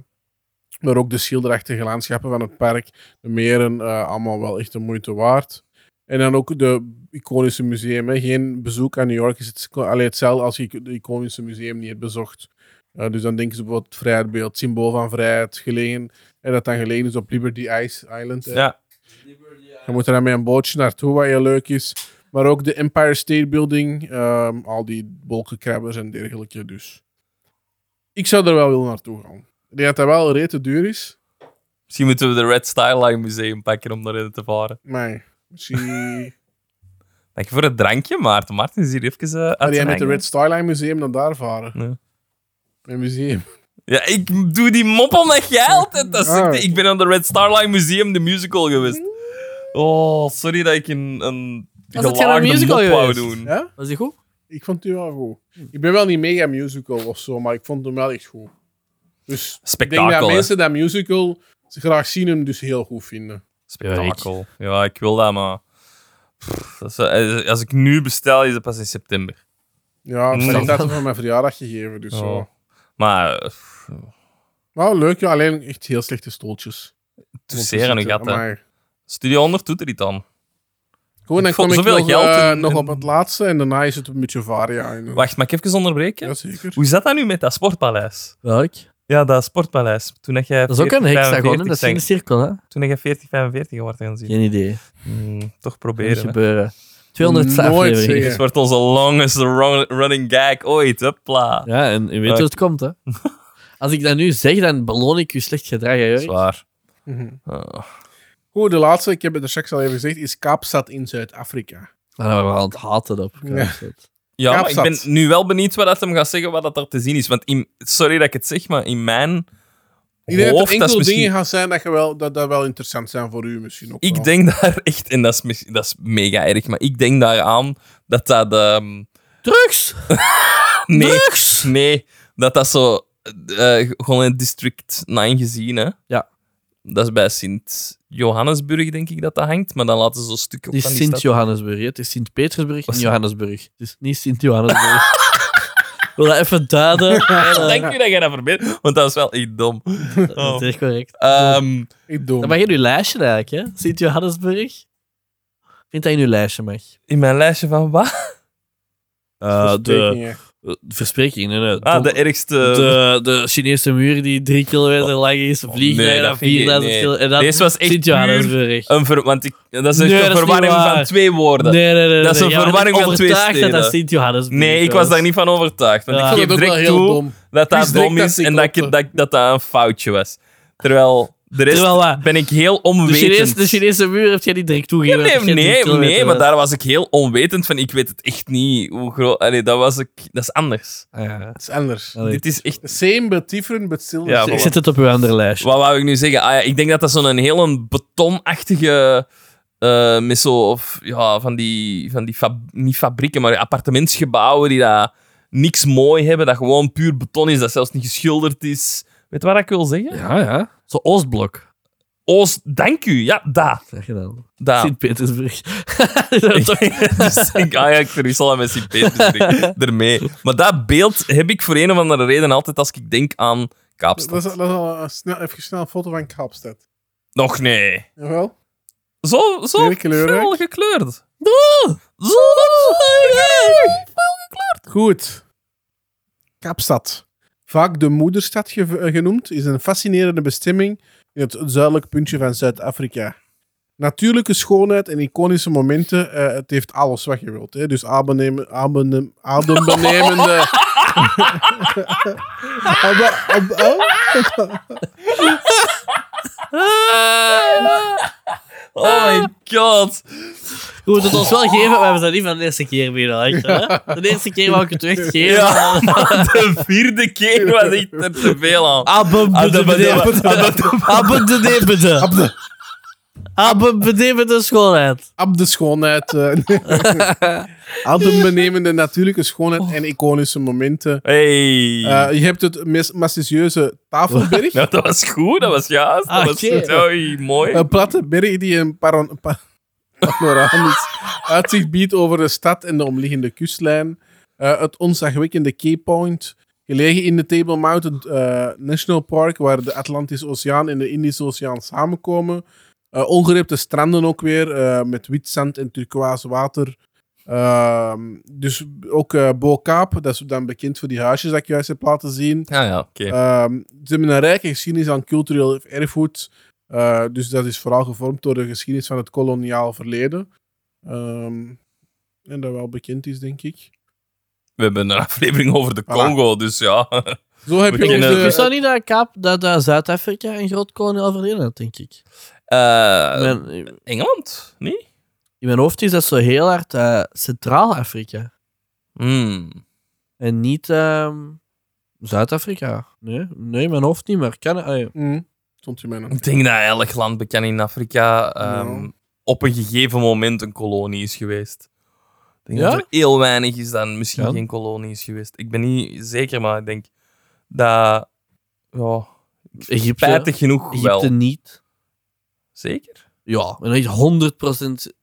Speaker 2: maar ook de schilderachtige landschappen van het park, de meren, eh, allemaal wel echt de moeite waard. En dan ook de iconische museum. Hè. Geen bezoek aan New York is het, alleen hetzelfde als je het iconische museum niet hebt bezocht. Uh, dus dan denken ze bijvoorbeeld het vrijheidsbeeld, symbool van vrijheid, gelegen. En dat dan gelegen is op Liberty Ice Island. hè.
Speaker 1: Ja,
Speaker 2: Je moet er dan met een bootje naartoe, wat heel leuk is. Maar ook de Empire State Building, ehm, al die wolkenkrabbers en dergelijke. Dus ik zou er wel willen naartoe gaan. Ik denk dat dat wel rete duur is,
Speaker 1: misschien moeten we de Red Star Line Museum pakken om daarin te varen.
Speaker 2: maar
Speaker 1: (laughs)
Speaker 2: misschien...
Speaker 1: Dank je voor het drankje, Maarten. Maarten is hier even eh, uit
Speaker 2: Ga jij
Speaker 1: zijn
Speaker 2: Ah, met de
Speaker 1: eigen-
Speaker 2: Red Star Line Museum dan daar varen?
Speaker 1: Nee.
Speaker 2: Een museum.
Speaker 1: Ja, ik doe die mop omdat jij altijd dat
Speaker 2: Ah.
Speaker 1: zegt. Ik ben aan de Red Star Line Museum, de musical geweest. Oh, sorry dat ik een, een
Speaker 3: Was het geen
Speaker 1: gelaagde
Speaker 3: musical
Speaker 1: mop wou
Speaker 3: geweest?
Speaker 1: doen.
Speaker 2: Ja?
Speaker 3: Was die goed?
Speaker 2: Ik vond die wel
Speaker 1: Hm.
Speaker 2: goed. Ik ben wel niet mega musical of zo, maar ik vond hem wel echt goed. Dus ik denk dat
Speaker 1: Spektakel, hè?
Speaker 2: mensen dat musical ze graag zien hem dus heel goed vinden.
Speaker 1: Spektakel. Ja, ik wil dat, maar... Pff, dat is- eh, als ik nu bestel, is het pas in september.
Speaker 2: Ja,
Speaker 1: Mm.
Speaker 2: ik heb
Speaker 1: (laughs)
Speaker 2: dat voor mijn verjaardag gegeven, dus
Speaker 1: Ja.
Speaker 2: zo.
Speaker 1: Maar, eh, pff,
Speaker 2: Nou, leuk, ja, alleen echt heel slechte stoeltjes.
Speaker 1: toucheren uw gat, hè.
Speaker 2: Maar
Speaker 1: Studio 100 doet er iets aan.
Speaker 2: Gewoon, dan
Speaker 1: Ik vond
Speaker 2: kom ik
Speaker 1: zoveel
Speaker 2: nog,
Speaker 1: geld
Speaker 2: eh,
Speaker 1: in-
Speaker 2: nog
Speaker 1: in-
Speaker 2: op het laatste en daarna is het een beetje varia. En,
Speaker 1: Wacht, mag ik even onderbreken?
Speaker 2: ja, zeker.
Speaker 1: Hoe zat dat nu met dat sportpaleis?
Speaker 3: Welk?
Speaker 1: Ja, dat sportpaleis. Toen dat jij
Speaker 3: Dat is ook een
Speaker 1: 40,
Speaker 3: hexagon, hè?
Speaker 1: 45
Speaker 3: dat is geen
Speaker 1: zijn-
Speaker 3: cirkel, hè?
Speaker 1: Toen dat jij 40, 45 wordt gaan zien.
Speaker 3: Geen idee.
Speaker 1: Hmm, toch
Speaker 3: Kan niet
Speaker 1: proberen. hè.
Speaker 3: gebeuren. 200
Speaker 2: Nooit
Speaker 3: afleveringen.
Speaker 2: zeggen.
Speaker 1: Dit wordt onze longest run- running gag ooit. Hopla.
Speaker 3: Ja, en je weet hoe het (laughs) komt, hè? Als ik dat nu zeg, dan beloon ik je slecht gedrag, hè, Jorik.
Speaker 1: Zwaar.
Speaker 2: Mhm.
Speaker 1: Oh.
Speaker 2: Goed, de laatste, ik heb het er straks al even gezegd, is Kaapstad in Zuid-Afrika.
Speaker 3: Maar dan waren we aan het haten op.
Speaker 2: Ja.
Speaker 3: Kaapstad.
Speaker 1: Ja, maar ik
Speaker 2: Kaapstad.
Speaker 1: ben nu wel benieuwd wat dat hem gaat zeggen, wat dat er te zien is. Want in, sorry dat ik het zeg, maar in mijn
Speaker 2: Ik denk
Speaker 1: hoofd,
Speaker 2: dat er
Speaker 1: dat is
Speaker 2: enkele
Speaker 1: misschien...
Speaker 2: dingen gaan zijn dat, je wel, dat, dat wel interessant zijn voor u misschien ook wel.
Speaker 1: Ik denk daar echt, en dat is, mis- dat is mega erg, maar ik denk daaraan dat dat... ehm,
Speaker 3: Drugs!
Speaker 1: Nee,
Speaker 3: Drugs!
Speaker 1: nee. Dat dat zo... eh, gewoon in District 9 gezien, hè.
Speaker 3: Ja.
Speaker 1: Dat is bij Sint-Johannesburg, denk ik, dat dat hangt. Maar dan laten ze zo stukken op
Speaker 3: Het
Speaker 1: van
Speaker 3: is
Speaker 1: die stad.
Speaker 3: Sint-Johannesburg. hè. Het is Sint-Petersburg
Speaker 1: Was dat?
Speaker 3: en Johannesburg. Het is niet Sint-Johannesburg. Ik (laughs) wil dat even (laughs) duiden. Eh,
Speaker 1: Ja, Dank u dat jij dat verbindt, want dat is wel echt dom.
Speaker 3: Dat
Speaker 1: Oh.
Speaker 3: is echt correct.
Speaker 1: Ehm,
Speaker 2: Ik doe.
Speaker 3: Dat mag je in je lijstje eigenlijk, hè? Sint-Johannesburg. Ik vind dat je in je lijstje mag.
Speaker 1: in mijn lijstje van wat?
Speaker 2: Eh,
Speaker 3: Eh,
Speaker 1: Eh,
Speaker 3: de verspreking. Nee, nee.
Speaker 1: Ah,
Speaker 3: Dom-
Speaker 1: de ergste...
Speaker 3: de, de Chinese muur die drie kilometer lang is, vliegen
Speaker 1: Oh. nee,
Speaker 3: naar
Speaker 1: dat vind ik-
Speaker 3: 4000
Speaker 1: nee.
Speaker 3: kilometer. En dan
Speaker 1: Deze was echt
Speaker 3: Sint-Johannesburg.
Speaker 1: Een ver, want ik, dat is echt
Speaker 3: Nee, dat is
Speaker 1: een
Speaker 3: niet
Speaker 1: verwarring
Speaker 3: waar.
Speaker 1: van twee woorden.
Speaker 3: Nee,
Speaker 1: Nee,
Speaker 3: nee, nee, nee.
Speaker 1: Oh, Dat is een
Speaker 3: nee. Ja, maar
Speaker 1: verwarring
Speaker 3: ik ben
Speaker 1: van twee
Speaker 3: overtuigd dat dat
Speaker 1: steden.
Speaker 3: Sint-Johannesburg
Speaker 1: ik was daar
Speaker 3: was.
Speaker 1: niet van overtuigd. Want
Speaker 3: Ja.
Speaker 1: ik
Speaker 2: Ik
Speaker 1: geef
Speaker 2: vond het ook wel
Speaker 1: direct
Speaker 2: heel
Speaker 1: Ah, toe
Speaker 2: dom.
Speaker 1: dat
Speaker 2: Ik
Speaker 1: dat
Speaker 2: wist direct
Speaker 1: dom
Speaker 2: dat
Speaker 1: is
Speaker 2: het
Speaker 1: en
Speaker 2: niet
Speaker 1: dat, ik-
Speaker 2: klopte.
Speaker 1: dat, dat dat een foutje was. Terwijl de rest
Speaker 3: Terwijl wat?
Speaker 1: ben ik heel
Speaker 3: De
Speaker 1: onwetend.
Speaker 3: Chinese, de Chinese muur heb jij niet direct
Speaker 1: Ja,
Speaker 3: toegegeven.
Speaker 1: nee,
Speaker 3: dat het geen drie
Speaker 1: nee,
Speaker 3: kilometer
Speaker 1: nee, maar
Speaker 3: was.
Speaker 1: daar was ik heel onwetend van. Ik weet het echt niet hoe groot. Allee, dat, was ik, dat is anders.
Speaker 3: Ah, ja.
Speaker 2: Het is anders.
Speaker 3: Allee.
Speaker 1: Dit is echt.
Speaker 2: Same, but different, but still.
Speaker 1: Ja,
Speaker 2: the
Speaker 3: Ik
Speaker 2: same.
Speaker 1: voilà.
Speaker 3: zet het op uw andere lijstje.
Speaker 1: Wat wou ik nu zeggen? Ah, ja, ik denk dat dat zo'n hele betonachtige. eh met zo, of, ja, van die, van die fab- niet fabrieken, maar appartementsgebouwen die daar niks mooi hebben, dat gewoon puur beton is, dat zelfs niet geschilderd is. Weet je wat ik wil zeggen?
Speaker 3: Ja, ja. Zo Oostblok.
Speaker 1: Oost, dank u. Ja, daar.
Speaker 3: Zeg je dan.
Speaker 1: daar. (laughs)
Speaker 3: Sint-Petersburg. (laughs) Is dat toch-
Speaker 1: dus ik, ah ja, ik verwissel dat met
Speaker 3: (laughs)
Speaker 1: Sint-Petersburg ermee. Maar dat beeld heb ik voor een of andere reden altijd als ik denk aan
Speaker 2: Dat
Speaker 1: Kaapstad.
Speaker 2: is, dat is al een snel, even snel een foto van Kaapstad.
Speaker 1: Nog nee.
Speaker 2: Jawel.
Speaker 1: Zo, zo
Speaker 2: Heel kleurrijk.
Speaker 1: fel gekleurd. Zo fel gekleurd.
Speaker 2: Goed. Kaapstad. Vaak de moederstad ge- eh, genoemd, is een fascinerende bestemming in het zuidelijk puntje van Zuid-Afrika. Natuurlijke schoonheid en iconische momenten, eh, het heeft alles wat je wilt. Hè? Dus adembenemen- adembenem- adembenemende... Adem- adem- oh?
Speaker 1: Ah. Oh my god.
Speaker 3: Je moet het ons wel geven, maar we hebben dat niet van de eerste keer binnen. hè? De eerste keer wou ik het echt geven.
Speaker 1: Ja, (laughs) de vierde
Speaker 2: (laughs)
Speaker 1: keer was ik er te veel aan.
Speaker 3: Abbe (laughs) bedebede.
Speaker 2: Abde-
Speaker 3: Abbe bedebede schoonheid.
Speaker 2: Ab de schoonheid. eh. Adembenemende natuurlijke schoonheid en iconische momenten.
Speaker 1: Hey.
Speaker 2: Eh, je hebt het meest majestueuze tafelberg.
Speaker 1: (laughs) nou, dat was goed, dat was juist. Dat
Speaker 3: Ah,
Speaker 1: was
Speaker 3: oké.
Speaker 1: goed. Oei, mooi.
Speaker 2: Een platte berg die een paron- pa- panoramisch uitzicht biedt over de stad en de omliggende kustlijn. Eh, het onzagwekkende Cape Point, gelegen in de Table Mountain eh, National Park, waar de Atlantische Oceaan en de Indische Oceaan samenkomen. Eh ongerepte stranden ook weer, eh, met wit zand en turquoise water. Ehm, dus ook eh Bo Kaap, dat is dan bekend voor die huisjes dat ik juist heb laten zien.
Speaker 1: Ah, Ja, ja, oké.
Speaker 2: Ehm, ze hebben een rijke geschiedenis aan cultureel erfgoed. Eh, dus dat is vooral gevormd door de geschiedenis van het koloniaal verleden. Ehm, en dat wel bekend is, denk ik.
Speaker 1: We hebben een aflevering over de Congo, dus ja. (laughs)
Speaker 2: Zo heb
Speaker 1: We
Speaker 2: je ook
Speaker 1: kennen-
Speaker 2: de-
Speaker 1: We
Speaker 3: Is dat niet dat, Kaap, dat, dat Zuid-Afrika een groot koloniaal verleden had, denk ik?
Speaker 1: Eh,
Speaker 3: In mijn,
Speaker 1: Engeland? Nee?
Speaker 3: in mijn hoofd is dat zo heel hard eh, Centraal-Afrika.
Speaker 1: Hmm.
Speaker 3: En niet ehm, Zuid-Afrika. Nee, nee, in mijn hoofd niet meer. Kan, allee,
Speaker 2: Mm, stond je mij nog.
Speaker 1: Ik denk dat elk land bekend in Afrika ehm,
Speaker 2: Ja.
Speaker 1: op een gegeven moment een kolonie is geweest. Ik denk
Speaker 3: Ja?
Speaker 1: dat er heel weinig is dan misschien
Speaker 3: Ja.
Speaker 1: geen kolonie is geweest. Ik ben niet zeker, maar ik denk dat... Ja,
Speaker 3: Egypte,
Speaker 1: spijtig genoeg
Speaker 3: Egypte
Speaker 1: wel.
Speaker 3: niet.
Speaker 1: Zeker?
Speaker 3: Ja, en dat is 100%,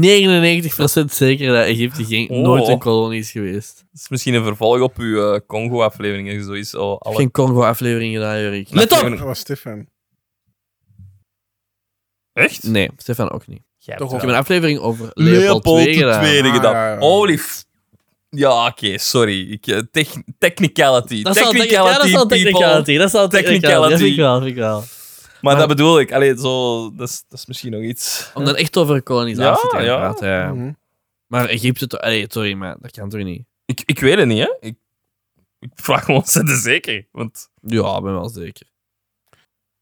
Speaker 3: 99% zeker dat Egypte geen,
Speaker 1: Oh.
Speaker 3: nooit een kolonie is geweest.
Speaker 1: Dat is misschien een vervolg op uw eh, Congo-aflevering. en zo is al alle...
Speaker 3: Geen Congo-aflevering gedaan, Jurik.
Speaker 1: Let op!
Speaker 2: Dat was Stefan.
Speaker 1: Echt?
Speaker 3: Nee, Stefan ook niet.
Speaker 1: Jij hebt
Speaker 2: Toch
Speaker 3: Ik
Speaker 2: ook.
Speaker 3: heb een aflevering over
Speaker 1: Leopold
Speaker 3: Leopold II
Speaker 1: de
Speaker 3: gedaan.
Speaker 1: Tweede
Speaker 2: Ah,
Speaker 1: gedaan.
Speaker 2: ja, ja.
Speaker 1: Holy f- Ja, oké, sorry. Ik, eh, tech- technicality.
Speaker 3: Dat is al
Speaker 1: technicality,
Speaker 3: ja, dat is al
Speaker 1: people.
Speaker 3: technicality. Dat is al technicality.
Speaker 1: Technicality.
Speaker 3: Dat vind ik wel, vind ik wel.
Speaker 1: Maar,
Speaker 3: Maar-
Speaker 1: dat bedoel ik. Allee, zo, dat, is, dat is misschien nog iets.
Speaker 3: Om dan echt over kolonisatie
Speaker 1: Ja,
Speaker 3: te gaan
Speaker 1: ja. Mm.
Speaker 3: praten. Ja.
Speaker 2: Mhm.
Speaker 3: Maar Egypte... toch- Allee, sorry, maar dat kan toch niet?
Speaker 1: Ik, ik weet het niet, hè. Ik, ik vraag me ontzettend zeker. Want
Speaker 3: Ja, ik ben wel zeker.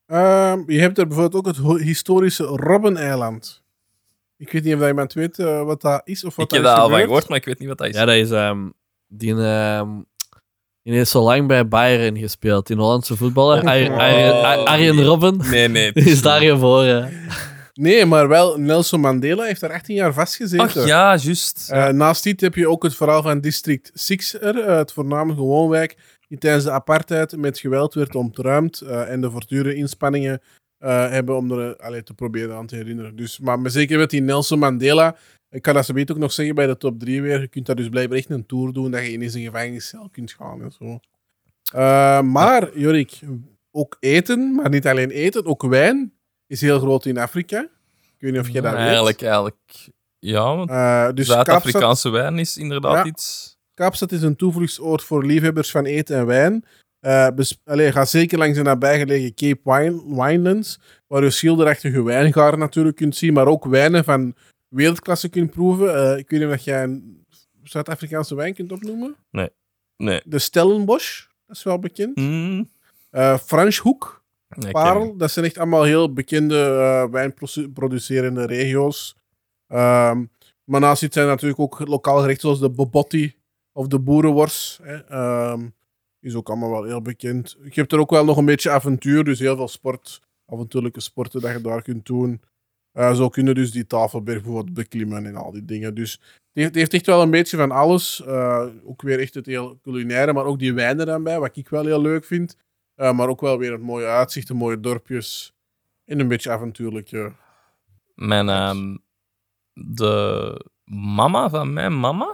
Speaker 2: Ehm, je hebt er bijvoorbeeld ook het ho- historische Robben-eiland. Ik weet niet of dat iemand weet eh, wat dat is of wat
Speaker 1: ik heb
Speaker 2: is
Speaker 1: daar al van
Speaker 2: gebeurd.
Speaker 1: gehoord, maar ik weet niet wat dat is.
Speaker 3: Ja, dat is... ehm, die, ehm, die heeft zo lang bij Bayern gespeeld.
Speaker 1: Oh,
Speaker 3: Die Hollandse voetballer. Ar- Ar- Ar- Arjen Robben. (laughs)
Speaker 1: Nee, nee.
Speaker 3: Die is daar geboren.
Speaker 2: Nee, maar wel, Nelson Mandela heeft daar 18 jaar vastgezeten.
Speaker 1: Ach ja, juist.
Speaker 2: Eh, naast dit heb je ook het verhaal van District 6 er, eh, het voornamelijk woonwijk, die tijdens de apartheid met geweld werd ontruimd eh, en de voortdurende inspanningen eh, hebben om er eh, allee, te proberen aan te herinneren. Dus, maar met zeker met die Nelson Mandela, ik kan dat zo ook nog zeggen bij de top 3 weer, je kunt daar dus blijkbaar echt een tour doen dat je in eens een gevangeniscel kunt gaan en zo. Eh, maar, Jorik, ook eten, maar niet alleen eten, ook wijn is heel groot in Afrika. Ik weet niet of je dat
Speaker 1: Mm, eigenlijk,
Speaker 2: weet.
Speaker 1: eigenlijk. Ja, want
Speaker 2: Eh, dus Kaapstad-
Speaker 1: Zuid-Afrikaanse wijn is inderdaad
Speaker 2: Ja.
Speaker 1: iets.
Speaker 2: Kaapstad is een toevluchtsoord voor liefhebbers van eten en wijn. Eh, bes- Allee, ga zeker langs de nabijgelegen Cape Wine- Winelands, waar je schilderachtige wijngaren natuurlijk kunt zien, maar ook wijnen van wereldklasse kunt proeven. Eh, ik weet niet of jij een Zuid-Afrikaanse wijn kunt opnoemen.
Speaker 1: Nee.
Speaker 2: De Stellenbosch, dat is wel bekend.
Speaker 1: Mm.
Speaker 2: Eh Franshoek,
Speaker 1: Nee, ik ken-
Speaker 2: Parel, dat zijn echt allemaal heel bekende eh, wijnproducerende regio's. Ehm, maar naast dit zijn natuurlijk ook lokaal gerechten zoals de bobotti of de boerenworst. Hè. Ehm, is ook allemaal wel heel bekend. Je hebt er ook wel nog een beetje avontuur, dus heel veel sport, avontuurlijke sporten dat je daar kunt doen. Eh, zo kunnen dus die tafelberg bijvoorbeeld beklimmen en al die dingen. Dus het heeft, het heeft echt wel een beetje van alles. Eh, ook weer echt het heel culinaire, maar ook die wijn er dan bij, wat ik wel heel leuk vind. Eh, maar ook wel weer het mooie uitzicht, de mooie dorpjes. En een beetje avontuurlijk. ja.
Speaker 1: Mijn, ehm, de mama van mijn mama.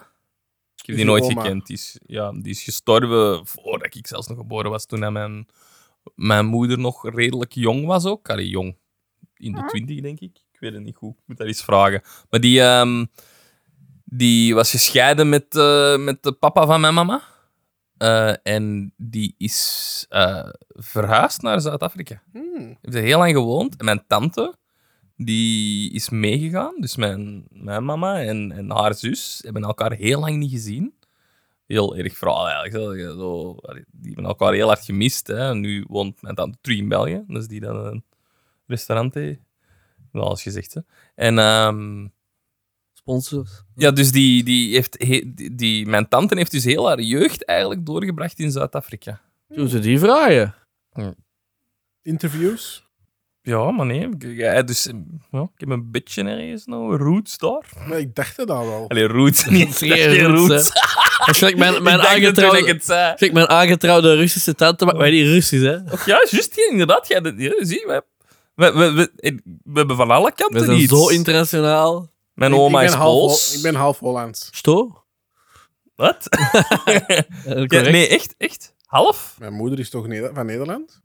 Speaker 1: Ik heb
Speaker 2: Is
Speaker 1: die
Speaker 2: uw
Speaker 1: nooit
Speaker 2: oma.
Speaker 1: gekend. Die is, ja, die is gestorven voordat ik zelfs nog geboren was. Toen dat mijn, mijn moeder nog redelijk jong was ook. Allee, jong. In de twintig, denk ik. Ik weet het niet goed. Ik moet dat eens vragen. Maar die, ehm, die was gescheiden met, eh, met de papa van mijn mama. Eh, en die is eh, verhuisd naar Zuid-Afrika
Speaker 2: Hmm.
Speaker 1: heeft er heel lang gewoond. En mijn tante, die is meegegaan. Dus mijn, mijn mama en, en haar zus hebben elkaar heel lang niet gezien. Heel erg verhaal eigenlijk. Zo, je- Zo, allee, die hebben elkaar heel hard gemist. Hè. En Nu woont mijn tante terug in België. Dus die dan een restaurant heeft. Wel eens gezegd, hè. En... ehm,
Speaker 3: Sponsors.
Speaker 1: ja, dus die, die heeft, he- die, die- mijn tante heeft dus heel haar jeugd eigenlijk doorgebracht in Zuid-Afrika.
Speaker 3: Toen ze die vragen.
Speaker 2: Interviews.
Speaker 1: Ja, maar nee. ik- ja, dus, ja, ik heb een beetje ergens nou, roots daar.
Speaker 2: Maar ik dacht het al wel.
Speaker 1: Allee,
Speaker 2: (laughs)
Speaker 1: roots. Niet echt geen
Speaker 3: roots,
Speaker 1: roots.
Speaker 3: Dat is gelijk mijn, mijn,
Speaker 1: (laughs) ik dacht het toen ik
Speaker 3: aangetrouwde,
Speaker 1: het zei.
Speaker 3: gelijk mijn aangetrouwde Russische tante, maar wij die Russisch, hè?
Speaker 1: Och ja, juist. ja, Inderdaad. Ja, dat- ja, zie, we, we, we, we, we hebben van alle
Speaker 3: We
Speaker 1: kanten
Speaker 3: zijn
Speaker 1: iets.
Speaker 3: zo internationaal.
Speaker 1: Mijn
Speaker 2: Ik-
Speaker 1: oma
Speaker 2: ik
Speaker 1: is
Speaker 2: ben half Hol-
Speaker 1: Pools.
Speaker 2: Ik ben half Hollands.
Speaker 3: Sto?
Speaker 2: (laughs)
Speaker 1: Wat? (laughs)
Speaker 3: Eh,
Speaker 1: Ja,
Speaker 3: Correct.
Speaker 1: nee, echt? Echt? Half?
Speaker 2: Mijn moeder is toch Neder- van Nederland?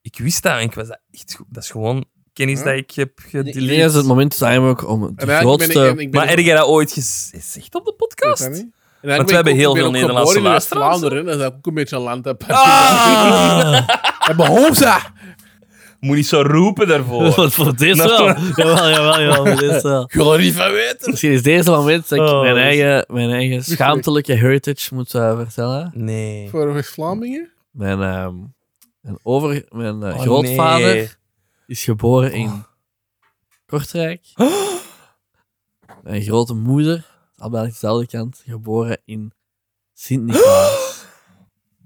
Speaker 1: Ik wist dat. en Ik was dat echt goed. Dat is gewoon kennis
Speaker 2: Ja.
Speaker 1: dat ik heb
Speaker 3: Ik denk dat
Speaker 1: gedeleerd.
Speaker 3: het moment zijn ook om de
Speaker 2: En eigenlijk ben ik- en
Speaker 3: grootste...
Speaker 2: ik ben
Speaker 1: Maar
Speaker 2: ook-
Speaker 1: heb jij dat ooit gez- gezegd op de
Speaker 2: ik weet
Speaker 1: podcast?
Speaker 2: dat niet. En
Speaker 1: Want
Speaker 2: eigenlijk
Speaker 1: we
Speaker 2: ben ik
Speaker 1: hebben
Speaker 2: ook-
Speaker 1: heel
Speaker 2: ik ben
Speaker 1: veel
Speaker 2: ook
Speaker 1: Nederlandse
Speaker 2: geboren in
Speaker 1: luisteraars,
Speaker 2: West-Vlaanderen, hè. dat is ook een beetje een land apart.
Speaker 1: Ah!
Speaker 2: En behoeft dat!
Speaker 1: Moet niet zo roepen daarvoor.
Speaker 3: Wat (laughs) voor dit
Speaker 1: Nou.
Speaker 3: wel? Jawel, jawel, jawel, voor dit wel.
Speaker 2: (laughs) Ik wil er niet van weten.
Speaker 3: Misschien is deze moment dat ik
Speaker 1: Oh,
Speaker 3: mijn,
Speaker 1: dat is-
Speaker 3: eigen, mijn eigen schaamtelijke heritage moet eh, vertellen.
Speaker 1: Nee.
Speaker 2: Voor West-Vlamingen?
Speaker 3: Mijn, ehm, mijn, over, mijn eh,
Speaker 1: Oh,
Speaker 3: grootvader
Speaker 1: nee. Oh.
Speaker 3: is geboren in Kortrijk. Mijn grote moeder, al bij dezelfde kant, geboren in
Speaker 1: (laughs)
Speaker 3: Sint-Nicolaas.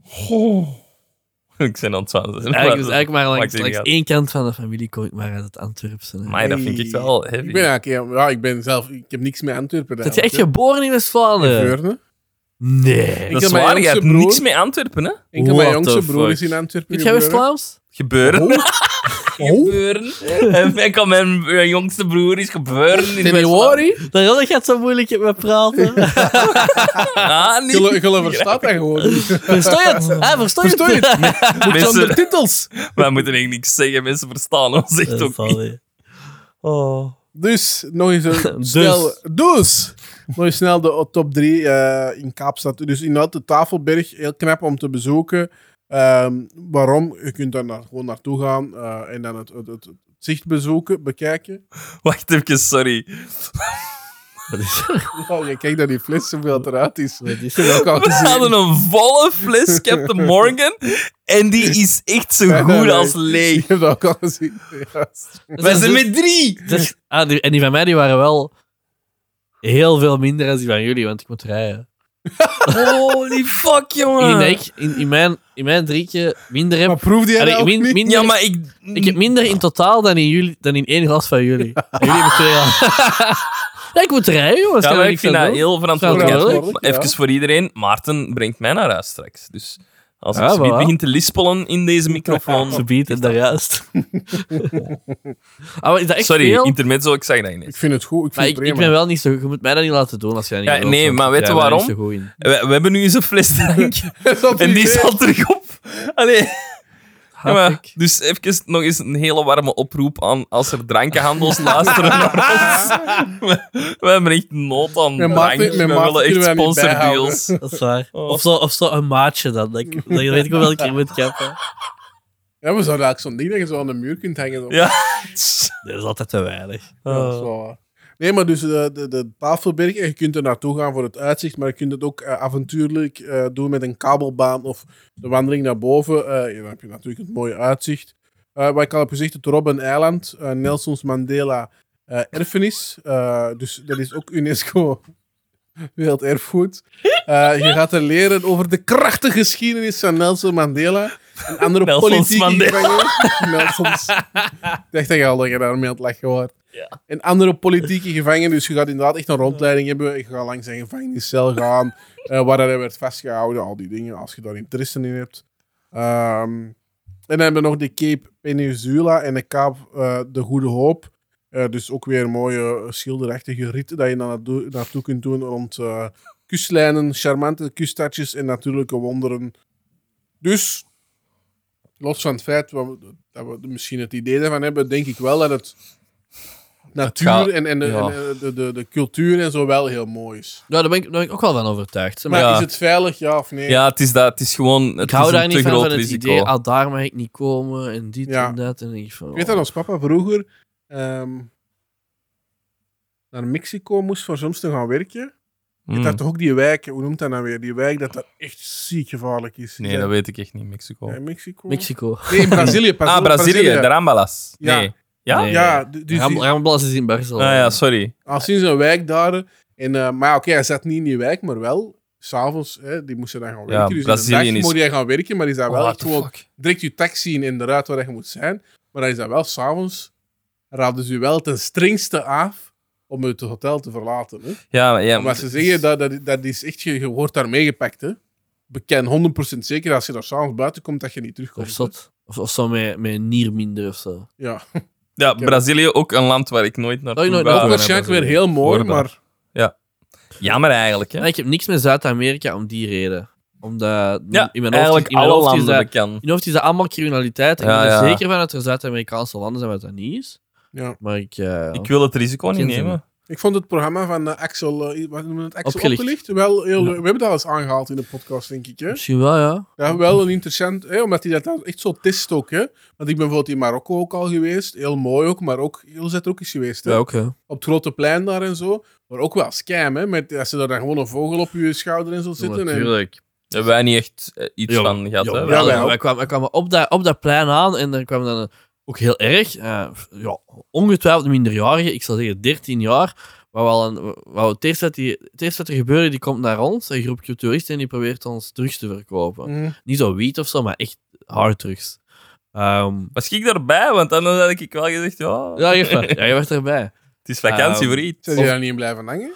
Speaker 1: Goh. (laughs) Ik ben aan het
Speaker 3: Dus
Speaker 1: zwaar.
Speaker 3: eigenlijk, dus eigenlijk maar langs,
Speaker 1: maakt het niet
Speaker 3: langs
Speaker 1: uit.
Speaker 3: één kant van de familie kom ik maar uit het Antwerpse. hè.
Speaker 1: Maar dat vind ik wel heavy.
Speaker 2: Ik ben eigenlijk... Ja, ik ben zelf... Ik heb niks met Antwerpen.
Speaker 3: Zit je echt
Speaker 2: eigenlijk,
Speaker 3: geboren in
Speaker 2: hè. In
Speaker 3: West-Vlaanderen?
Speaker 2: Veurne.
Speaker 3: Nee.
Speaker 1: Dat
Speaker 2: heb
Speaker 1: is
Speaker 2: mijn
Speaker 1: waar, je hebt
Speaker 2: jongste broer.
Speaker 1: niks mee Antwerpen, hè?
Speaker 2: Enkel mijn
Speaker 3: What
Speaker 2: jongste
Speaker 3: the
Speaker 2: broer
Speaker 3: fuck?
Speaker 2: is in Antwerpen.
Speaker 3: Weet jij
Speaker 2: geboren.
Speaker 3: West-Vlaams?
Speaker 1: Gebeuren. (laughs)
Speaker 2: Oh. Oh.
Speaker 1: Gebeuren. (laughs) En ik al mijn, mijn jongste broer is gebeuren. in West-Vlaanderen.
Speaker 2: Seniori?
Speaker 3: Dat Jonne gaat zo moeilijk met praten.
Speaker 1: (laughs) Ah, nee.
Speaker 2: Jullie jullie verstaan dat
Speaker 3: (laughs)
Speaker 2: gewoon niet.
Speaker 3: Verstoor
Speaker 1: (laughs)
Speaker 3: je het? Ah, verstoor je
Speaker 2: Verstoor je
Speaker 3: het? (laughs)
Speaker 1: Mensen,
Speaker 2: titels.
Speaker 1: wij moeten eigenlijk niks zeggen. Mensen verstaan ons echt ook niet.
Speaker 3: Oh.
Speaker 2: Dus, nog eens een
Speaker 3: (laughs) Dus.
Speaker 2: snel... Dus! Nog eens snel de top 3 in Kaapstad. Dus inderdaad, de Tafelberg, heel knap om te bezoeken. Ehm, waarom? Je kunt daar naar- gewoon naartoe gaan eh, en dan het, het, het, het zicht bezoeken, bekijken.
Speaker 1: Wacht even, sorry.
Speaker 3: Wat is
Speaker 2: Oh, je kijkt naar die fles, hoeveel het eruit is.
Speaker 3: (laughs) Wat is
Speaker 2: Ik heb ook
Speaker 3: (laughs)
Speaker 2: al
Speaker 1: We
Speaker 2: gezien.
Speaker 1: hadden een volle fles Captain Morgan. En die is echt zo
Speaker 2: Nee, nee,
Speaker 1: goed
Speaker 2: nee.
Speaker 1: als leeg.
Speaker 2: Ik heb dat ook al gezien. Ja.
Speaker 1: Wij zijn met drie.
Speaker 3: Dus- ah, die- en die van mij die waren wel heel veel minder dan die van jullie, want ik moet rijden.
Speaker 1: Holy fuck,
Speaker 3: Ik
Speaker 1: jongen.
Speaker 3: denk dat ik in, in, mijn, in mijn drinkje minder heb.
Speaker 2: Maar proefde jij
Speaker 3: Allee,
Speaker 2: dat ook
Speaker 3: min-
Speaker 2: niet?
Speaker 3: min-
Speaker 1: Ja, maar ik...
Speaker 3: Ik heb minder in totaal dan in, jullie, dan in één glas van jullie. En jullie hebben twee glas. (laughs) ja, ik moet rijden, jongens.
Speaker 1: Ja,
Speaker 3: Kan
Speaker 1: maar
Speaker 3: er
Speaker 1: ik
Speaker 3: niks
Speaker 1: vind
Speaker 3: aan
Speaker 1: dat
Speaker 3: doen.
Speaker 1: heel verantwoordelijk.
Speaker 2: Verantwoordelijk,
Speaker 1: Even
Speaker 2: ja.
Speaker 1: voor iedereen, Maarten brengt mij naar huis straks. Dus als
Speaker 3: Ja,
Speaker 1: het zoiets
Speaker 3: voilà.
Speaker 1: begint te lispelen in deze
Speaker 3: Ze
Speaker 1: microfoon...
Speaker 3: biedt
Speaker 1: (laughs)
Speaker 3: en daarjuist. Ah, maar is dat (laughs) echt
Speaker 1: Sorry,
Speaker 3: veel?
Speaker 1: intermezzo, ik zag dat
Speaker 2: Ik
Speaker 1: ineens.
Speaker 2: vind het goed. Ik
Speaker 3: Maar
Speaker 2: vind
Speaker 3: ik,
Speaker 2: het
Speaker 3: ik
Speaker 2: prima. (laughs)
Speaker 3: ben wel niet zo... Je moet mij dat niet laten doen als jij niet
Speaker 1: Ja,
Speaker 3: wilt,
Speaker 1: nee,
Speaker 3: want
Speaker 1: maar weet
Speaker 3: ik
Speaker 1: je
Speaker 3: ben daar niet
Speaker 1: waarom?
Speaker 3: zo goed in.
Speaker 1: We, we hebben nu eens een fles
Speaker 3: (laughs)
Speaker 1: drank.
Speaker 2: Zat
Speaker 1: en die
Speaker 2: hier, hè?
Speaker 1: staat terug op. Allee. Ja, maar,
Speaker 3: Hap ik.
Speaker 1: dus even nog eens een hele warme oproep aan als er
Speaker 3: (laughs)
Speaker 1: drankenhandels luisteren naar ons. We, we hebben echt nood aan
Speaker 2: Met Maarten-
Speaker 1: drank. We
Speaker 2: met Maarten
Speaker 1: willen echt
Speaker 2: kunnen wij niet (laughs)
Speaker 1: sponsordeals.
Speaker 3: Dat is waar.
Speaker 1: Oh.
Speaker 3: Of, zo, of zo een maatje dan. Dat, ik, dat je weet ik wel welke je moet kappen.
Speaker 2: Ja, we zouden eigenlijk zo'n ding dat je zo aan de muur kunt hangen. Zo.
Speaker 1: Ja.
Speaker 3: Dat is altijd te weinig.
Speaker 2: Ja, dat is wel waar. Nee, maar dus de, de, de tafelberg, en je kunt er naartoe gaan voor het uitzicht, maar je kunt het ook eh, avontuurlijk eh, doen met een kabelbaan of de wandeling naar boven. Eh, ja, dan heb je natuurlijk het mooie uitzicht. Eh wat ik al heb gezegd, het Robben Eiland, eh, Nelsons Mandela eh, erfenis. Eh, dus dat is ook UNESCO (laughs) werelderfgoed. Eh, je gaat er leren over de krachtige geschiedenis van Nelson Mandela en andere
Speaker 1: Nelson
Speaker 2: politieke
Speaker 1: Mandela.
Speaker 2: gevangenen. (laughs) Nelsons. Ik dacht dat je al dat je daarmee aan het lachen was. En andere politieke gevangenen. Dus je gaat inderdaad echt een rondleiding hebben. Je gaat langs zijn gevangeniscel gaan. eh, waar hij werd vastgehouden. Al die dingen, als je daar interesse in hebt. Ehm, en dan hebben we nog de Cape Peninsula en de Kaap eh, de Goede Hoop. Eh, dus ook weer een mooie schilderachtige ritten dat je dan naartoe, naartoe kunt doen rond eh, kustlijnen, charmante kuststadjes en natuurlijke wonderen. Dus, los van het feit wat we- dat we er misschien het idee daarvan hebben, denk ik wel dat het natuur
Speaker 1: gaat-
Speaker 2: en, en, de,
Speaker 1: ja.
Speaker 2: en, eh, de, de, de cultuur en zo wel heel mooi is.
Speaker 3: Nou, daar ben ik, daar ben ik ook wel van overtuigd. Maar
Speaker 2: Maar
Speaker 1: Ja.
Speaker 2: is het veilig, ja of nee?
Speaker 1: Ja, het is, dat, het is gewoon het
Speaker 3: ik hou
Speaker 1: is een
Speaker 3: daar
Speaker 1: te
Speaker 3: niet van,
Speaker 1: groot
Speaker 3: van het
Speaker 1: risico.
Speaker 3: idee, ah, daar mag ik niet komen en dit
Speaker 2: Ja.
Speaker 3: en dat. En ik van,
Speaker 2: Ik weet dat ons papa vroeger ehm, naar Mexico moest voor soms te gaan werken.
Speaker 1: Mm.
Speaker 2: Dat toch ook die wijk, hoe noemt dat nou weer? Die wijk dat dat echt ziek gevaarlijk is.
Speaker 1: Nee,
Speaker 2: Ja,
Speaker 1: dat weet ik echt niet. Mexico.
Speaker 2: ja, Mexico?
Speaker 3: Mexico.
Speaker 2: Nee, in Brazilië. pas
Speaker 1: ah,
Speaker 2: op,
Speaker 1: Brazilië, de Rambalas.
Speaker 2: Ja.
Speaker 1: Nee. Ja?
Speaker 3: Nee.
Speaker 2: Ja, d- dus die-
Speaker 3: Ramblas is in Barcelona.
Speaker 1: Ah ja, sorry.
Speaker 2: al sinds een wijk daar. En, eh, maar oké, hij zat niet in die wijk, maar wel s'avonds. hè, Die moesten dan gaan werken. dus
Speaker 1: Brazilië
Speaker 2: in de
Speaker 1: is-
Speaker 2: dag moet jij gaan werken, maar is dat wel
Speaker 1: Oh, what
Speaker 2: echt
Speaker 1: the
Speaker 2: gewoon
Speaker 1: fuck.
Speaker 2: direct je taxi in en eruit waar dat je moet zijn. Maar dan is dat wel s'avonds. Raden ze u wel ten strengste af om het hotel te verlaten. Hè?
Speaker 1: Ja, maar- ja,
Speaker 2: Maar ze zeggen, dat, dat, dat is echt, je, je wordt daar meegepakt. Hè? Beken 100% zeker als je daar s'avonds buiten komt dat je niet
Speaker 3: Of
Speaker 2: terugkomt.
Speaker 3: zot. Of, of zo met, met een nier minder of zo. (laughs)
Speaker 2: Ja.
Speaker 1: ja, Brazilië ook een land waar ik nooit naar
Speaker 3: Oh, je nooit-
Speaker 2: Ook
Speaker 3: we
Speaker 2: waarschijnlijk weer heel mooi,
Speaker 1: Hoorbaar.
Speaker 2: maar
Speaker 1: Jammer eigenlijk, hè?
Speaker 3: Ja, ik heb niks met Zuid-Amerika om die reden. Omdat
Speaker 1: Ja,
Speaker 3: in mijn hoofd,
Speaker 1: eigenlijk
Speaker 3: in mijn
Speaker 1: alle
Speaker 3: hoofd is
Speaker 1: landen
Speaker 3: dat,
Speaker 1: bekend.
Speaker 3: in mijn hoofd is dat allemaal criminaliteit. ik
Speaker 1: Ja,
Speaker 3: ben er
Speaker 1: ja.
Speaker 3: zeker van dat er Zuid-Amerikaanse landen zijn waar dat niet is.
Speaker 2: ja.
Speaker 3: Maar ik... eh,
Speaker 1: Ik wil het risico niet
Speaker 3: Geen zin.
Speaker 1: nemen.
Speaker 2: ik vond het programma van eh, Axel, eh, wat noemen we het, Axel
Speaker 3: Opgelicht.
Speaker 2: Opgelicht, wel heel
Speaker 3: Ja.
Speaker 2: leuk. We hebben dat al eens aangehaald in de podcast, denk ik. Hè?
Speaker 3: Misschien wel, ja.
Speaker 2: Ja, wel een interessant, hè, omdat hij dat dan echt zo test ook. Hè? Want ik ben bijvoorbeeld in Marokko ook al geweest, heel mooi ook, maar ook heel zet ook eens geweest. Hè?
Speaker 3: Ja, ook, hè.
Speaker 2: Op het grote plein daar en zo. Maar ook wel scam, hè? Met, als ze daar dan gewoon een vogel op je schouder en zo zitten. en-
Speaker 3: Natuurlijk.
Speaker 1: Daar hebben wij niet echt eh, iets
Speaker 3: Ja,
Speaker 1: van gehad, hè?
Speaker 3: Ja,
Speaker 2: wel,
Speaker 3: wel,
Speaker 2: wij
Speaker 3: ja.
Speaker 2: ook.
Speaker 3: wij kwamen, wij kwamen op, dat, op dat plein aan en er kwam dan een- ook heel erg, eh, f- ja, ongetwijfeld minderjarige, ik zal zeggen 13 jaar, waar we al een, waar we het, eerste wat die, het eerste wat er gebeurde, die komt naar ons, een groepje toeristen, en die probeert ons drugs te verkopen.
Speaker 2: Mhm.
Speaker 3: Niet zo wiet of zo, maar echt harddrugs. Ehm
Speaker 1: Was ik daarbij? Want dan had ik wel gezegd, ja,
Speaker 3: ja, je werd, ja, je werd erbij.
Speaker 1: het is vakantie
Speaker 3: Ehm,
Speaker 1: voor iets.
Speaker 2: Zijn die daar niet in blijven hangen?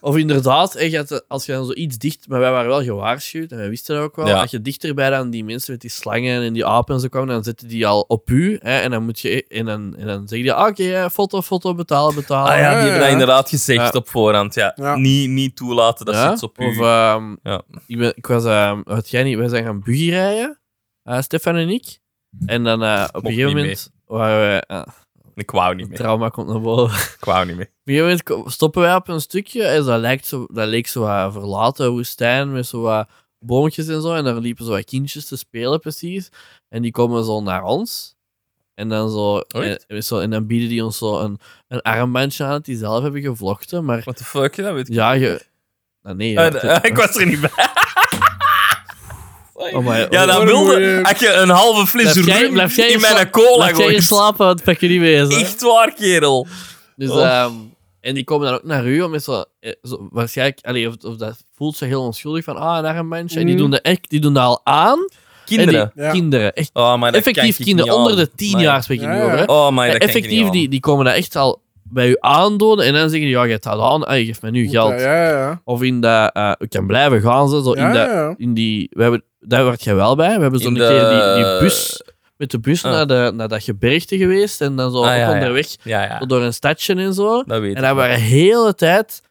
Speaker 3: Of inderdaad, echt, dat, eh, als je dan zoiets dicht... Maar wij waren wel gewaarschuwd, en wij wisten dat ook wel.
Speaker 1: Ja.
Speaker 3: Als je dichterbij dan die mensen met die slangen en die apen en zo kwam, dan zetten die al op u. Hè, en, dan moet je, en, dan, en dan zeg je, ah, oké, eh, foto, foto, betalen, betalen.
Speaker 1: Ah ja, die hebben
Speaker 2: ja.
Speaker 1: dat inderdaad gezegd
Speaker 3: Ja.
Speaker 1: op voorhand. Ja.
Speaker 2: Ja.
Speaker 1: Niet, niet toelaten dat
Speaker 3: Ja?
Speaker 1: ze iets op u...
Speaker 3: Of, ehm,
Speaker 1: Ja.
Speaker 3: ik, ben, ik was... ehm, wat jij niet... Wij zijn gaan buggy rijden, eh, Stefan en ik. En dan eh, op een
Speaker 1: mocht
Speaker 3: gegeven
Speaker 1: niet
Speaker 3: moment... Waren we, ah,
Speaker 1: Ik wou niet
Speaker 3: het
Speaker 1: mee.
Speaker 3: trauma komt naar boven.
Speaker 1: Ik wou niet mee.
Speaker 3: Op een gegeven moment ko- stoppen wij op een stukje en dat, lijkt zo, dat leek zo wat verlaten woestijn met zo wat boomtjes en zo. En daar liepen zo wat kindjes te spelen precies. En die komen zo naar ons. En dan, zo, en,
Speaker 1: echt?
Speaker 3: zo, en dan bieden die ons zo een, een armbandje aan dat die zelf hebben gevlochten. Maar
Speaker 1: What the fuck, dat weet ik.
Speaker 3: ja, je... Ah, nee,
Speaker 1: Eh,
Speaker 3: ja,
Speaker 1: eh, (laughs) ik was er niet bij.
Speaker 3: Oh, maar-
Speaker 1: Ja, dat
Speaker 2: Waarom
Speaker 1: wilde...
Speaker 2: moet je-
Speaker 1: Als je een halve fles
Speaker 3: Blijf jij-
Speaker 1: rum
Speaker 3: blijf jij
Speaker 1: in
Speaker 3: in sla-
Speaker 1: mijn cola (laughs)
Speaker 3: Laat jij
Speaker 1: gooit.
Speaker 3: slapen, want het pak je niet mee. hè.
Speaker 1: Echt waar, kerel.
Speaker 3: Dus,
Speaker 1: Oh.
Speaker 3: ehm, En die komen dan ook naar u, om zo, eh, zo, waarschijnlijk, allee, of, of dat voelt ze heel onschuldig van, ah, daar een mensje. En die
Speaker 2: Mm.
Speaker 3: doen dat echt, die doen dat al aan. En
Speaker 1: Kinderen.
Speaker 3: die,
Speaker 2: Ja.
Speaker 3: Kinderen, echt.
Speaker 1: Oh, maar dat kijk
Speaker 3: effectief
Speaker 1: ik
Speaker 3: kinderen,
Speaker 1: niet
Speaker 3: onder
Speaker 1: aan.
Speaker 3: de tien
Speaker 1: Maar-
Speaker 3: jaar spreek ik
Speaker 2: Ja,
Speaker 3: nu
Speaker 2: ja.
Speaker 3: over. hè.
Speaker 1: Oh, maar
Speaker 3: Ja,
Speaker 1: dat kijk ik niet
Speaker 3: effectief,
Speaker 1: aan.
Speaker 3: die, die komen dat echt al bij u aandoden en dan zeggen die, ja, je hebt dat aan, ah, je geeft mij nu geld.
Speaker 2: Ja, ja, ja.
Speaker 3: Of in dat, eh, ik kan blijven gaan, zo, zo
Speaker 2: Ja,
Speaker 3: in, dat,
Speaker 2: ja.
Speaker 3: in die, we hebben, daar werd jij wel bij, we hebben zo'n
Speaker 1: In
Speaker 3: keer
Speaker 1: de-
Speaker 3: die, die bus, met de bus
Speaker 1: Ah.
Speaker 3: naar, de, naar dat gebergte geweest en dan zo
Speaker 1: Ah, ja,
Speaker 3: op
Speaker 1: ja.
Speaker 3: onderweg
Speaker 1: Ja, ja.
Speaker 3: door een stadje en zo.
Speaker 1: Dat weet
Speaker 3: En
Speaker 1: ik.
Speaker 3: daar waren de hele tijd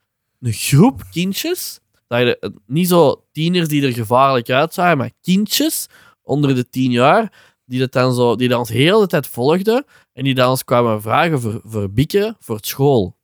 Speaker 3: een groep kindjes. Dat je de- niet zo tieners die er gevaarlijk uitzagen, maar kindjes onder de tien jaar. Die, dat dan zo, die dat ons heel de hele tijd volgden. En die dan ons kwamen vragen voor, voor bieken voor het school.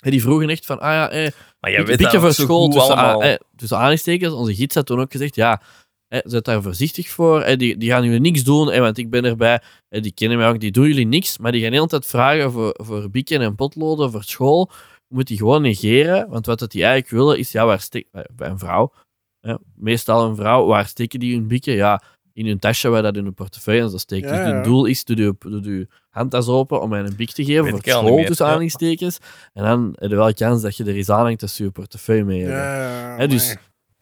Speaker 3: En die vroegen echt van, ah ja, eh,
Speaker 1: Maar
Speaker 3: bieken,
Speaker 1: je weet
Speaker 3: bieken
Speaker 1: dat
Speaker 3: voor
Speaker 1: zo
Speaker 3: school.
Speaker 1: goed
Speaker 3: Tussen, a-
Speaker 1: allemaal.
Speaker 3: eh, tussen aanstekens, onze gids had toen ook gezegd, ja, eh, zet daar voorzichtig voor. Eh, die, die gaan jullie niks doen, eh, want ik ben erbij. Eh, die kennen mij ook, die doen jullie niks. Maar die gaan de hele tijd vragen voor, voor bieken en potloden voor school. Je moet die gewoon negeren, want wat dat die eigenlijk willen is, ja, waar stek, bij- bij een vrouw, eh, meestal een vrouw, waar steken die hun bieken? Ja, in hun tasje, waar dat in hun portefeuille en zo steekt.
Speaker 2: Ja,
Speaker 3: dus
Speaker 2: ja.
Speaker 3: het doel is, doe je, doe je handtas open om mij een bik te geven
Speaker 1: Weet
Speaker 3: voor
Speaker 1: ik al niet
Speaker 3: school,
Speaker 1: meer,
Speaker 3: tussen
Speaker 1: ja.
Speaker 3: aanhalingstekens. En dan heb je wel kans dat je er iets aan hangt als je je portefeuille mee hebt.
Speaker 2: ja,
Speaker 3: Hè, dus
Speaker 2: amai.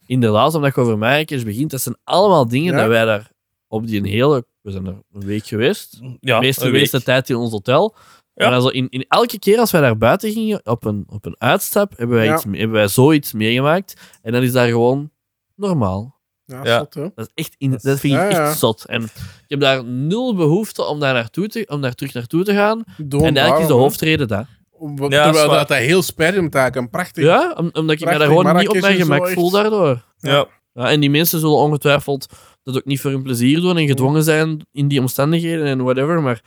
Speaker 3: Inderdaad, omdat je over Marrakesh begint, dat zijn allemaal dingen
Speaker 2: Ja.
Speaker 3: dat wij daar op die hele... We zijn er een week geweest.
Speaker 1: Ja,
Speaker 3: de meeste,
Speaker 1: een
Speaker 3: meeste
Speaker 1: week.
Speaker 3: tijd in ons hotel.
Speaker 1: Ja.
Speaker 3: En dan zo in, in elke keer als wij daar buiten gingen, op een, op een uitstap, hebben wij,
Speaker 2: Ja.
Speaker 3: iets, hebben wij zoiets meegemaakt. En dan is daar gewoon normaal.
Speaker 2: Ja,
Speaker 1: Ja.
Speaker 2: zot, hè.
Speaker 3: Dat, is echt in, dat vind ik
Speaker 2: Ja, ja.
Speaker 3: echt zot. En ik heb daar nul behoefte om daar, naartoe te, om daar terug naartoe te gaan.
Speaker 2: Doe
Speaker 3: en
Speaker 2: daarom,
Speaker 3: eigenlijk is
Speaker 2: hè.
Speaker 3: de hoofdreden dat.
Speaker 2: Om-
Speaker 1: Ja,
Speaker 2: terwijl
Speaker 1: zwaar.
Speaker 2: dat, dat heel spijtig moet eigenlijk een prachtig...
Speaker 3: Ja, om- omdat ik me daar
Speaker 2: Prachtig,
Speaker 3: gewoon niet op
Speaker 2: Marrakesh
Speaker 3: mijn
Speaker 2: is zo
Speaker 3: gemak
Speaker 2: echt-
Speaker 3: voel daardoor.
Speaker 1: Ja.
Speaker 3: Ja, en die mensen zullen ongetwijfeld dat ook niet voor hun plezier doen en gedwongen zijn in die omstandigheden en whatever. Maar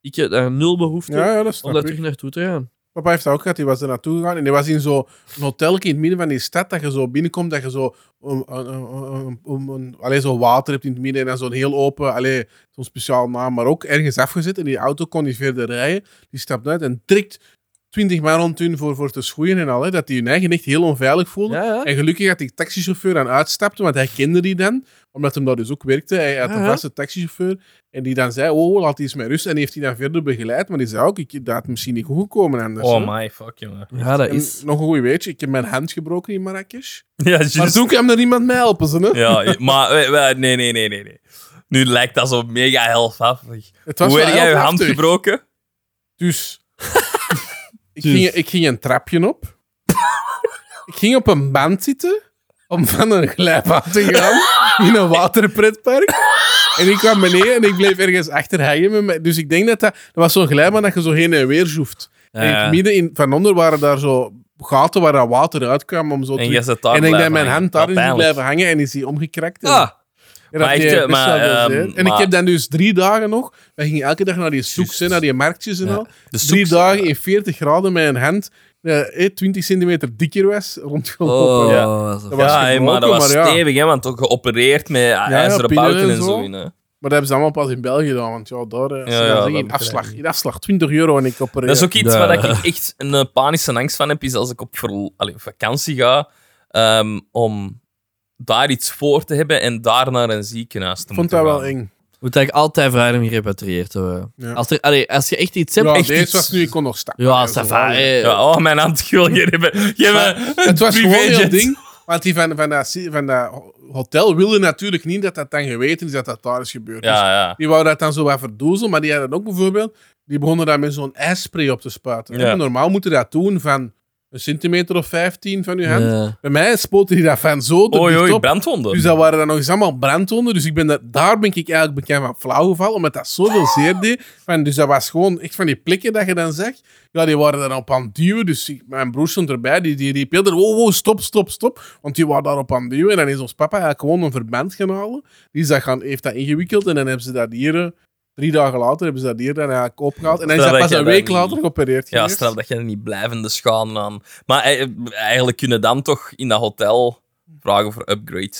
Speaker 3: ik heb daar nul behoefte
Speaker 2: Ja, ja, dat
Speaker 3: om
Speaker 2: snap
Speaker 3: daar
Speaker 2: ik.
Speaker 3: terug naartoe te gaan.
Speaker 2: Papa heeft dat ook gehad, die was er naartoe gegaan en die was in zo'n hotelje in het midden van die stad, dat je zo binnenkomt, dat je zo, een, een, een, een- een- een- allee, zo water hebt in het midden en dan zo'n heel open, allee, zo'n speciaal naam, maar ook ergens afgezet en die auto kon niet verder rijden. Die stapt uit en trekt 20 man rond hun voor, voor te schoeien en al, hè, dat die hun eigen echt heel onveilig voelde.
Speaker 3: Ja, ja.
Speaker 2: En gelukkig had die taxichauffeur dan uitstapte, want hij kende die dan, omdat hem dat dus ook werkte. Hij had
Speaker 3: Ja,
Speaker 2: een
Speaker 3: ja.
Speaker 2: vaste taxichauffeur en die dan zei, oh, laat die eens met rust. En die heeft die dan verder begeleid, maar die zei ook, ik, dat had misschien niet goed gekomen anders. hè.
Speaker 1: Oh my fuck, jongen.
Speaker 3: ja, dat
Speaker 2: En
Speaker 3: is.
Speaker 2: Nog een goed weetje, ik heb mijn hand gebroken in Marrakesh.
Speaker 1: (laughs) Ja,
Speaker 2: Maar
Speaker 1: juist.
Speaker 2: toen kwam er iemand mij helpen, ze, hè?
Speaker 1: Ja, je- maar we- we- nee, nee, nee, nee, nee. Nu lijkt dat zo mega helfhaftig.
Speaker 2: Het was
Speaker 1: Hoe
Speaker 2: wel
Speaker 1: heb jij
Speaker 2: heel
Speaker 1: je hand
Speaker 2: heftig.
Speaker 1: gebroken?
Speaker 2: Dus. ik,
Speaker 3: Dus.
Speaker 2: ging, ik ging een trapje op. ik ging op een band zitten om van een glijbaan te gaan in een waterpretpark. En ik kwam beneden en ik bleef ergens achter hangen. met mijn- Dus ik denk dat dat... Dat was zo'n glijbaan dat je zo heen en weer zoeft. En in
Speaker 1: Eh,
Speaker 2: het
Speaker 3: Ja,
Speaker 2: midden in, van onder waren daar zo gaten waar dat water uitkwam om zo
Speaker 1: En
Speaker 2: terug-
Speaker 1: jij zit daar
Speaker 2: en ik denk dat
Speaker 1: blijven
Speaker 2: mijn
Speaker 1: hangen.
Speaker 2: hand daarin is
Speaker 1: Pijnlijk.
Speaker 2: blijven hangen en is die omgekrakt. En-
Speaker 1: Ah,
Speaker 2: Ja, dat
Speaker 1: Maar echt,
Speaker 2: deed
Speaker 1: eh,
Speaker 2: best
Speaker 1: maar,
Speaker 2: wel veel
Speaker 1: ehm,
Speaker 2: zeer. en ik
Speaker 1: maar-
Speaker 2: heb dan dus drie dagen nog. Wij gingen elke dag naar die soeks,
Speaker 1: Juist.
Speaker 2: hè, naar die marktjes en
Speaker 3: Ja.
Speaker 2: al.
Speaker 1: de
Speaker 2: Drie
Speaker 1: soep-
Speaker 2: dagen in 40 graden met een hand eh, eh, 20 centimeter dikker was rondgelopen.
Speaker 3: Oh,
Speaker 1: Ja.
Speaker 3: dat is een
Speaker 2: Dat
Speaker 1: Ja,
Speaker 2: was
Speaker 1: hè,
Speaker 2: gebroken,
Speaker 1: maar dat was
Speaker 2: maar ja.
Speaker 1: stevig, hè, want ook geopereerd met
Speaker 2: ja,
Speaker 1: ijzeren
Speaker 2: pillen
Speaker 1: pouten
Speaker 2: en
Speaker 1: en
Speaker 2: zo.
Speaker 1: zo. in, hè.
Speaker 2: Maar dat hebben ze allemaal pas in België gedaan, want ja, daar eh,
Speaker 1: Ja,
Speaker 2: ze
Speaker 1: ja,
Speaker 2: zeggen,
Speaker 1: dat
Speaker 2: in,
Speaker 1: moet
Speaker 2: afslag,
Speaker 1: je
Speaker 2: in afslag 20 euro en ik eh, opereer.
Speaker 1: Dat is ook iets
Speaker 3: Ja.
Speaker 1: waar ik echt een eh, panische angst van heb, is als ik op verl- allee, vakantie ga, ehm, om daar iets voor te hebben en daar naar een ziekenhuis te
Speaker 2: ik vond
Speaker 1: moeten
Speaker 2: dat wel
Speaker 1: gaan.
Speaker 2: eng.
Speaker 3: Moet eigenlijk altijd vrijdag gerepatrieerd worden.
Speaker 2: Ja.
Speaker 3: Als, er, allee, als je echt iets hebt.
Speaker 2: Ja,
Speaker 3: echt
Speaker 2: deze
Speaker 3: iets-
Speaker 2: was nu, ik kon nog stappen.
Speaker 3: Ja,
Speaker 2: en zo.
Speaker 3: safari.
Speaker 1: Ja, oh, mijn hand wil je hebben. Geef me een
Speaker 2: Het was gewoon heel
Speaker 1: privéjet.
Speaker 2: ding. Want die van, van, dat, si- van dat hotel wilde natuurlijk niet dat dat dan geweten is dat dat daar is gebeurd. Dus
Speaker 1: Ja, ja.
Speaker 2: Die wou dat dan zo wat verdoezelen, maar die hadden ook bijvoorbeeld... Die begonnen daar met zo'n ijsspray op te spuiten.
Speaker 1: Ja.
Speaker 2: En Normaal moeten dat doen van een centimeter of 15 van je hand.
Speaker 3: Ja.
Speaker 2: Bij mij spoten die dat van zo de
Speaker 1: Oei,
Speaker 2: lucht
Speaker 1: oei,
Speaker 2: op.
Speaker 1: brandwonden.
Speaker 2: Dus dat waren dan nog eens allemaal brandwonden. Dus ik ben daar, daar ben ik eigenlijk bekend van flauwgevallen, omdat dat zoveel zeer deed. Van, dus dat was gewoon echt van die plekken dat je dan zag. Ja, die waren dan op aan het duwen. Dus ik- mijn broer stond erbij, die, die riep heel erg, wow, wow, stop, stop, stop. Want die waren daarop aan het duwen. En dan is ons papa eigenlijk gewoon een verband gaan halen. Die is dat gaan, heeft dat ingewikkeld en dan hebben ze dat hier... eh, Drie dagen later hebben ze dat hier dan eigenlijk opgehaald. En dan is
Speaker 1: Terwijl
Speaker 2: dat pas
Speaker 1: dat
Speaker 2: een
Speaker 1: jij
Speaker 2: week
Speaker 1: dat
Speaker 2: later
Speaker 1: niet-
Speaker 2: geopereerd
Speaker 1: Ja,
Speaker 2: geweest.
Speaker 1: straf dat je er niet blijvende schade aan. Maar eh, eigenlijk kunnen dan toch in dat hotel vragen voor upgrade.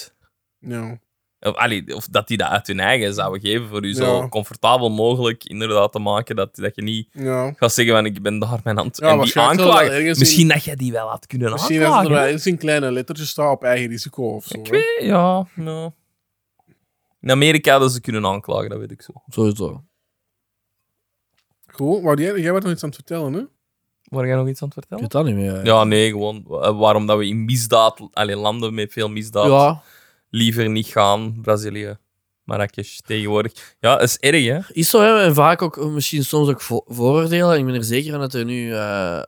Speaker 2: Ja.
Speaker 1: Of, allee, of dat die dat uit hun eigen zouden geven voor u zo
Speaker 2: Ja.
Speaker 1: comfortabel mogelijk inderdaad te maken. Dat, dat je niet
Speaker 2: ja.
Speaker 1: gaat zeggen van ik ben daar mijn hand.
Speaker 2: Ja,
Speaker 1: en die
Speaker 2: waarschijnlijk zal dat
Speaker 1: aanklagen.
Speaker 2: ergens in-
Speaker 1: Misschien dat jij die wel had kunnen
Speaker 2: Misschien dat ze er
Speaker 1: aanklagen.
Speaker 2: wel eens in kleine lettertjes staan op eigen risico of zo.
Speaker 1: Ik
Speaker 2: hè.
Speaker 1: weet, ja, ja. In Amerika hadden ze kunnen aanklagen, dat weet ik zo.
Speaker 3: Sowieso.
Speaker 2: Goed, maar jij, jij werd nog iets aan het vertellen, hè?
Speaker 1: Waar jij nog iets aan het vertellen?
Speaker 3: weet dat niet meer.
Speaker 1: Ja, nee, gewoon eh, waarom dat we in misdaad, allee, landen met veel misdaad,
Speaker 3: Ja,
Speaker 1: liever niet gaan. Brazilië, Marrakesh, tegenwoordig. Ja, dat is erg, hè?
Speaker 3: is zo. Hè, en vaak ook eh, misschien soms ook vo- vooroordelen. Ik ben er zeker van dat er nu, eh,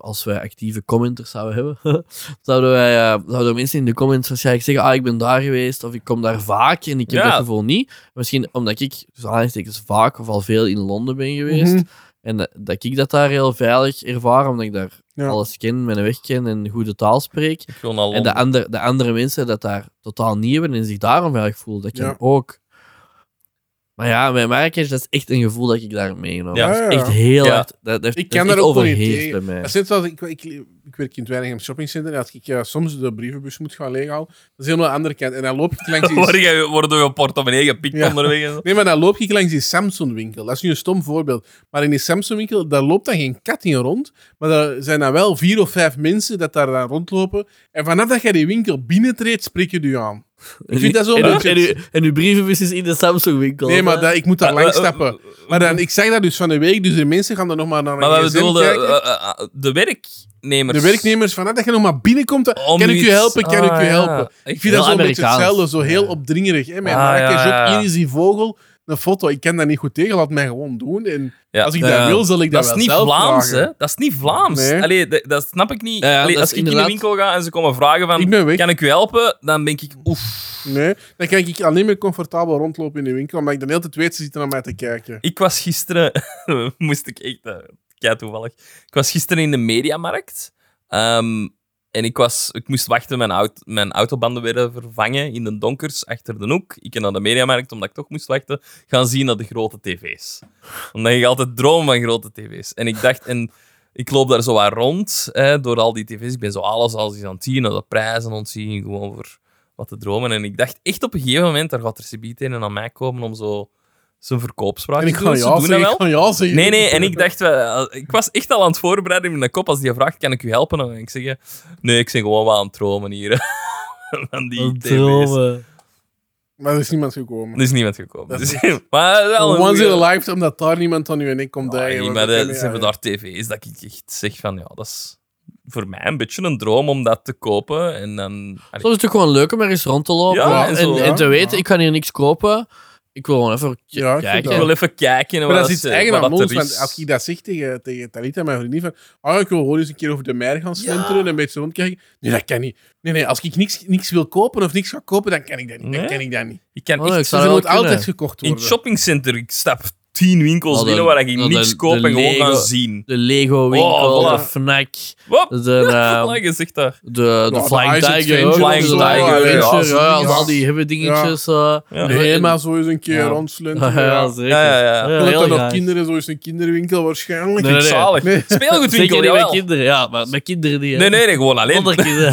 Speaker 3: als wij actieve commenters zouden hebben, (laughs) zouden, wij, eh, zouden mensen in de comments waarschijnlijk zeggen: Ah, ik ben daar geweest, of ik kom daar vaak en ik heb
Speaker 1: Ja.
Speaker 3: dat gevoel niet. Misschien omdat ik, dus aanhalingstekens, vaak of al veel in Londen ben geweest.
Speaker 2: Mhm.
Speaker 3: En dat, dat ik dat daar heel veilig ervaar, omdat ik daar
Speaker 2: Ja.
Speaker 3: alles ken, mijn weg ken en goede taal spreek.
Speaker 1: Ik wil naar
Speaker 3: En de,
Speaker 1: Londen.
Speaker 3: ander, de andere mensen dat daar totaal niet hebben en zich daarom veilig voelen, dat je
Speaker 2: Ja.
Speaker 3: ook. Maar ja, bij Marrakesh, dat is echt een gevoel dat ik daar heb meegenomen.
Speaker 1: Ja.
Speaker 3: dat
Speaker 2: Ja,
Speaker 3: is
Speaker 2: ja.
Speaker 3: echt heel
Speaker 1: Ja.
Speaker 3: hard. Dat, dat,
Speaker 2: Ik
Speaker 3: dat
Speaker 2: kan
Speaker 3: is
Speaker 2: daar
Speaker 3: echt
Speaker 2: ook wel niet
Speaker 3: overheerst bij
Speaker 2: tegen.
Speaker 3: mij.
Speaker 2: Dat is net als ik, ik, ik werk in het Weinigem Shoppingcenter en als ik eh, soms de brievenbus moet gaan leeghalen, dat is helemaal aan de andere kant. En dan loop ik
Speaker 1: (laughs)
Speaker 2: langs die...
Speaker 1: Worden je- Worden we portemonnee gepikt
Speaker 2: Ja.
Speaker 1: onderweg? en zo?
Speaker 2: Nee, maar dan loop ik langs die Samsung-winkel. Dat is nu een stom voorbeeld. Maar in die Samsung-winkel, daar loopt dan geen kat in rond. Maar er zijn dan wel vier of vijf mensen dat daar dan rondlopen. En vanaf dat jij die winkel binnentreedt, spreek je die aan. Ik vind dat zo
Speaker 3: en, uw-
Speaker 2: legit.
Speaker 3: en, uw- en uw brievenbus is in de Samsung-winkel.
Speaker 2: Nee, maar
Speaker 3: hè?
Speaker 2: dat, ik moet daar
Speaker 1: Eh,
Speaker 2: langs
Speaker 1: eh,
Speaker 2: stappen. Maar dan, ik zeg dat dus van de week, dus de mensen gaan dan nog maar naar een
Speaker 1: Maar we
Speaker 2: gsm
Speaker 1: bedoelden
Speaker 2: kijken.
Speaker 1: eh, eh, eh, de werknemers.
Speaker 2: De werknemers, vanaf dus dat je nog maar binnenkomt, dan-
Speaker 1: Om
Speaker 2: kan ik u
Speaker 1: iets-
Speaker 2: helpen, kan ik
Speaker 1: Ah,
Speaker 2: u
Speaker 1: ja.
Speaker 2: helpen. Ik vind dat
Speaker 3: Heel
Speaker 2: zo'n beetje
Speaker 3: Amerikaans.
Speaker 2: hetzelfde, zo heel
Speaker 3: Ja.
Speaker 2: opdringerig. Hè? Mijn
Speaker 1: Ah,
Speaker 2: Marrakesh
Speaker 1: ja, ja, ja.
Speaker 2: ook, hier is die vogel, een foto. Ik kan dat niet goed tegen, laat mij gewoon doen. En
Speaker 1: Ja,
Speaker 2: als ik
Speaker 1: eh,
Speaker 2: dat wil, zal ik dat,
Speaker 1: Dat is
Speaker 2: wel
Speaker 1: niet
Speaker 2: zelf
Speaker 1: Vlaams,
Speaker 2: vragen.
Speaker 1: hè? Dat is niet Vlaams.
Speaker 2: Nee.
Speaker 1: Allee, dat, dat snap ik niet.
Speaker 3: Ja, ja,
Speaker 1: Allee,
Speaker 3: dat
Speaker 1: als
Speaker 3: is
Speaker 1: ik
Speaker 3: inderdaad-
Speaker 1: in de winkel ga en ze komen vragen van...
Speaker 2: Ik ben weg.
Speaker 1: Kan ik u helpen? Dan denk ik... Oef.
Speaker 2: Nee, dan kan ik alleen maar comfortabel rondlopen in de winkel, omdat ik dan de hele tijd weet, ze zitten naar mij te kijken.
Speaker 1: Ik was gisteren... (laughs) moest ik echt... eh, kei toevallig. Ik was gisteren in de mediamarkt. ehm, en ik, was, ik moest wachten. Mijn, aut- mijn autobanden werden vervangen in de donkers achter de hoek. Ik ging naar de mediamarkt, omdat ik toch moest wachten. Gaan zien naar de grote tv's. Omdat ik altijd droom van grote tv's. En ik dacht... En, ik loop daar zo wat rond hè, door al die tv's. Ik ben zo alles als iets aan het zien, de prijzen ontzien, gewoon voor wat te dromen. En ik dacht echt op een gegeven moment, daar gaat er Sibiet een aan mij komen om zo zijn verkoopspraak
Speaker 2: En
Speaker 1: te
Speaker 2: ik
Speaker 1: doen.
Speaker 2: kan
Speaker 1: Ze
Speaker 2: ja
Speaker 1: doen dat
Speaker 2: zeggen,
Speaker 1: wel.
Speaker 2: ik kan ja zeggen.
Speaker 1: Nee, nee, en ik dacht, wel, eh, ik was echt al aan het voorbereiden in mijn kop als die vraagt, kan ik u helpen? En ik zeg, eh, nee, ik ben gewoon wat aan het dromen hier. (laughs) Van die
Speaker 3: Een
Speaker 1: tv's.
Speaker 3: dromen.
Speaker 2: Maar er is niemand gekomen.
Speaker 1: Er is niemand gekomen.
Speaker 2: Dat
Speaker 1: Dus, (laughs) maar wel een
Speaker 2: Once in
Speaker 1: goeie-
Speaker 2: a lifetime omdat daar niemand aan u en ik komt
Speaker 1: Ja,
Speaker 2: dagen,
Speaker 1: nee,
Speaker 2: want
Speaker 1: maar
Speaker 2: dat
Speaker 1: de-
Speaker 2: kan
Speaker 1: ze
Speaker 2: niet,
Speaker 1: hebben
Speaker 2: ja.
Speaker 1: daar tv's dat ik echt zeg van ja, dat is voor mij een beetje een droom om dat te kopen. En dan, allee,
Speaker 3: Soms is het ook gewoon leuk om er eens rond te lopen
Speaker 1: Ja,
Speaker 3: en,
Speaker 1: en zo,
Speaker 3: en,
Speaker 2: ja.
Speaker 3: te weten,
Speaker 2: Ja.
Speaker 3: ik kan hier niks kopen. Ik wil gewoon even
Speaker 2: Ja, ik vind
Speaker 3: kijken.
Speaker 1: ik wil even kijken.
Speaker 2: Maar
Speaker 1: wat
Speaker 2: dat is iets
Speaker 1: eh,
Speaker 2: eigen
Speaker 1: wat
Speaker 2: aan
Speaker 1: dat
Speaker 2: ons,
Speaker 1: er
Speaker 2: want
Speaker 1: is.
Speaker 2: als ik dat zeg tegen, tegen Talita, mijn vriendin, van oh, ja, ik wil gewoon eens een keer over de mer gaan slenteren en een beetje rondkijken. Nee, dat kan niet. Nee, nee, als ik niks, niks wil kopen of niks ga kopen, dan kan ik dat niet.
Speaker 1: Nee?
Speaker 2: Dan kan ik dat niet.
Speaker 1: Ik kan
Speaker 3: Oh,
Speaker 1: echt
Speaker 3: ik
Speaker 2: Dus
Speaker 3: zou
Speaker 2: er
Speaker 3: dat
Speaker 2: moet
Speaker 3: wel kunnen.
Speaker 2: altijd gekocht
Speaker 1: in
Speaker 2: worden.
Speaker 1: het shoppingcenter, ik stap tien winkels
Speaker 2: Nou,
Speaker 3: Oh, de-
Speaker 1: binnen waar ik
Speaker 3: oh, de-
Speaker 1: niks
Speaker 3: de
Speaker 1: koop en gewoon
Speaker 3: Lego-
Speaker 1: gaan zien.
Speaker 3: De Lego-winkel,
Speaker 1: Oh, voilà.
Speaker 3: de Fnac,
Speaker 1: Wop! (laughs)
Speaker 3: de, ehm,
Speaker 2: eh,
Speaker 1: Voilà, je zegt dat.
Speaker 3: Nou, De, de
Speaker 2: Ja, de
Speaker 3: Flying
Speaker 2: Ice
Speaker 3: Tiger,
Speaker 2: Adventure
Speaker 3: hoor.
Speaker 1: of
Speaker 3: de
Speaker 1: zo,
Speaker 3: Flying
Speaker 1: ja,
Speaker 3: Tiger,
Speaker 1: ja,
Speaker 3: ja,
Speaker 1: zo'n
Speaker 3: ja,
Speaker 2: ding, ja.
Speaker 3: al eh, die hippe dingetjes. Ja.
Speaker 1: Ja.
Speaker 2: Nee, maar zo eens een keer
Speaker 3: (laughs) Ja.
Speaker 2: rondslenteren. Ja.
Speaker 3: ja, zeker.
Speaker 1: Ja, ja, ja.
Speaker 2: Dat
Speaker 3: heel
Speaker 2: dan nog
Speaker 3: graag.
Speaker 2: kinderen, zo is een kinderwinkel waarschijnlijk.
Speaker 3: Nee, nee, nee.
Speaker 1: Zalig.
Speaker 2: Nee.
Speaker 3: Zeker
Speaker 1: Speelgoedwinkel,
Speaker 3: niet met
Speaker 1: jawel.
Speaker 3: kinderen, ja, maar met kinderen die.
Speaker 1: Nee, nee, nee, gewoon alleen. (laughs)
Speaker 3: Zonder kinderen.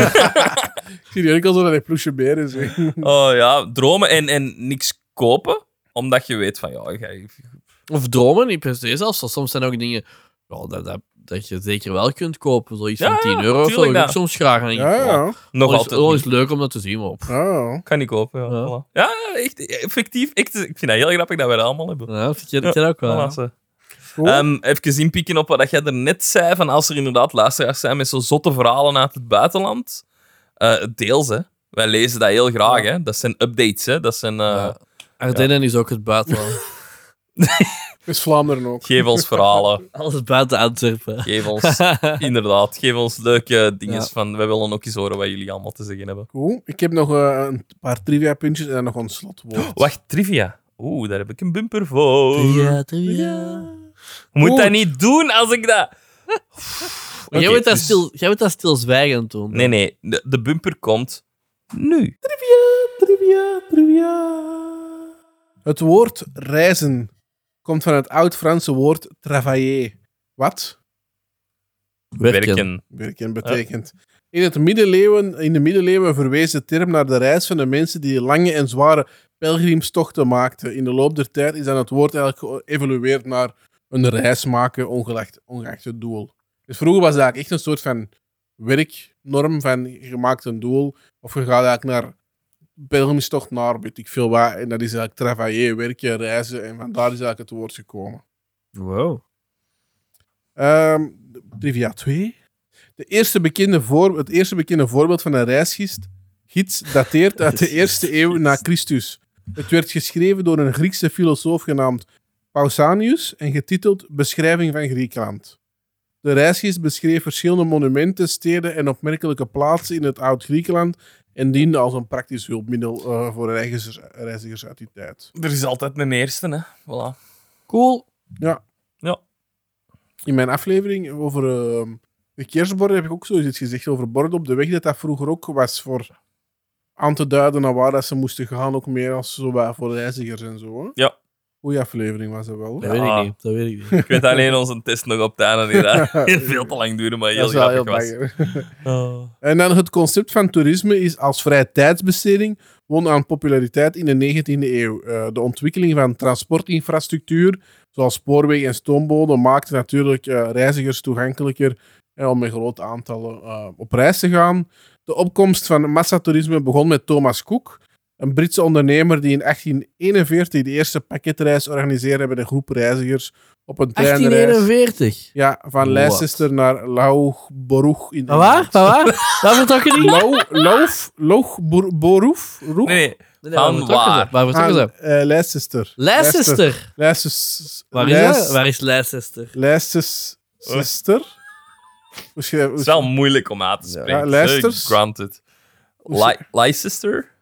Speaker 2: Ik zie die enkel zo dat hij ploesje beer is. hè.
Speaker 1: Oh ja, dromen en, en niks kopen, omdat je weet van ja, ik ga-
Speaker 3: of dromen, niet per se zelfs. want Soms zijn ook dingen ja, dat, dat, dat je zeker wel kunt kopen. Zoiets
Speaker 1: Ja,
Speaker 3: van 10 euro of zo.
Speaker 1: tuurlijk
Speaker 3: Ik ook
Speaker 1: dat.
Speaker 3: soms graag. En denk,
Speaker 2: Ja,
Speaker 3: oh,
Speaker 2: ja.
Speaker 1: nog
Speaker 3: wel is-
Speaker 1: altijd.
Speaker 3: wel
Speaker 1: niet.
Speaker 3: is leuk om dat te zien, maar op.
Speaker 2: ja.
Speaker 1: Kan ik kopen, ja.
Speaker 3: Ja.
Speaker 1: Voilà. Ja, echt, effectief. Ik, ik vind dat heel grappig dat wij dat allemaal hebben.
Speaker 3: Ja, vind je dat ook wel.
Speaker 1: Voilà,
Speaker 3: hè?
Speaker 1: zo.
Speaker 2: Goed.
Speaker 1: Ehm, even inpikken op wat jij er net zei, van als er inderdaad luisteraars zijn met zo zotte verhalen uit het buitenland. Eh, deels, hè. Wij lezen dat heel graag, hè. Dat zijn updates, hè. Dat zijn... eh,
Speaker 3: Ja. Ardennen is ook het buitenland.
Speaker 2: Is Vlaanderen ook.
Speaker 1: Geef ons verhalen.
Speaker 3: Alles buiten (laughs) Antwerpen.
Speaker 1: Geef ons... Inderdaad, geef ons leuke dingen
Speaker 3: Ja.
Speaker 1: van... Wij willen ook eens horen wat jullie allemaal te zeggen hebben.
Speaker 2: Goed. Ik heb nog eh, een paar trivia puntjes en dan nog een slotwoord.
Speaker 1: Wacht, trivia. Oeh, daar heb ik een bumper voor.
Speaker 3: Ja, ja.
Speaker 1: Moet
Speaker 2: Goed.
Speaker 1: dat niet doen als ik
Speaker 2: (laughs)
Speaker 1: dat...
Speaker 3: Maar
Speaker 1: Oké,
Speaker 3: jij moet dat
Speaker 1: dus-
Speaker 3: stil- jij moet dat stilzwijgend doen.
Speaker 1: Nee, nee, de, de bumper komt nu.
Speaker 2: Trivia, trivia. Het woord reizen komt van het oud-Franse woord travailler. Wat?
Speaker 1: Werken.
Speaker 2: Werken betekent. In, het middeleeuwen, in de middeleeuwen verwees de term naar de reis van de mensen die lange en zware pelgrimstochten maakten. In de loop der tijd is dan het woord eigenlijk geëvolueerd naar een reis maken, ongeacht, ongeacht het doel. Dus vroeger was dat eigenlijk echt een soort van werknorm van je maakt een doel of je gaat eigenlijk naar pelgrimstocht naar, weet ik veel waar. En dat is eigenlijk travailler, werken, reizen en vandaar is eigenlijk het woord gekomen.
Speaker 3: Wow.
Speaker 2: Ehm, Trivia 2. De eerste bekende voor, het eerste bekende voorbeeld van een reisgids gids dateert uit de eerste eeuw na Christus. Het werd geschreven door een Griekse filosoof genaamd Pausanius en getiteld Beschrijving van Griekenland. De reisgids beschreef verschillende monumenten, steden en opmerkelijke plaatsen in het Oud-Griekenland en diende als een praktisch hulpmiddel eh, voor reizigers, reizigers uit die tijd.
Speaker 1: Er is altijd een eerste, hè. Voilà.
Speaker 3: Cool.
Speaker 2: Ja.
Speaker 1: Ja.
Speaker 2: In mijn aflevering over ehm, verkeersborden heb ik ook zoiets gezegd over borden op de weg, dat dat vroeger ook was voor aan te duiden naar waar dat ze moesten gaan, ook meer als zo wat voor reizigers en zo. hè.
Speaker 1: Ja.
Speaker 2: Goeie aflevering was dat wel.
Speaker 3: Dat weet ik niet. Dat weet ik niet. (laughs)
Speaker 1: Ik weet alleen onze test nog op tijden die daar
Speaker 2: (laughs)
Speaker 1: heel veel te lang duurde, maar heel
Speaker 2: dat is wel heel
Speaker 1: grappig was.
Speaker 2: banger.
Speaker 1: Oh.
Speaker 2: En dan het concept van toerisme is als vrije tijdsbesteding won aan populariteit in de 19e eeuw. Eh, de ontwikkeling van transportinfrastructuur, zoals spoorwegen en stoomboden, maakte natuurlijk eh, reizigers toegankelijker eh, om met grote aantallen eh, op reis te gaan. De opkomst van massatoerisme begon met Thomas Cook, een Britse ondernemer die in 1841 de eerste pakketreis organiseerde met een groep reizigers op een treinreis.
Speaker 3: 1841.
Speaker 2: Ja, van
Speaker 3: Wat?
Speaker 2: Leicester naar Lauchborough in
Speaker 3: Van Ah, waar?
Speaker 2: Engeland.
Speaker 3: Van (laughs) waar? Dat vertrokken die?
Speaker 2: Lou, Loof, Loog, Boer- Boruf, Roeg?
Speaker 1: Nee, nee.
Speaker 3: waar
Speaker 1: Van
Speaker 3: vertrokken
Speaker 1: waar?
Speaker 3: ze? Waar
Speaker 2: Aan,
Speaker 3: vertrokken ze?
Speaker 2: eh, Leicester.
Speaker 3: Leicester.
Speaker 2: Leicester.
Speaker 3: Waar is
Speaker 2: Leices-
Speaker 3: dat? Waar is Leicester?
Speaker 2: Leicester. Hoe schrijf- hoe
Speaker 1: Het is wel moeilijk om aan te spreken.
Speaker 2: Ja, Leicesters.
Speaker 1: Eh, Granted.
Speaker 2: hoe schrijf-
Speaker 1: Li- Leicester?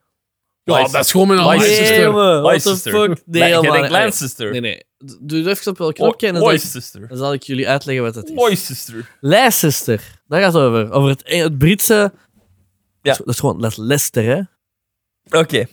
Speaker 2: Ja, dat is gewoon met een
Speaker 1: Leicester.
Speaker 3: Nee,
Speaker 2: Leicester.
Speaker 3: jongen, what
Speaker 1: Oh,
Speaker 3: the
Speaker 1: Leicester.
Speaker 3: fuck?
Speaker 1: Le- jij
Speaker 3: man,
Speaker 1: denkt
Speaker 3: nee.
Speaker 1: Leicester. Oh,
Speaker 3: Nee, nee. D- Doe even op welk knopje en dan zal, ik,
Speaker 1: Leicester.
Speaker 3: dan zal ik jullie uitleggen wat dat is.
Speaker 1: Leicester.
Speaker 3: Leicester. Daar gaat het over. Over het, e- het Britse... Dat is- Dat is gewoon dat is Leicester, hè?
Speaker 1: Oké,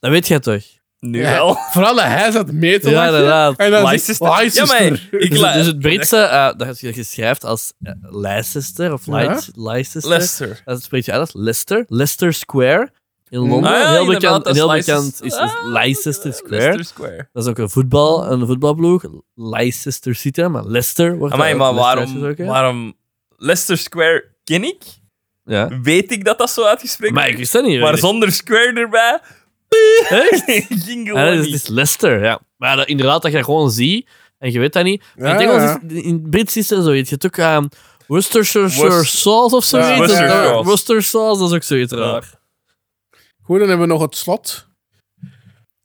Speaker 3: Dat weet jij toch?
Speaker 1: nu
Speaker 2: Ja.
Speaker 1: wel.
Speaker 2: Vooral dat hij zat mee te
Speaker 3: Ja,
Speaker 2: lachen.
Speaker 3: inderdaad.
Speaker 2: En dan
Speaker 1: Leicester.
Speaker 2: zegt Leicester.
Speaker 1: Ja, maar ik
Speaker 3: Dus,
Speaker 1: la-
Speaker 3: dus het Britse, eh, dat je je schrijft als eh, Leicester of Leic- Leicester.
Speaker 1: Leicester.
Speaker 3: Dat spreekt je uit als Leicester. Leicester Square in Londen.
Speaker 1: Ah, ja,
Speaker 3: heel
Speaker 1: inderdaad,
Speaker 3: bekend,
Speaker 1: dat is
Speaker 3: heel
Speaker 1: Leicester-
Speaker 3: bekend is, is
Speaker 1: Ah,
Speaker 3: Leicester Square.
Speaker 1: Leicester Square.
Speaker 3: Dat is ook een, voetbal, een voetbalploeg. Leicester City, maar Leicester wordt
Speaker 1: Amai,
Speaker 3: daar
Speaker 1: maar
Speaker 3: eh, ook Leicester
Speaker 1: waarom,
Speaker 3: uitgesproken.
Speaker 1: waarom... Leicester Square ken ik.
Speaker 3: Ja.
Speaker 1: Weet ik dat dat zo uitgesproken
Speaker 3: Maar ik wist dat niet.
Speaker 1: Maar
Speaker 3: weet ik.
Speaker 1: zonder square erbij... (laughs) Ging
Speaker 3: Ja,
Speaker 1: gewoon
Speaker 3: dat is,
Speaker 1: niet.
Speaker 3: het is Leicester, ja. Maar dat- inderdaad, dat je dat gewoon ziet en je weet dat niet. Maar
Speaker 2: Ja,
Speaker 3: in, het Engels
Speaker 2: ja.
Speaker 3: is, in het Brits is er zoiets. Je hebt ook ehm, Worcestershire
Speaker 1: Worcester-
Speaker 3: sauce of zoiets.
Speaker 2: Ja,
Speaker 3: Worcestershire
Speaker 2: Worcestershire
Speaker 1: sauce.
Speaker 3: sauce, dat is ook zoiets raar.
Speaker 2: Goed, dan hebben we nog het slot.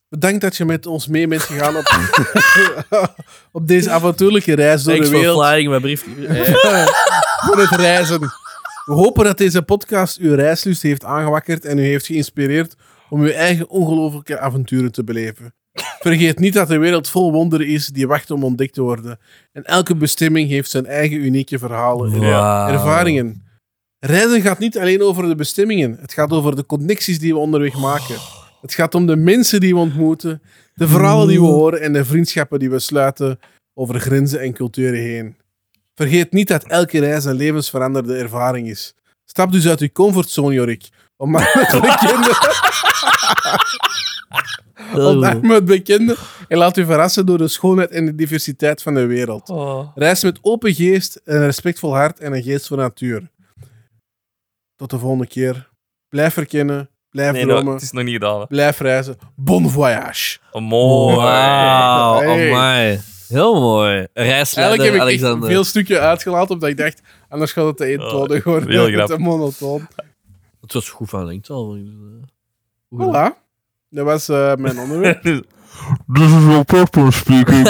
Speaker 2: Bedankt dat je met ons mee bent gegaan op,
Speaker 1: (laughs)
Speaker 2: op (laughs) deze avontuurlijke reis door
Speaker 3: Thanks
Speaker 2: de
Speaker 3: for
Speaker 2: wereld.
Speaker 3: flying, mijn brief. Eh,
Speaker 2: voor het reizen. We hopen dat deze podcast uw reislust heeft aangewakkerd en u heeft geïnspireerd om uw eigen ongelooflijke avonturen te beleven. Vergeet niet dat de wereld vol wonderen is die wacht om ontdekt te worden. En elke bestemming heeft zijn eigen unieke verhalen en
Speaker 3: Wauw.
Speaker 2: ervaringen. Reizen gaat niet alleen over de bestemmingen. Het gaat over de connecties die we onderweg maken. Het gaat om de mensen die we ontmoeten, de verhalen die we horen en de vriendschappen die we sluiten over grenzen en culturen heen. Vergeet niet dat elke reis een levensveranderde ervaring is. Stap dus uit uw comfortzone, Jorik. Om maar met bekende,
Speaker 3: Oh.
Speaker 2: om maar met bekende en laat u verrassen door de schoonheid en de diversiteit van de wereld.
Speaker 1: Oh.
Speaker 2: Reis met open geest, een respectvol hart en een geest voor natuur. Tot de volgende keer. Blijf verkennen, blijf
Speaker 1: Nee, dat,
Speaker 2: dromen,
Speaker 1: het is nog niet gedaan. hè.
Speaker 2: blijf reizen. Bon voyage!
Speaker 1: Oh, mooi.
Speaker 3: Wauw,
Speaker 2: Hey.
Speaker 3: amai. Heel mooi.
Speaker 2: Eigenlijk heb
Speaker 3: Reisleider
Speaker 2: ik echt
Speaker 3: Alexander.
Speaker 2: veel stukje uitgelaten, omdat ik dacht, anders gaat het te eentonig worden.
Speaker 1: Oh, heel
Speaker 2: Het wordt
Speaker 1: grappig.
Speaker 2: te monotoon.
Speaker 3: Het was goed van LinkedIn. eh, goed gedaan.
Speaker 2: Voilà. Dat was eh, mijn onderwerp.
Speaker 4: This is your purple speaking.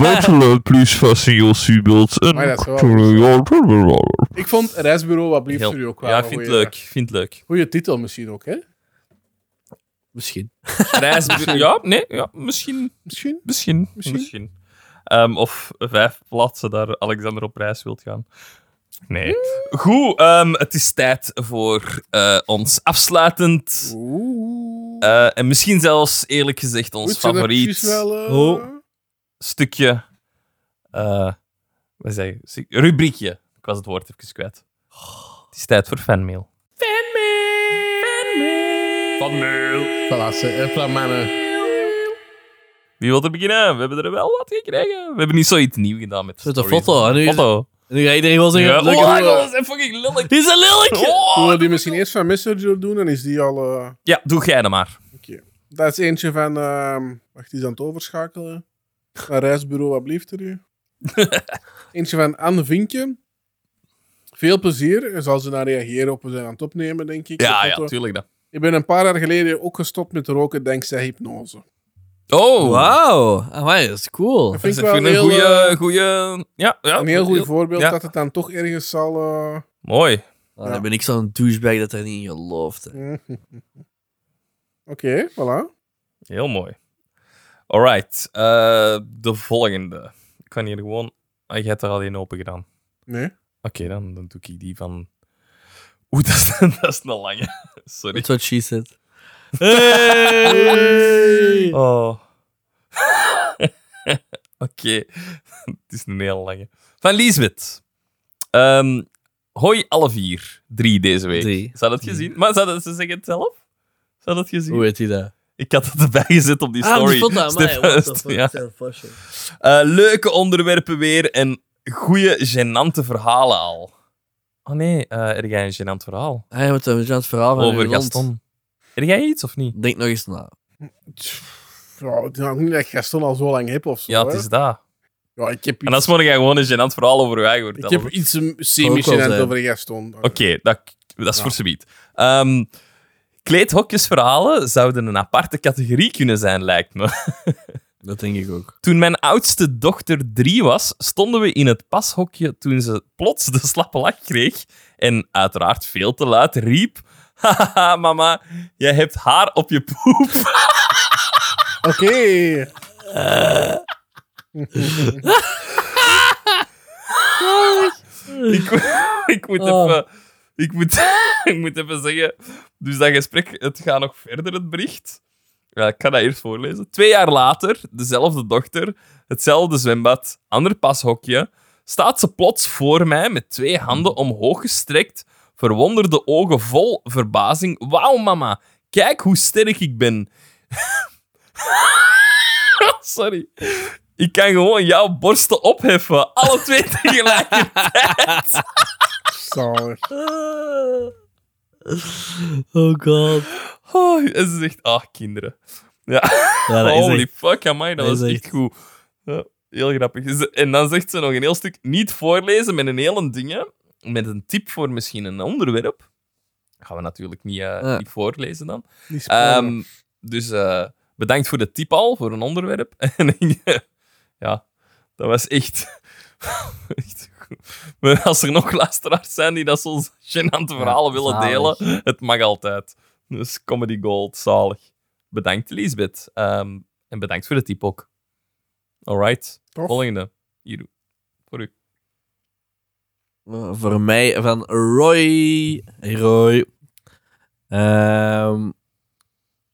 Speaker 4: Bachelor, please fasten your seatbelts and
Speaker 2: Maar dat is wel-
Speaker 4: to your
Speaker 2: ik vond Reisbureau wat blieft
Speaker 1: Heel-
Speaker 2: jullie ook wel.
Speaker 1: ja, ik
Speaker 2: een
Speaker 1: vind het
Speaker 2: goeie-
Speaker 1: leuk. ik Vind het leuk.
Speaker 2: Goeie titel misschien ook, hè?
Speaker 3: Misschien.
Speaker 1: Reis,
Speaker 2: (laughs)
Speaker 1: ja, nee, ja, misschien.
Speaker 2: Misschien.
Speaker 1: Misschien.
Speaker 2: Misschien.
Speaker 1: misschien. Ehm, of vijf plaatsen daar Alexander op reis wilt gaan. Nee. Goed, ehm, het is tijd voor eh, ons afsluitend.
Speaker 2: Oeh.
Speaker 1: eh, en misschien zelfs eerlijk gezegd ons
Speaker 2: Goed, zijn er
Speaker 1: favoriet
Speaker 2: precies wel, eh,
Speaker 3: Oh.
Speaker 1: stukje. eh, wat zeg ik? Stuk- Rubriekje. Ik was het woord even kwijt. Het is tijd voor fanmail. Fanmail! Fanmail!
Speaker 2: Voilà, ze- hopla, mannen.
Speaker 1: Wie wil er beginnen? We hebben er wel wat gekregen. We hebben niet zoiets nieuw gedaan met
Speaker 3: Met een
Speaker 1: stories.
Speaker 3: foto, hè, nu is-
Speaker 1: Foto.
Speaker 3: En nu gaat iedereen wel zeggen...
Speaker 1: Ja,
Speaker 3: leuk,
Speaker 1: oh,
Speaker 3: hoor.
Speaker 1: dat is fucking lelijk.
Speaker 3: Hij is een lilletje!
Speaker 2: Zullen
Speaker 1: Oh.
Speaker 2: we die misschien eerst van Messenger doen? Dan is die al... eh,
Speaker 1: Ja, doe jij dat maar. (laughs)
Speaker 2: Dat is eentje van... ehm, wacht, die is aan het overschakelen. Naar Reisbureau, wat blieft er u? Eentje van Anne Vinkje. Veel plezier. Er zal ze naar reageren op we zijn aan het opnemen, denk ik.
Speaker 1: Ja,
Speaker 2: Dat
Speaker 1: ja,
Speaker 2: foto.
Speaker 1: tuurlijk dat.
Speaker 2: Ik ben een paar jaar geleden ook gestopt met roken dankzij hypnose.
Speaker 1: Oh,
Speaker 3: Wauw. Amai, dat is cool.
Speaker 2: Dat
Speaker 1: dat
Speaker 2: vind
Speaker 1: is
Speaker 2: ik wel
Speaker 1: even
Speaker 2: een
Speaker 1: een
Speaker 2: heel,
Speaker 1: goede,
Speaker 2: eh,
Speaker 1: goede, ja, ja.
Speaker 2: een Oh, heel goed voorbeeld
Speaker 1: ja.
Speaker 2: dat het dan toch ergens zal... eh,
Speaker 1: Mooi.
Speaker 3: Ah, Dan ben ik zo'n douchebag dat er niet in gelooft. hè.
Speaker 2: Oké, voilà.
Speaker 1: Heel mooi. Alright, eh, de volgende. Ik kan hier gewoon. Ah, je hebt er al één open gedaan.
Speaker 2: Nee.
Speaker 1: Oké, dan, dan doe ik die van. Oeh, (laughs) dat is, dat is een lange. Sorry.
Speaker 3: That's what she said.
Speaker 1: Oh. (laughs) Oké, het is een heel lange. Van Liesbeth. Ehm, hoi, alle vier. Drie deze week.
Speaker 3: Drie.
Speaker 1: Zou dat gezien? Maar zou dat, ze zeggen het zelf? Zou dat gezien?
Speaker 3: Hoe heet hij dat?
Speaker 1: Ik had het erbij gezet op die
Speaker 3: Ah,
Speaker 1: story. Stefan, (laughs) ja. Eh, leuke onderwerpen weer en goede, gênante verhalen al. Oh nee, eh heb jij een gênant verhaal?
Speaker 3: Hij moet Oh, een het verhaal van
Speaker 1: Over
Speaker 3: uw land.
Speaker 1: Gaston. Heb jij iets of niet?
Speaker 3: Denk nog eens na.
Speaker 2: Tch, Ja, het is nou niet dat Gaston al zo lang heb of zo.
Speaker 1: Ja, het
Speaker 2: hè.
Speaker 1: is dat.
Speaker 2: ja ik heb
Speaker 1: En
Speaker 2: iets,
Speaker 1: dan morgen jij gewoon een gênant verhaal over je eigen
Speaker 2: ik
Speaker 1: vertellen.
Speaker 2: heb
Speaker 1: Oké,
Speaker 2: iets
Speaker 3: Ook wel
Speaker 2: semi-genant
Speaker 3: zijn.
Speaker 2: over Gaston.
Speaker 1: dat, dat is
Speaker 2: Ja.
Speaker 1: voor subiet. Ehm kleedhokjesverhalen zouden een aparte categorie kunnen zijn, lijkt me. (laughs)
Speaker 3: Dat denk ik ook.
Speaker 1: Toen mijn oudste dochter drie was, stonden we in het pashokje toen ze plots de slappe lach kreeg en uiteraard veel te luid riep... (laughs) Haha, mama, jij hebt haar op je poep.
Speaker 2: Oké.
Speaker 1: Ik, moet- (laughs) ik moet
Speaker 3: Oh.
Speaker 1: even... Ik moet, (laughs) ik moet even zeggen... Dus dat gesprek, het gaat nog verder, het bericht. Ja, ik ga dat eerst voorlezen. Twee jaar later, dezelfde dochter, hetzelfde zwembad, ander pashokje, staat ze plots voor mij met twee handen omhoog gestrekt, verwonderde ogen vol verbazing. Wauw, mama, kijk hoe sterk ik ben. (laughs) Sorry. Ik kan gewoon jouw borsten opheffen. Alle twee tegelijk.
Speaker 2: Zalig.
Speaker 3: (laughs) Oh god.
Speaker 1: Oh, en ze zegt, ah, kinderen. Ja,
Speaker 3: Ja, dat is
Speaker 1: holy
Speaker 3: echt...
Speaker 1: fuck, amai, dat
Speaker 3: dat
Speaker 1: was
Speaker 3: is
Speaker 1: echt
Speaker 3: echt-
Speaker 1: goed. Ja, heel grappig. Ze- En dan zegt ze nog een heel stuk niet voorlezen met een hele dingen, met een tip voor misschien een onderwerp. Gaan we natuurlijk niet, eh,
Speaker 3: Ja.
Speaker 1: niet voorlezen dan.
Speaker 2: Die spelen.
Speaker 1: Ehm, dus eh, bedankt voor de tip al, voor een onderwerp. (laughs) En ik- eh, ja, dat was echt... (laughs) echt goed. Maar als er nog luisteraars zijn die dat soms (laughs) gênante verhalen willen
Speaker 3: zalig.
Speaker 1: delen, het mag altijd. Dus comedy gold, zalig. Bedankt, Lisbeth. Ehm, en bedankt voor de tip ook. Alright,
Speaker 2: Tof.
Speaker 1: volgende.
Speaker 3: (laughs)
Speaker 1: Hier, voor u.
Speaker 3: Eh, Voor mij van Roy. Hey, Roy. Ehm,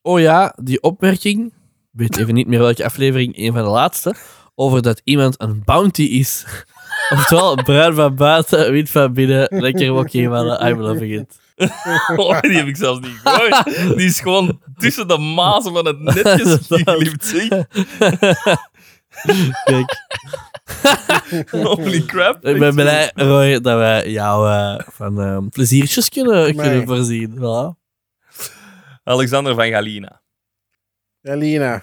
Speaker 3: oh ja, die opmerking. Ik weet even niet meer welke aflevering, een van de laatste. Over dat iemand een bounty is. (laughs) Oftewel, bruin van buiten, wit van binnen. Lekker wokje, mannen. I'm loving it. (laughs)
Speaker 1: Oh, die heb ik zelfs niet gehoord. Die is gewoon tussen de mazen van
Speaker 3: (laughs)
Speaker 1: het netjes geklipt. zeg.
Speaker 3: Kijk,
Speaker 1: Holy crap.
Speaker 3: ik ben blij, Roy, dat wij jou eh, van ehm, pleziertjes kunnen, kunnen
Speaker 2: Nee.
Speaker 3: voorzien. Voilà.
Speaker 1: Alexander van Galina. (laughs)
Speaker 2: Elina.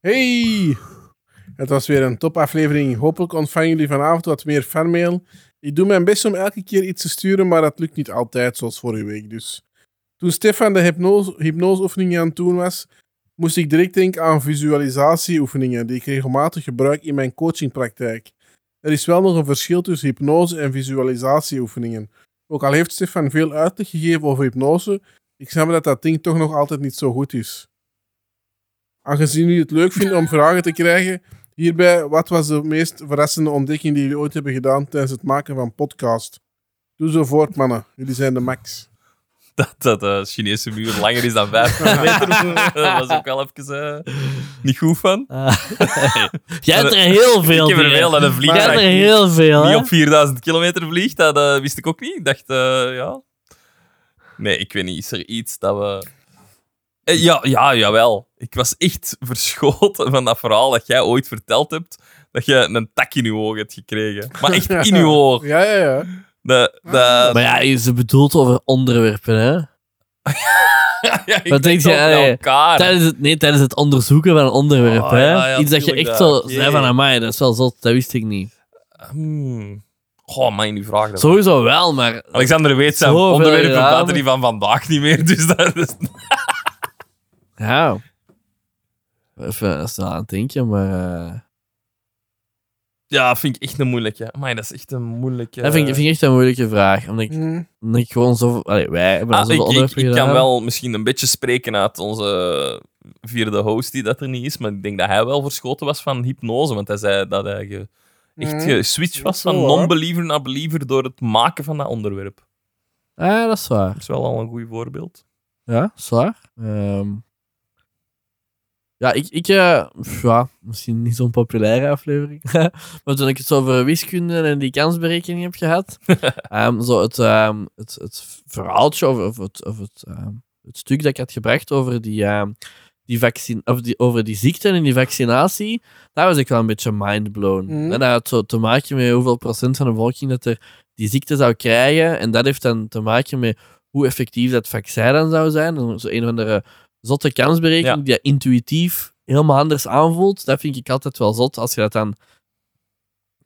Speaker 2: Hey! Het was weer een topaflevering. Hopelijk ontvangen jullie vanavond wat meer fanmail. Ik doe mijn best om elke keer iets te sturen, maar dat lukt niet altijd, zoals vorige week dus. Toen Stefan de hypnose- hypnoseoefeningen aan het doen was, moest ik direct denken aan visualisatieoefeningen die ik regelmatig gebruik in mijn coachingpraktijk. Er is wel nog een verschil tussen hypnose en visualisatieoefeningen. Ook al heeft Stefan veel uitleg gegeven over hypnose, ik snap dat dat ding toch nog altijd niet zo goed is. Aangezien jullie het leuk vinden om vragen te krijgen, hierbij, wat was de meest verrassende ontdekking die jullie ooit hebben gedaan tijdens het maken van podcast? Doe zo voort, mannen. Jullie zijn de max.
Speaker 1: Dat, dat de Chinese muur langer is dan 5 kilometer. Daar was ik wel even eh, niet goed van. (laughs) eh,
Speaker 3: Ah, Jij hebt er heel veel.
Speaker 1: ik heb er
Speaker 3: dingen.
Speaker 1: veel dat een
Speaker 3: Jij hebt er
Speaker 1: vliegtuig
Speaker 3: heel veel.
Speaker 1: die
Speaker 3: hè?
Speaker 1: op 4000 kilometer vliegt. Dat eh, wist ik ook niet. Ik dacht, eh, ja... Nee, ik weet niet. Is er iets dat we... Eh, Ja, ja, jawel. Ik was echt (laughs) verschoten van dat verhaal dat jij ooit verteld hebt. Dat je een tak in je oog hebt gekregen. Maar echt in je oog.
Speaker 2: Ja, ja, ja.
Speaker 1: De, de, Ah,
Speaker 3: Maar ja, ze bedoelt over onderwerpen, hè?
Speaker 1: (laughs) ja, ik denk
Speaker 3: Wat denk je,
Speaker 1: zo bij
Speaker 3: eh,
Speaker 1: elkaar.
Speaker 3: Tijdens het, nee, tijdens het onderzoeken van een onderwerp.
Speaker 1: Oh,
Speaker 3: hè?
Speaker 1: ja, ja,
Speaker 3: Iets dat je
Speaker 1: tuurlijk,
Speaker 3: echt
Speaker 1: ja.
Speaker 3: zo zei van,
Speaker 1: Jee.
Speaker 3: amai, dat is wel zot, dat wist ik niet.
Speaker 1: Hmm. Goh, man, nu vraag dat.
Speaker 3: Sowieso wel, maar...
Speaker 1: Alexander weet zijn
Speaker 3: Zoveel
Speaker 1: onderwerpen
Speaker 3: gedaan.
Speaker 1: baten die van vandaag niet meer, dus dat is...
Speaker 3: (laughs) Ja. Even snel aan het denken, maar... eh,
Speaker 1: Ja, vind ik echt een moeilijke. Maar dat is echt een moeilijke...
Speaker 3: Dat vind ik, vind ik echt een moeilijke vraag. Omdat ik,
Speaker 2: Hmm.
Speaker 3: omdat ik gewoon zo... Allee, wij hebben
Speaker 1: Ah,
Speaker 3: al
Speaker 1: ik,
Speaker 3: zoveel
Speaker 1: ik,
Speaker 3: onderwerpen
Speaker 1: ik
Speaker 3: gedaan.
Speaker 1: kan wel misschien een beetje spreken uit onze vierde host die dat er niet is, maar ik denk dat hij wel verschoten was van hypnose, want hij zei dat hij ge- echt
Speaker 2: Mhm.
Speaker 1: geswitcht was
Speaker 2: Zo,
Speaker 1: van
Speaker 2: hoor.
Speaker 1: non-believer naar believer door het maken van dat onderwerp.
Speaker 3: Ah, dat is waar.
Speaker 1: Dat is wel al een goed voorbeeld.
Speaker 3: Ja, dat is waar. Ehm, ja, ik... ik eh, pff, ja, misschien niet zo'n populaire aflevering. (laughs) maar toen ik het zo over wiskunde en die kansberekening heb gehad... ehm, zo het, ehm, het, het verhaaltje of, of het, of het, ehm, het stuk dat ik had gebracht over die... ehm, die vaccin, of die, over die ziekte en die vaccinatie, daar was ik wel een beetje mindblown.
Speaker 2: Mhm.
Speaker 3: En dat had zo te maken met hoeveel procent van de bevolking dat er die ziekte zou krijgen. En dat heeft dan te maken met hoe effectief dat vaccin dan zou zijn. En zo een of andere zotte kansberekening
Speaker 1: Ja.
Speaker 3: die je intuïtief helemaal anders aanvoelt. Dat vind ik altijd wel zot als je dat dan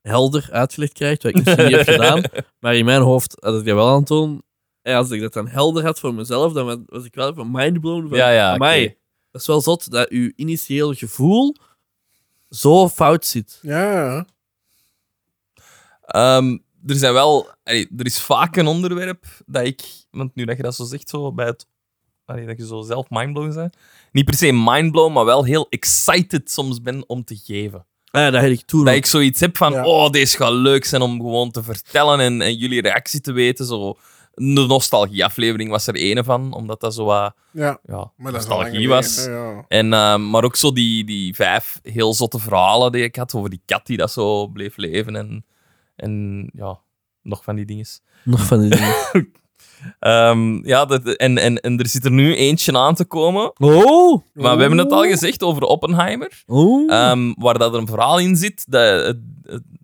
Speaker 3: helder uitgelegd krijgt, wat ik misschien niet
Speaker 1: (laughs)
Speaker 3: heb gedaan. Maar in mijn hoofd had ik dat wel aan het doen. En als ik dat dan helder had voor mezelf, dan was- was ik wel even mindblown van...
Speaker 1: Ja, ja,
Speaker 3: amai,
Speaker 1: oké.
Speaker 3: dat is wel zot dat uw initieel gevoel zo fout zit.
Speaker 2: Ja.
Speaker 1: Ehm, er zijn wel... allee, er is vaak een onderwerp dat ik... Want nu dat je dat zo zegt, zo bij het... allee, dat je zo zelf mindblown bent. Niet per se mindblown, maar wel heel excited soms ben om te geven.
Speaker 3: Ah, dat had ik toen
Speaker 1: Dat
Speaker 3: ook.
Speaker 1: ik zoiets heb van,
Speaker 2: Ja.
Speaker 1: oh, deze gaat leuk zijn om gewoon te vertellen en, en jullie reactie te weten. Zo. De nostalgie-aflevering was er ene van, omdat dat zo wat
Speaker 2: Ja,
Speaker 1: ja,
Speaker 2: maar dat is al
Speaker 1: nostalgie
Speaker 2: lang geleden,
Speaker 1: was.
Speaker 2: Ja.
Speaker 1: En, eh, maar ook zo die, die vijf heel zotte verhalen die ik had over die kat die dat zo bleef leven en, en ja, nog van die dingen.
Speaker 3: Nog van die
Speaker 1: (laughs)
Speaker 3: dingen.
Speaker 1: Ehm, ja, dat, en, en, en er zit er nu eentje aan te komen.
Speaker 3: Oh!
Speaker 1: Maar we hebben het al gezegd over Oppenheimer.
Speaker 3: Oh!
Speaker 1: Ehm, waar dat er een verhaal in zit dat,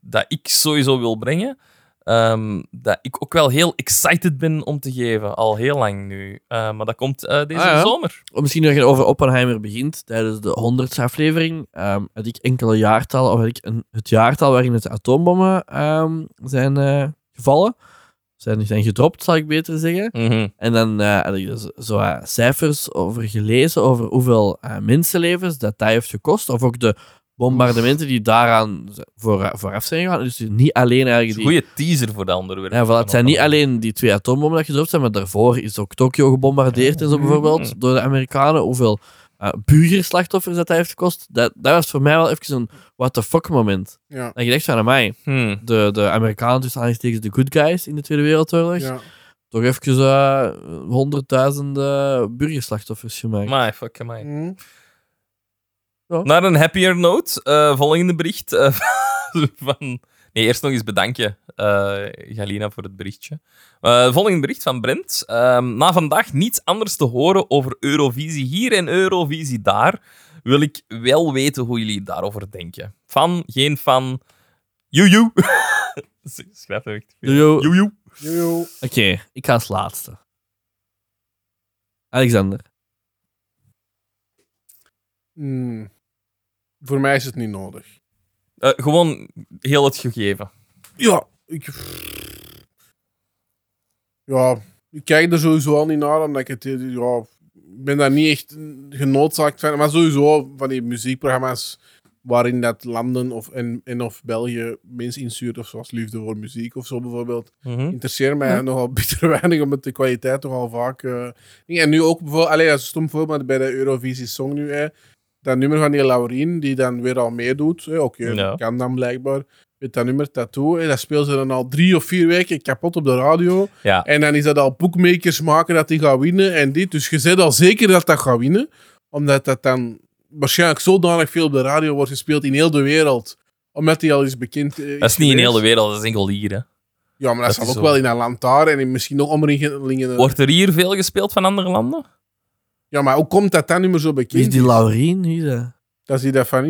Speaker 1: dat ik sowieso wil brengen. Ehm, dat ik ook wel heel excited ben om te geven, al heel lang nu. Eh, maar dat komt eh, deze
Speaker 3: Ah, ja.
Speaker 1: zomer.
Speaker 3: Of Misschien dat je over Oppenheimer begint tijdens de 100ste aflevering. ehm, had ik enkele jaartallen, of had ik een, het jaartal waarin het atoombommen ehm, zijn eh, gevallen. Zijn, zijn gedropt, zal ik beter zeggen. En dan eh, had ik dus zo eh, cijfers over gelezen, over hoeveel eh, mensenlevens dat dat heeft gekost. Of ook de bombardementen die daaraan z- voor, vooraf zijn gegaan. Dus niet alleen eigenlijk die...
Speaker 1: Goede teaser voor de onderwerp.
Speaker 3: Ja, voilà, het zijn niet alleen die twee atoombommen dat gedropt zijn, maar daarvoor is ook Tokio gebombardeerd en zo bijvoorbeeld door de Amerikanen. Hoeveel eh burgerslachtoffers dat, dat heeft gekost. Dat, dat was voor mij wel even een what the fuck moment.
Speaker 2: Ja.
Speaker 3: Dat je dacht van, mij
Speaker 1: Hmm.
Speaker 3: de, de Amerikanen tussen aanhalingstekens de good guys in de Tweede Wereldoorlog.
Speaker 2: Ja.
Speaker 3: Toch even eh, honderdduizenden burgerslachtoffers gemaakt.
Speaker 1: Amai, fuck amai.
Speaker 2: Hmm.
Speaker 1: Naar een happier note. eh, volgende bericht. eh, (laughs) van... Nee, eerst nog eens bedanken, eh Galina, voor het berichtje. Eh, volgende bericht van Brent. Ehm, na vandaag niets anders te horen over Eurovisie hier en Eurovisie daar, wil ik wel weten hoe jullie daarover denken. Van, geen van. Joejoe. (laughs) Schrijf hem echt.
Speaker 3: Joejoe.
Speaker 1: Joejoe.
Speaker 2: Jojo.
Speaker 3: Oké, ik ga als laatste. Alexander.
Speaker 2: Hmm. Voor mij is het niet nodig.
Speaker 1: Eh, gewoon heel het gegeven.
Speaker 2: Ja, ik... Ja, ik kijk er sowieso al niet naar, omdat ik het... Ja, ik ben daar niet echt genoodzaakt van. Maar sowieso van die muziekprogramma's waarin dat landen of, en, en of België mensen instuurt, of zoals Liefde voor Muziek of zo bijvoorbeeld.
Speaker 1: Mhm.
Speaker 2: interesseert mij nogal (laughs) bitter weinig, omdat de kwaliteit toch al vaak... eh, niet. en nu ook bijvoorbeeld... Allee, dat is een stom voorbeeld, maar bij de Eurovisie Song nu, hè, dat nummer van die Laurien, die dan weer al meedoet, hè, oké,
Speaker 1: Ja.
Speaker 2: kan dan blijkbaar, met dat nummer Tattoo, hè, dat speelt ze dan al drie of vier weken kapot op de radio.
Speaker 1: Ja.
Speaker 2: En dan is dat al boekmakers maken dat die gaat winnen en dit. Dus je zet al zeker dat dat gaat winnen, omdat dat dan waarschijnlijk zodanig veel op de radio wordt gespeeld in heel de wereld omdat die al is bekend. eh,
Speaker 1: Dat is niet in heel
Speaker 2: geweest.
Speaker 1: de wereld, dat is enkel hier. Hè.
Speaker 2: Ja, maar
Speaker 1: Dat
Speaker 2: dat,
Speaker 1: is
Speaker 2: zal ook
Speaker 1: zo.
Speaker 2: wel in Atlanta en in misschien nog omringende...
Speaker 1: Wordt er hier veel gespeeld van andere landen?
Speaker 2: Ja, maar hoe komt dat dat nummer zo
Speaker 3: Wie is
Speaker 2: bekend?
Speaker 3: die Laurien? Wie is dat?
Speaker 2: Dat is die dat van...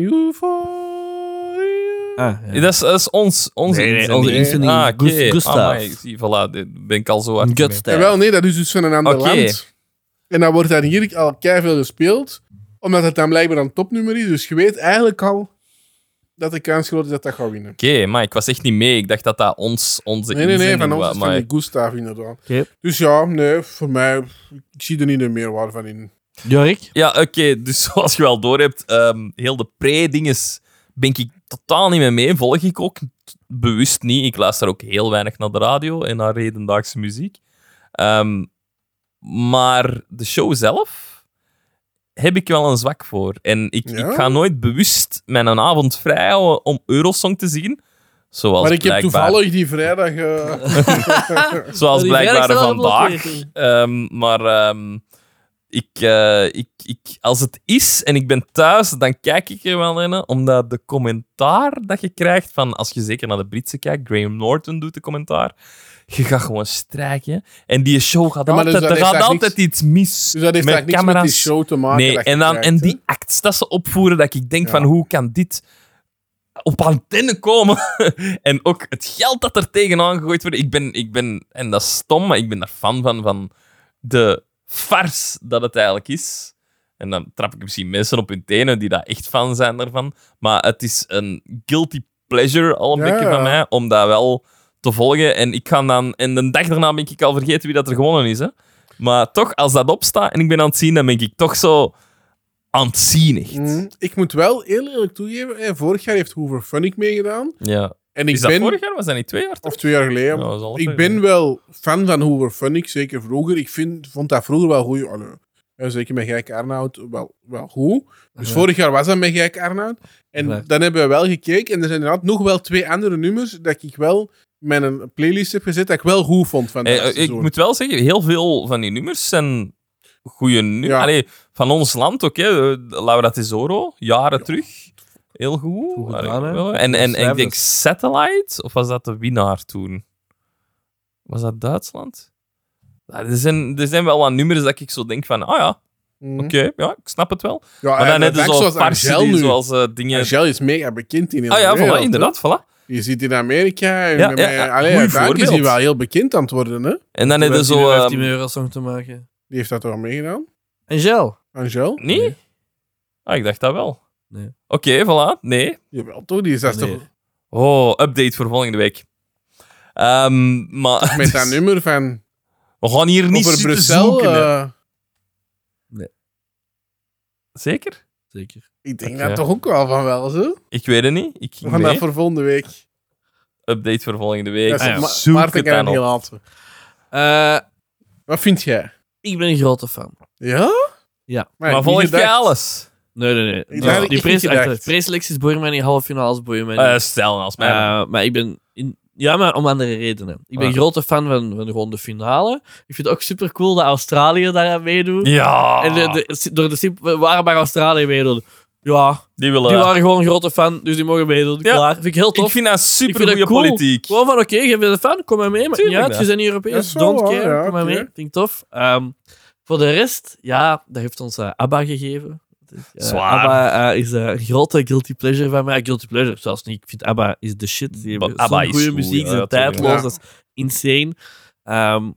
Speaker 2: Euphoria.
Speaker 3: Ah, ja.
Speaker 1: Dat is, dat is ons, onze
Speaker 3: Nee, nee,
Speaker 1: inzending.
Speaker 3: onze inzending.
Speaker 1: Ah, oké.
Speaker 3: Gus- Gustav.
Speaker 1: Amai, zie, voilà, dit ben ik al zo hard.
Speaker 3: Een gutstijl.
Speaker 2: Jawel, nee, dat is dus van een ander
Speaker 1: Oké.
Speaker 2: land. En dan wordt dan hier al veel gespeeld, omdat het dan blijkbaar een topnummer is. Dus je weet eigenlijk al dat de kans groot is dat dat gaat winnen.
Speaker 1: Oké, maar ik was echt niet mee. Ik dacht dat dat ons, onze
Speaker 2: Nee, nee, nee,
Speaker 1: inzending
Speaker 2: van ons
Speaker 1: was.
Speaker 2: is van
Speaker 1: maar
Speaker 2: die Gustav inderdaad.
Speaker 3: Oké.
Speaker 2: Dus ja, nee, voor mij, ik zie er niet een meerwaarde van in.
Speaker 3: Jorik?
Speaker 1: Ja, oké. Dus (laughs) zoals je wel doorhebt, ehm heel de pre-dinges ben ik totaal niet mee mee. Volg ik ook bewust niet. Ik luister ook heel weinig naar de radio en naar hedendaagse muziek. Ehm, maar de show zelf heb ik wel een zwak voor. En ik,
Speaker 2: Ja?
Speaker 1: ik ga nooit bewust mijn avond vrijhouden om Eurosong te zien. Zoals
Speaker 2: maar ik heb
Speaker 1: blijkbaar-
Speaker 2: toevallig die vrijdag...
Speaker 1: (laughs)
Speaker 2: eh,
Speaker 1: Zoals
Speaker 3: Die
Speaker 1: blijkbaar
Speaker 3: vrijdag staat op
Speaker 1: vandaag.
Speaker 3: loting.
Speaker 1: Ehm, maar ehm, ik, eh, ik, ik, als het is en ik ben thuis, dan kijk ik er wel in. Omdat de commentaar dat je krijgt, van, als je zeker naar de Britse kijkt, Graham Norton doet de commentaar. Je gaat gewoon strijken. En die show gaat
Speaker 2: Ja, maar dus
Speaker 1: altijd, er
Speaker 2: dat
Speaker 1: gaat
Speaker 2: heeft
Speaker 1: altijd
Speaker 2: eigenlijk
Speaker 1: iets mis.
Speaker 2: dus dat heeft
Speaker 1: met
Speaker 2: eigenlijk niks
Speaker 1: camera's.
Speaker 2: met die show te maken.
Speaker 1: Nee,
Speaker 2: dat je
Speaker 1: en, dan,
Speaker 2: krijgt,
Speaker 1: en
Speaker 2: hè.
Speaker 1: die acts dat ze opvoeren, dat ik denk
Speaker 2: Ja.
Speaker 1: van hoe kan dit op antenne komen? (laughs) en ook het geld dat er tegenaan gegooid wordt. Ik ben, ik ben, en dat is stom, maar ik ben daar fan van, van de farce dat het eigenlijk is. En dan trap ik misschien mensen op hun tenen die daar echt fan zijn daarvan. Maar het is een guilty pleasure al een
Speaker 2: Ja,
Speaker 1: beetje
Speaker 2: ja.
Speaker 1: van mij, om dat wel te volgen. En ik ga dan, en de dag daarna ben ik al vergeten wie dat er gewonnen is, hè. Maar toch, als dat opstaat en ik ben aan het zien, dan ben ik toch zo aan het zien, echt.
Speaker 2: Mm, ik moet wel heel eerlijk toegeven, hè, vorig jaar heeft Hoover Funnick meegedaan.
Speaker 1: Ja.
Speaker 2: En ik
Speaker 1: Is dat
Speaker 2: ben,
Speaker 1: vorig jaar? Was dat niet twee jaar?
Speaker 2: of twee jaar geleden,
Speaker 1: Ja, dat was al
Speaker 2: ik
Speaker 1: twee
Speaker 2: ben
Speaker 1: jaar.
Speaker 2: wel fan van Hoover Funnick, zeker vroeger. Ik vind, vond dat vroeger wel goed. Allee, ja, zeker met Gijk Arnoud wel, wel goed. Dus
Speaker 3: Ja.
Speaker 2: vorig jaar was dat met Gijk Arnoud. En
Speaker 3: Ja.
Speaker 2: dan hebben we wel gekeken. En er zijn inderdaad nog wel twee andere nummers dat ik wel met een playlist heb gezet dat ik wel goed vond van
Speaker 1: Eh,
Speaker 2: dat
Speaker 1: eh, ik
Speaker 2: seizoen.
Speaker 1: moet wel zeggen, heel veel van die nummers zijn goede nummers.
Speaker 2: Ja.
Speaker 1: Allee, van ons land ook, hè. Eh, Laura Tesoro, jaren terug. Heel goed.
Speaker 3: Goed
Speaker 1: Allee,
Speaker 3: gedaan, hè.
Speaker 1: wel. en, en, en ik denk
Speaker 3: Schrijvers.
Speaker 1: Satellite, of was dat de winnaar toen? Was dat Duitsland? Ja, er, zijn, er zijn wel wat nummers dat ik zo denk van, ah ja,
Speaker 2: Mhm.
Speaker 1: oké, ja, ik snap het wel.
Speaker 2: Ja,
Speaker 1: Maar dan
Speaker 2: en
Speaker 1: net
Speaker 2: dat
Speaker 1: zoals
Speaker 2: zoals
Speaker 1: Parsi,
Speaker 2: Angel
Speaker 1: die
Speaker 2: nu.
Speaker 1: zoals eh, dingen...
Speaker 2: Angel is mega bekend in heel
Speaker 1: Ah ja,
Speaker 2: de wereld,
Speaker 1: voilà,
Speaker 2: hè.
Speaker 1: inderdaad, voilà.
Speaker 2: Je ziet in Amerika. En
Speaker 1: Ja,
Speaker 2: met
Speaker 1: ja,
Speaker 2: mij-
Speaker 1: ja,
Speaker 2: Allee,
Speaker 1: mooi
Speaker 2: uiteindelijk is hij
Speaker 1: voorbeeld.
Speaker 2: wel heel bekend aan het worden. Hè?
Speaker 1: En dan heb je zo...
Speaker 3: heeft
Speaker 1: ehm,
Speaker 3: die met Eurosong te maken.
Speaker 2: Die heeft dat toch al meegedaan?
Speaker 3: En gel.
Speaker 2: Angel?
Speaker 1: Nee? Ah, ik dacht dat wel.
Speaker 3: Nee.
Speaker 1: Oké, voilà. Nee.
Speaker 2: Jawel, toch? Die is dat is
Speaker 3: Nee.
Speaker 2: toch
Speaker 1: Oh, update voor volgende week. Ehm, maar,
Speaker 2: met
Speaker 1: dus (laughs)
Speaker 2: dat nummer van
Speaker 1: We gaan hier niet
Speaker 2: over
Speaker 1: zitten
Speaker 2: Brussel.
Speaker 1: zoeken, hè.
Speaker 2: eh,
Speaker 1: Zeker?
Speaker 3: Zeker.
Speaker 2: ik denk
Speaker 1: Oké.
Speaker 2: dat toch ook wel van wel, zo.
Speaker 1: Ik weet het niet. Ik
Speaker 2: We
Speaker 1: ging
Speaker 2: gaan
Speaker 1: mee.
Speaker 2: dat voor volgende week.
Speaker 1: Update voor volgende
Speaker 2: Dat
Speaker 1: week.
Speaker 2: is
Speaker 3: Ah, ja.
Speaker 2: op Ma-
Speaker 1: Zoek
Speaker 2: Maarten
Speaker 1: het dan
Speaker 2: kan
Speaker 1: op.
Speaker 2: heel laten.
Speaker 3: Eh,
Speaker 2: Wat vind jij?
Speaker 3: ik ben een grote fan.
Speaker 2: Ja?
Speaker 3: Ja.
Speaker 1: Maar
Speaker 2: ik
Speaker 1: volg
Speaker 2: niet
Speaker 1: jij
Speaker 2: gedacht.
Speaker 1: alles?
Speaker 3: Nee, nee, nee.
Speaker 2: Ik
Speaker 3: Nou,
Speaker 2: dacht-
Speaker 3: die
Speaker 2: ik
Speaker 3: pres-
Speaker 2: gedacht.
Speaker 3: achter- preselecties boeien mij niet, halve finales boeien mij niet.
Speaker 1: Eh, stel als mij.
Speaker 3: Eh, maar ik ben... In, ja, maar om andere redenen. Ik ben
Speaker 1: Ah.
Speaker 3: grote fan van, van gewoon de finale. Ik vind het ook super cool dat Australië daar aan meedoet.
Speaker 1: ja.
Speaker 3: En de, de, door de simp- we waren maar Australië meedoen. Ja,
Speaker 1: die willen...
Speaker 3: die waren gewoon grote fan, dus die mogen meedoen.
Speaker 1: Ja.
Speaker 3: Klaar. Vind ik heel tof.
Speaker 1: ik vind dat super
Speaker 3: vind
Speaker 1: goede
Speaker 3: dat cool.
Speaker 1: politiek.
Speaker 3: Gewoon van, oké, je bent een fan, kom maar mee. Maar niet
Speaker 1: Tuurlijk,
Speaker 3: uit,
Speaker 1: ja.
Speaker 3: je bent niet
Speaker 2: Dat
Speaker 3: Europees,
Speaker 2: is wel
Speaker 3: don't
Speaker 2: waar,
Speaker 3: care,
Speaker 2: ja,
Speaker 3: kom maar mee.
Speaker 2: oké.
Speaker 3: Vind ik tof. Ehm, voor de rest, ja, dat heeft ons eh, ABBA gegeven. Dus, eh,
Speaker 1: Zwaar.
Speaker 3: ABBA eh, is eh, een grote guilty pleasure van mij. Guilty pleasure, zelfs niet. Ik vind ABBA is de shit. Die hebben
Speaker 1: Maar ABBA
Speaker 3: zo'n
Speaker 1: is
Speaker 3: goede
Speaker 1: goed,
Speaker 3: muziek,
Speaker 1: ja,
Speaker 3: ze zijn
Speaker 1: natuurlijk.
Speaker 3: tijdloos,
Speaker 2: Ja.
Speaker 3: dat is insane. Ehm,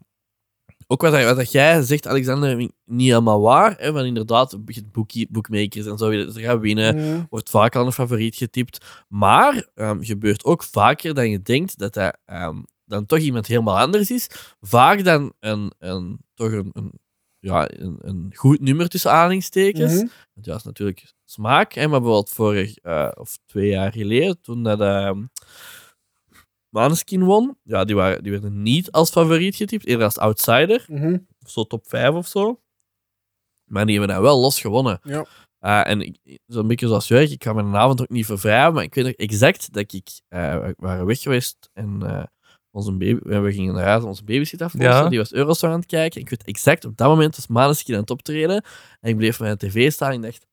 Speaker 3: ook wat, dat- wat dat jij zegt, Alexander, vind ik niet helemaal waar. Hè, want inderdaad, boekie- bookmakers en zo, ze gaan winnen
Speaker 2: Mm.
Speaker 3: wordt vaak al een favoriet getipt. Maar ehm, gebeurt ook vaker dan je denkt dat dat ehm, dan toch iemand helemaal anders is. Vaak dan een, een, toch een, een, ja, een, een goed nummer tussen aanhalingstekens.
Speaker 2: Mhm.
Speaker 3: Want ja, is natuurlijk smaak. Hè, maar bijvoorbeeld vorig eh, of twee jaar geleden, toen dat ehm Maneskin won, ja, die, waren, die werden niet als favoriet getipt, eerder als outsider
Speaker 2: Mhm.
Speaker 3: of zo top 5 of zo. Maar die hebben daar wel los gewonnen.
Speaker 2: Ja.
Speaker 3: Eh, en ik- zo'n beetje zoals Jurk, ik kan mijn avond ook niet vervrijden, maar ik weet nog exact dat ik... eh, we waren weg geweest en eh, onze baby, we gingen naar huis om onze baby zit af te
Speaker 1: Ja.
Speaker 3: lossen. Die was Eurosong aan het kijken. Ik weet exact, op dat moment was Maneskin aan het optreden. En ik bleef bij de tv staan en ik dacht,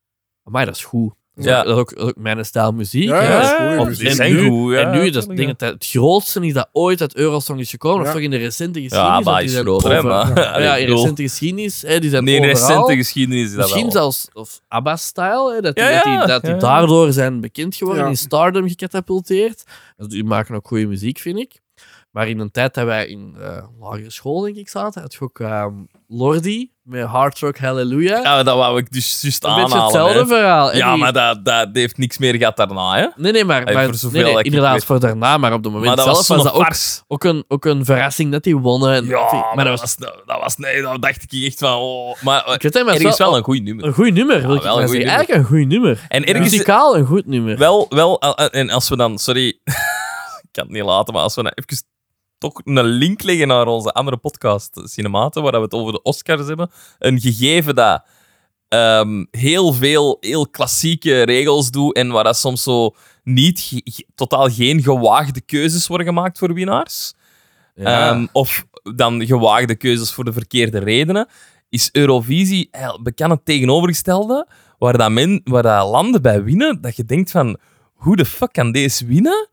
Speaker 3: maar dat is goed. Dat is,
Speaker 1: Ja.
Speaker 3: ook, dat is ook- dat is ook mijn stijl muziek.
Speaker 2: Ja,
Speaker 3: hè.
Speaker 2: ja, dat is
Speaker 1: Ja,
Speaker 2: goeie
Speaker 1: want
Speaker 2: muziek.
Speaker 1: die
Speaker 3: en
Speaker 1: zijn
Speaker 3: nu-
Speaker 1: goed, ja,
Speaker 3: en nu, dat
Speaker 1: tuurlijk,
Speaker 3: ding
Speaker 1: ja.
Speaker 3: dat het grootste is dat ooit uit Eurosong is gekomen,
Speaker 2: Ja.
Speaker 3: of toch in de recente geschiedenis.
Speaker 1: Ja,
Speaker 3: want
Speaker 1: ABBA
Speaker 3: die
Speaker 1: is
Speaker 3: zijn
Speaker 1: groter, hè,
Speaker 3: over-
Speaker 1: maar...
Speaker 3: (laughs) ja,
Speaker 1: Allee,
Speaker 3: in
Speaker 1: ik bedoel,
Speaker 3: recente geschiedenis. Hè, die zijn
Speaker 1: Nee, in
Speaker 3: overal.
Speaker 1: recente geschiedenis is dat
Speaker 3: Misschien
Speaker 1: wel.
Speaker 3: zelfs of ABBA-style. hè, Dat, die-
Speaker 1: Ja,
Speaker 3: dat, die,
Speaker 1: ja,
Speaker 3: dat die
Speaker 1: ja.
Speaker 3: daardoor zijn bekend geworden,
Speaker 2: Ja.
Speaker 3: in stardom gecatapulteerd. Dus die maken ook goede muziek, vind ik. Maar in een tijd dat wij in eh, lagere school, denk ik, zaten, had je ook ehm, Lordi met Hard Rock Hallelujah.
Speaker 1: Ja, dat wou ik dus juist
Speaker 3: een
Speaker 1: aanhalen.
Speaker 3: beetje hetzelfde
Speaker 1: hè.
Speaker 3: verhaal. En
Speaker 1: Ja,
Speaker 3: die-
Speaker 1: maar dat, dat heeft niks meer gehad daarna, hè?
Speaker 3: Nee, nee, maar,
Speaker 1: Hey,
Speaker 3: maar-
Speaker 1: voor zoveel
Speaker 3: nee, nee,
Speaker 1: dat ik
Speaker 3: inderdaad,
Speaker 1: weet.
Speaker 3: voor daarna, maar op het moment
Speaker 1: Maar dat
Speaker 3: zelf
Speaker 1: was
Speaker 3: was,
Speaker 1: zo'n
Speaker 3: dat ook,
Speaker 1: farce.
Speaker 3: ook, een, ook een verrassing dat die wonnen. En-
Speaker 1: Ja,
Speaker 3: maar dat was...
Speaker 1: dat, was, nee, dan dacht ik echt van... Oh, maar eh,
Speaker 3: Ik weet het, maar het
Speaker 1: ergens
Speaker 3: is
Speaker 1: wel,
Speaker 3: wel,
Speaker 1: een goed nummer.
Speaker 3: een goed nummer, wil
Speaker 1: Ja,
Speaker 3: ik
Speaker 1: wel
Speaker 3: maar
Speaker 1: een goed
Speaker 3: zeggen.
Speaker 1: nummer.
Speaker 3: Eigenlijk een goed nummer.
Speaker 1: En ergens
Speaker 3: Muzikaal een goed nummer.
Speaker 1: wel... wel eh, en als we dan... Sorry, (laughs) ik kan het niet laten, maar als we nou even toch een link leggen naar onze andere podcast, Cinematen, waar we het over de Oscars hebben. Een gegeven dat ehm, heel veel heel klassieke regels doet en waar dat soms zo niet, ge- ge- totaal geen gewaagde keuzes worden gemaakt voor winnaars.
Speaker 3: Ja.
Speaker 1: Ehm, of dan gewaagde keuzes voor de verkeerde redenen. Is Eurovisie eh, bekend het tegenovergestelde, waar, dat men, waar dat landen bij winnen, dat je denkt van, hoe de fuck kan deze winnen?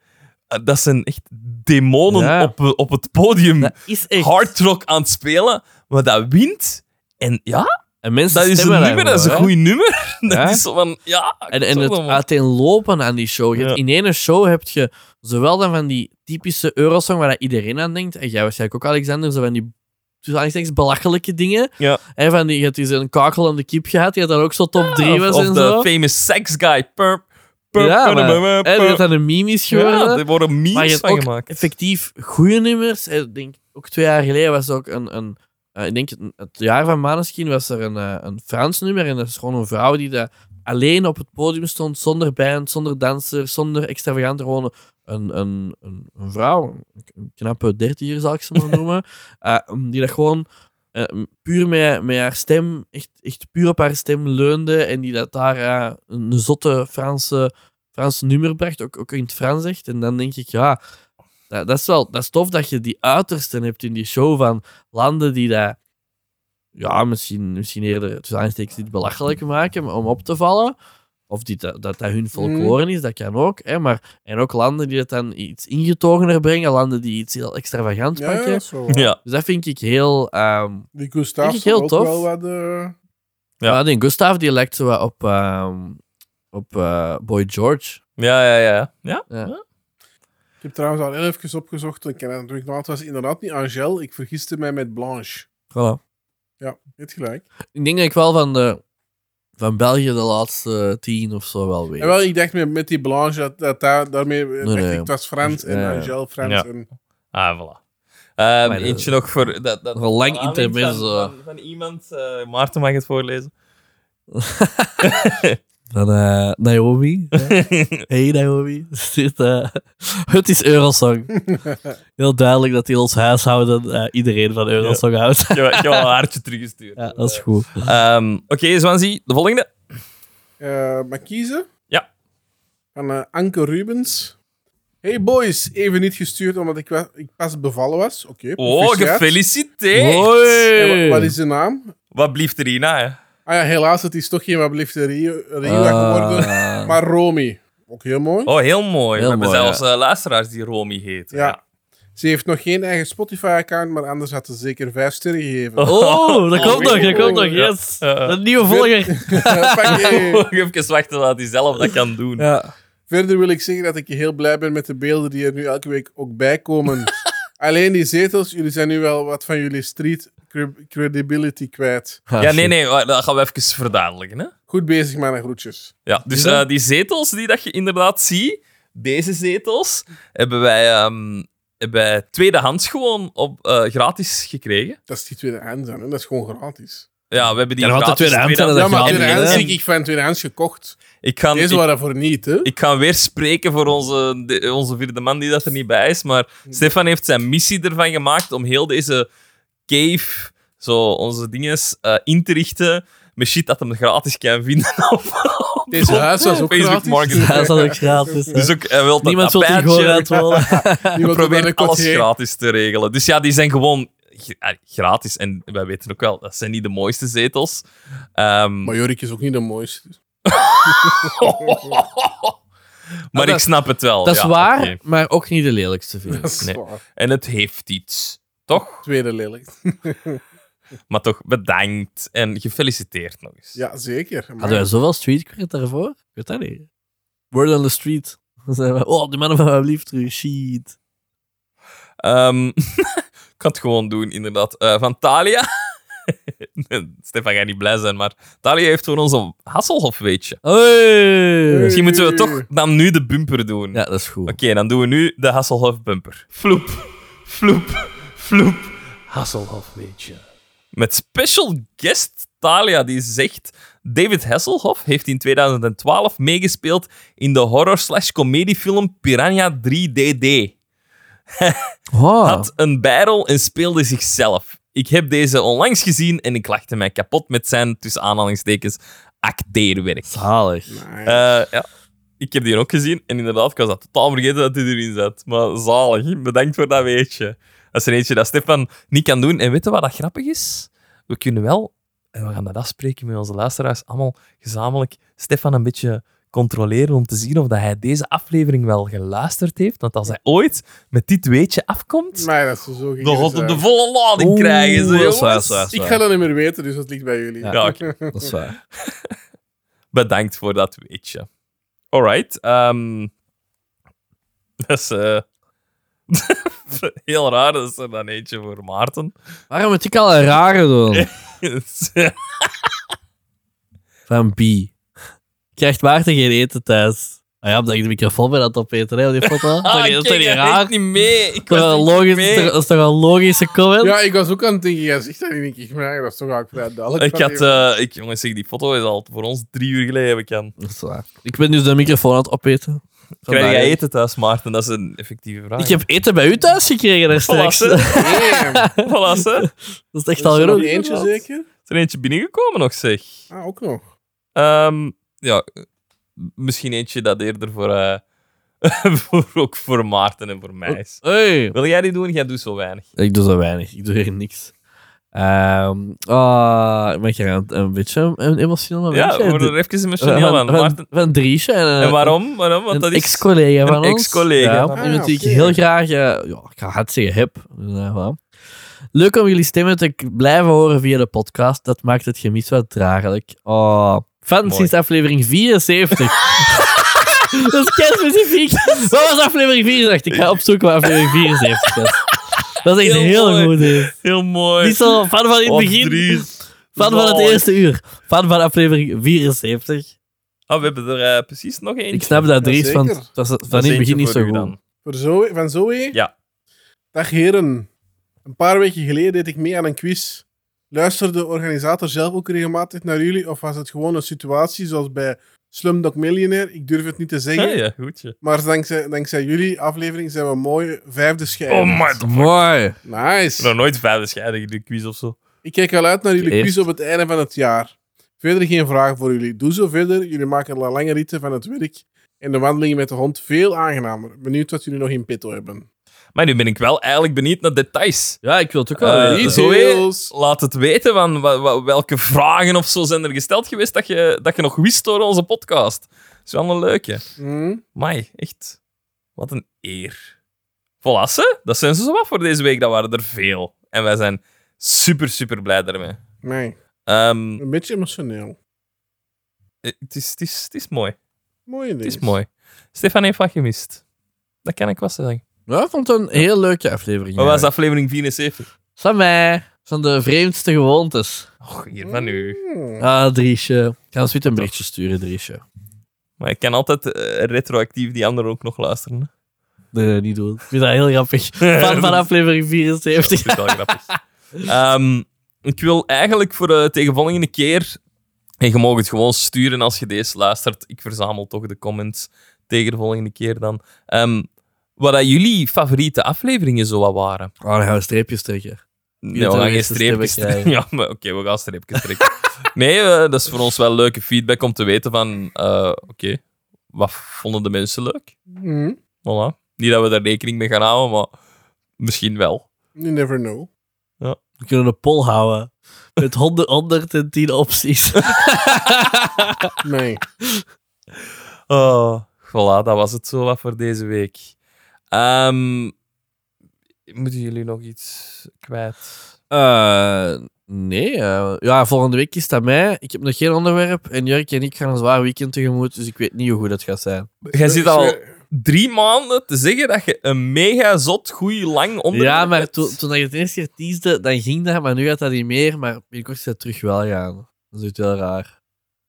Speaker 1: Eh, Dat zijn echt demonen
Speaker 3: Ja.
Speaker 1: op, op het podium,
Speaker 3: dat is echt...
Speaker 1: hard rock aan het spelen, maar dat wint. En ja,
Speaker 3: En mensen
Speaker 1: dat is een
Speaker 3: stemmen
Speaker 1: nummer, dat is een
Speaker 3: daarvoor,
Speaker 1: goed nummer. (laughs) Dat
Speaker 3: Ja.
Speaker 1: is zo van, ja...
Speaker 3: En, en het
Speaker 1: zo van-
Speaker 3: uiteenlopen aan die show. Je hebt-
Speaker 1: Ja.
Speaker 3: In ene show heb je zowel dan van die typische Eurosong waar dat iedereen aan denkt, en jij waarschijnlijk ook, Alexander, zo van die tussen aanhalingstekens belachelijke dingen.
Speaker 1: Ja.
Speaker 3: Hè, van die, je hebt eens een kakel aan de kip gehad, die had dan ook zo top 3
Speaker 1: of,
Speaker 3: was
Speaker 1: of
Speaker 3: en
Speaker 1: de
Speaker 3: zo.
Speaker 1: famous sex guy. Purp, purp,
Speaker 3: Ja, maar-
Speaker 1: purp, purp,
Speaker 3: Hè, die had dan een meme is geworden.
Speaker 1: Ja, er worden
Speaker 3: maar je
Speaker 1: memes
Speaker 3: hebt
Speaker 1: van
Speaker 3: ook
Speaker 1: gemaakt.
Speaker 3: effectief goede nummers. Eh, Ik denk, ook twee jaar geleden was er ook een. een eh, ik denk het, het jaar van Maneskin was er een, eh, een Frans nummer. En dat is gewoon een vrouw die daar alleen op het podium stond. Zonder band, zonder danser, zonder extravagante Gewoon een, een, een, een vrouw, een k- een knappe dertiger zal ik ze maar noemen. eh, die dat gewoon eh, puur met, met haar stem, echt, echt puur op haar stem leunde. En die dat daar eh, een zotte Franse, Franse nummer bracht. Ook, ook in het Frans echt. En dan denk ik, ja. Dat, dat is wel dat is tof dat je die uitersten hebt in die show van landen die dat... Ja, misschien, misschien eerder tussen aanstekens niet belachelijk maken maar om op te vallen. Of die, dat, dat dat hun
Speaker 2: Mhm.
Speaker 3: folklore is, dat kan ook. Hè, maar, en ook landen die het dan iets ingetogener brengen, landen die iets heel extravagant
Speaker 2: Ja,
Speaker 3: pakken.
Speaker 2: ja, zo wel.
Speaker 1: Ja.
Speaker 3: Dus dat vind ik heel... ehm
Speaker 2: Die
Speaker 3: Vind
Speaker 2: Gustaf
Speaker 3: ik heel
Speaker 2: ook
Speaker 3: tof.
Speaker 2: wel wat... eh,
Speaker 1: Ja.
Speaker 3: ja. die Gustav die lijkt zo wat op, ehm, op eh, Boy George.
Speaker 1: Ja, ja, ja. ja?
Speaker 3: Ja.
Speaker 2: Ik heb trouwens al heel even opgezocht. Ik ken het natuurlijk nog. Het was inderdaad niet Angel. Ik vergiste mij met Blanche.
Speaker 3: Voilà.
Speaker 2: Ja, het gelijk.
Speaker 3: Ik denk dat ik wel van, de, van België de laatste tien of zo wel weet.
Speaker 2: En wel, ik dacht met, met die Blanche, dat, dat daar, daarmee eh, dacht
Speaker 3: nee.
Speaker 2: ik, het was Frans en
Speaker 3: Ja.
Speaker 2: Angel Frans.
Speaker 1: Ja.
Speaker 2: En,
Speaker 1: Ah, voilà. Ehm,
Speaker 3: dat-
Speaker 1: eentje nog voor... Dat, dat,
Speaker 3: Een lang
Speaker 1: dat aanwinst
Speaker 3: intermezzo.
Speaker 1: Van, van, van iemand... eh, Maarten mag het voorlezen.
Speaker 3: Dan eh, Naomi. hey (laughs) Naomi. Dit, eh, het is Eurosong. Heel duidelijk dat in ons huishouden eh, iedereen van Eurosong houdt. (laughs)
Speaker 1: Ik heb, ik heb al een haartje teruggestuurd.
Speaker 3: ja, dat is goed.
Speaker 1: Ehm, Oké, Zwanzi, de volgende.
Speaker 2: eh, maar kiezen?
Speaker 1: Ja.
Speaker 2: Van eh, Anke Rubens. Hey boys, even niet gestuurd omdat ik, wa- ik pas bevallen was. Oké,
Speaker 1: Oh,
Speaker 2: proficiat.
Speaker 1: gefeliciteerd.
Speaker 2: En wa- wat is de naam?
Speaker 1: Wat blieft er hierna, hè?
Speaker 2: Ah ja, helaas, het is toch geen wat blieft Rio, Rio
Speaker 3: Ah.
Speaker 2: geworden, maar Romy. Ook heel mooi.
Speaker 1: Oh, heel mooi.
Speaker 3: Heel
Speaker 1: We hebben
Speaker 3: mooi,
Speaker 1: zelfs eh, luisteraars die Romy heten.
Speaker 2: Ja. Ze heeft nog geen eigen Spotify-account, maar anders had ze zeker vijf sterren gegeven. (laughs)
Speaker 3: Oh, dat
Speaker 1: Oh,
Speaker 3: komt nog, dat
Speaker 2: oh,
Speaker 3: komt nog.
Speaker 1: ja.
Speaker 3: Yes.
Speaker 1: Ja.
Speaker 3: Een nieuwe volger.
Speaker 2: Pak, hey.
Speaker 1: Nog (laughs) Even wachten dat hij zelf dat kan doen.
Speaker 3: Ja.
Speaker 2: Verder wil ik zeggen dat ik heel blij ben met de beelden die er nu elke week ook bij komen. Alleen die zetels, jullie zijn nu wel wat van jullie street cre- credibility kwijt.
Speaker 1: Ja, nee, nee, wa- dat gaan we even verduidelijken. Hè?
Speaker 2: Goed bezig, mannen, groetjes.
Speaker 1: Ja, dus eh, die zetels die dat je inderdaad ziet, deze zetels, hebben wij, ehm, hebben wij tweedehands gewoon op, eh, gratis gekregen.
Speaker 2: Dat is die tweede hand dan, hè? dat is gewoon gratis.
Speaker 1: Ja, we hebben die
Speaker 3: Ja, want de
Speaker 1: gratis
Speaker 3: tweedehands zijn
Speaker 2: Ja,
Speaker 3: dat
Speaker 2: maar
Speaker 3: gratis,
Speaker 2: tweede hand
Speaker 3: hè?
Speaker 2: zie ik, ik van tweede hand gekocht.
Speaker 1: Ik ga,
Speaker 2: Deze
Speaker 1: ik,
Speaker 2: waren voor niet, hè?
Speaker 1: ik ga weer spreken voor onze, de- onze vierde man die dat er niet bij is, maar Stefan heeft zijn missie ervan gemaakt om heel deze cave, zo onze dinges, eh, in te richten met shit dat hem gratis kan vinden. (laughs)
Speaker 2: Deze huis was ook
Speaker 1: Facebook
Speaker 2: gratis.
Speaker 1: Market.
Speaker 3: (laughs) Ja, dat is ook gratis.
Speaker 1: Dus ook, hij wil dat Oh,
Speaker 3: Niemand zult die
Speaker 1: tapijtje-
Speaker 3: gewoon uitrollen.
Speaker 1: (laughs)
Speaker 2: Die
Speaker 1: We
Speaker 2: wilde dan
Speaker 1: proberen
Speaker 2: een
Speaker 1: alles
Speaker 2: cotier.
Speaker 1: gratis te regelen. Dus ja, die zijn gewoon g- eh, gratis. En wij weten ook wel, dat zijn niet de mooiste zetels. Ehm,
Speaker 2: Maar Jorik is ook niet de mooiste. (laughs)
Speaker 1: (laughs) maar
Speaker 3: Ah, dat-
Speaker 1: ik snap het wel.
Speaker 3: Dat is
Speaker 1: ja,
Speaker 3: waar,
Speaker 1: oké.
Speaker 3: maar ook niet de lelijkste, vind ik.
Speaker 2: Dat is
Speaker 1: Nee.
Speaker 2: waar.
Speaker 1: En het heeft iets. Toch?
Speaker 2: Tweede lelijk.
Speaker 1: Maar toch bedankt en gefeliciteerd nog eens.
Speaker 2: Ja, zeker. Maar-
Speaker 1: Ah,
Speaker 3: Hadden wij zoveel street cred daarvoor? Ik weet dat niet. Word on the street. (laughs) Dan zeiden we, oh, die mannen van mijn liefde, shit.
Speaker 1: (laughs) Ehm, ik kan het gewoon doen, inderdaad. Eh, van Talia. (laughs) Stefan gaat niet blij zijn, maar Thalia heeft voor ons een Hasselhoff, weet je.
Speaker 3: Hey.
Speaker 1: Misschien moeten we toch dan nu de bumper doen.
Speaker 3: Ja, dat is goed.
Speaker 1: Oké, dan doen we nu de Hasselhoff bumper. Floep, floep, floep. Hasselhoff, weet je. Met special guest Talia, die zegt... David Hasselhoff heeft in 2012 meegespeeld in de horror-slash-comediefilm Piranha 3DD.
Speaker 3: Oh,
Speaker 1: Had een bijrol en speelde zichzelf. Ik heb deze onlangs gezien en ik lachte mij kapot met zijn, tussen aanhalingstekens, acteerwerk.
Speaker 3: zalig.
Speaker 2: Nice.
Speaker 1: Eh, ja. Ik heb die ook gezien en inderdaad, ik was dat totaal vergeten dat hij erin zat. Maar zalig, bedankt voor dat weetje. Dat is er eentje dat Stefan niet kan doen. En weet je wat dat grappig is? We kunnen wel, en we gaan dat afspreken met onze luisteraars, allemaal gezamenlijk Stefan een beetje controleren om te zien of dat hij deze aflevering wel geluisterd heeft. Want als hij ooit met dit weetje afkomt,
Speaker 2: Maar dat is zo
Speaker 1: dan gaat hij de
Speaker 2: geen
Speaker 1: volle lading
Speaker 3: Oeh,
Speaker 1: krijgen. Zo,
Speaker 3: dat is waar,
Speaker 1: jongens.
Speaker 3: dat is
Speaker 2: Ik
Speaker 3: waar.
Speaker 2: ga dat niet meer weten, dus dat ligt bij jullie.
Speaker 3: Ja.
Speaker 1: Ja, oké.
Speaker 3: Dat is waar.
Speaker 1: Bedankt voor dat weetje. Alright. ehm, (laughs) dat is eh, (laughs) heel raar. Dat is er dan eentje voor
Speaker 3: (laughs)
Speaker 1: Maarten.
Speaker 3: Waarom moet ik al een rare doen? (laughs)
Speaker 1: Ah,
Speaker 3: Van B. Krijgt Maarten geen eten thuis? Ah ja, omdat ik de microfoon ben aan het opeten, hè, op die (laughs) foto.
Speaker 1: Ah,
Speaker 3: Dat is toch
Speaker 1: kijk,
Speaker 3: niet
Speaker 1: hij
Speaker 3: raar?
Speaker 1: denkt niet mee. Ik
Speaker 3: Dat is
Speaker 1: was
Speaker 3: toch een
Speaker 1: niet
Speaker 3: logisch-
Speaker 1: mee.
Speaker 3: dat is toch een logische comment?
Speaker 2: Ja, ik was ook aan het denken, jij zegt dat en ik denk, maar dat is toch ook vrij duidelijk.
Speaker 1: Ik had... eh, ik, jongens, zeg, die foto is al voor ons drie uur geleden bekend.
Speaker 3: Dat is waar. Ik ben dus de microfoon aan het opeten. Vandaar.
Speaker 1: Krijg jij eten thuis, Maarten? Dat is een effectieve vraag.
Speaker 3: Ik heb eten bij u thuis gekregen daar straks.
Speaker 1: Ah, Voilà,
Speaker 3: (laughs) Dat
Speaker 1: (laughs)
Speaker 2: Damn.
Speaker 1: Voilà, ze. Er
Speaker 3: is echt
Speaker 2: Is er
Speaker 3: al
Speaker 2: nog
Speaker 3: genoeg.
Speaker 2: eentje zeker?
Speaker 1: is er eentje binnengekomen nog, zeg.
Speaker 2: Ah, ook nog.
Speaker 1: Ehm, ja, eh, misschien eentje dat eerder voor... eh, (laughs) voor ook voor Maarten en voor mij is.
Speaker 3: Hey.
Speaker 1: Wil jij die doen? Jij doet zo weinig.
Speaker 3: Ik doe zo weinig. Ik doe hier niks. Ehm ah, ik ben hier aan het- een beetje een- een emotioneel moment.
Speaker 1: Ja, we worden er even emotioneel
Speaker 3: van,
Speaker 1: van.
Speaker 3: van,
Speaker 1: Maarten-
Speaker 3: van Driesje. En, eh,
Speaker 1: En waarom? Waarom? Want dat
Speaker 3: een
Speaker 1: is...
Speaker 3: ex-collega
Speaker 1: een
Speaker 3: van ons.
Speaker 1: ex-collega
Speaker 3: Ja,
Speaker 1: van
Speaker 3: iemand
Speaker 2: ons.
Speaker 3: die ik
Speaker 2: Ah,
Speaker 3: heel
Speaker 2: oké.
Speaker 3: graag, eh, ja, ik ga het zeggen, heb. Dus, eh, voilà. Leuk om jullie stemmen te k- blijven horen via de podcast. Dat maakt het gemis wat draaglijk. Oh, fan
Speaker 1: Mooi.
Speaker 3: sinds aflevering 74. (laughs) dat is kei specifiek. Wat was aflevering 74? Ik ga opzoeken wat aflevering 74 was. Dat is echt
Speaker 1: Heel
Speaker 3: heel,
Speaker 1: mooi.
Speaker 3: goed. hè.
Speaker 1: Heel mooi.
Speaker 3: Niet zo fan van in het
Speaker 1: Of
Speaker 3: begin,
Speaker 1: drie.
Speaker 3: fan van het
Speaker 1: Mooi.
Speaker 3: eerste uur. Fan van aflevering 74.
Speaker 1: Ah, we hebben er eh, precies nog één.
Speaker 3: Ik snap dat Dries, want
Speaker 2: zeker.
Speaker 3: het was van in het begin niet zo goed.
Speaker 2: Voor Zoe, van Zoe?
Speaker 1: Ja.
Speaker 2: Dag heren. Een paar weken geleden deed ik mee aan een quiz. Luisterde de organisator zelf ook regelmatig naar jullie? Of was het gewoon een situatie zoals bij Slumdog Millionaire? Ik durf het niet te zeggen.
Speaker 1: Ja, Ah, ja, goedje.
Speaker 2: Maar dankzij, dankzij jullie aflevering zijn we mooi vijfde schijf.
Speaker 1: Oh, maar
Speaker 3: Mooi.
Speaker 1: Ik
Speaker 2: Nice.
Speaker 1: heb nog nooit vijf scheiden in de quiz of zo.
Speaker 2: Ik kijk al uit naar jullie
Speaker 3: Eerst.
Speaker 2: quiz op het einde van het jaar. Verder geen vragen voor jullie. Doe zo verder. Jullie maken de lange ritten van het werk en de wandelingen met de hond veel aangenamer. Benieuwd wat jullie nog in petto hebben.
Speaker 1: Maar nu ben ik wel eigenlijk benieuwd naar details.
Speaker 3: Ja, ik wil het ook wel
Speaker 1: Eh,
Speaker 3: weten.
Speaker 1: Zoe,
Speaker 2: Details.
Speaker 1: laat het weten van wa- wa- welke vragen of zo zijn er gesteld geweest dat je, dat je nog wist door onze podcast. Dat is wel een leuke.
Speaker 2: Hm?
Speaker 1: Mai, echt. Wat een eer. Volassen, dat zijn ze zo wat voor deze week. Dat waren er veel. En wij zijn super, super blij daarmee.
Speaker 2: Nee,
Speaker 1: Ehm,
Speaker 2: een beetje emotioneel.
Speaker 1: eh, het, is, het, is, het is mooi.
Speaker 2: Mooie
Speaker 1: Het
Speaker 2: ding.
Speaker 1: is mooi. Stefan heeft wat gemist. Dat kan ik wel zeggen.
Speaker 3: Ja, ik vond het een heel leuke aflevering.
Speaker 1: Wat was
Speaker 3: eigenlijk.
Speaker 1: aflevering 74?
Speaker 3: Van mij. Van de vreemdste gewoontes.
Speaker 1: Och, hier van u.
Speaker 2: Hmm.
Speaker 3: Ah, Driesje. Ik ga ons weer een berichtje sturen, Driesje.
Speaker 1: Maar ik kan altijd eh, retroactief die anderen ook nog luisteren. hè.
Speaker 3: Nee, nee, niet doen. Ik vind dat heel (laughs) grappig. Van, van aflevering
Speaker 1: Dat
Speaker 3: 74.
Speaker 1: is wel grappig. Ehm, ik wil eigenlijk voor de tegenvolgende keer. En je mag het gewoon sturen als je deze luistert. Ik verzamel toch de comments tegen de volgende keer dan. Ehm, wat dat jullie favoriete afleveringen zo wat waren.
Speaker 3: Oh, dan gaan we streepjes trekken.
Speaker 1: Nee, we
Speaker 3: de
Speaker 1: gaan geen
Speaker 3: meeste stemmen
Speaker 1: streepjes
Speaker 3: krijgen.
Speaker 1: trekken. (laughs) Ja, maar oké, we gaan streepjes trekken. nee, eh, dat is voor ons wel leuke feedback om te weten van... eh, oké, wat vonden de mensen leuk?
Speaker 2: Hmm.
Speaker 1: Voilà. Niet dat we daar rekening mee gaan houden, maar misschien wel.
Speaker 2: You never know.
Speaker 3: We kunnen een poll houden. Met 100, 110 (laughs) opties. (laughs)
Speaker 2: Nee.
Speaker 1: Oh, voilà, dat was het zo wat voor deze week. Ehm, moeten jullie nog iets kwijt?
Speaker 3: Eh, nee. eh, ja, volgende week is dat mij. Ik heb nog geen onderwerp. En Jurk en ik gaan een zwaar weekend tegemoet. Dus ik weet niet hoe goed dat gaat zijn.
Speaker 1: Jij zit al, drie maanden te zeggen dat je een mega zot, goeie, lang onderwerp
Speaker 3: Ja, maar
Speaker 1: hebt.
Speaker 3: toen toen dat je het eerste keer teasde, dan ging dat, maar nu gaat dat niet meer. Maar binnenkort gaat het terug wel gaan. Dat is natuurlijk heel raar.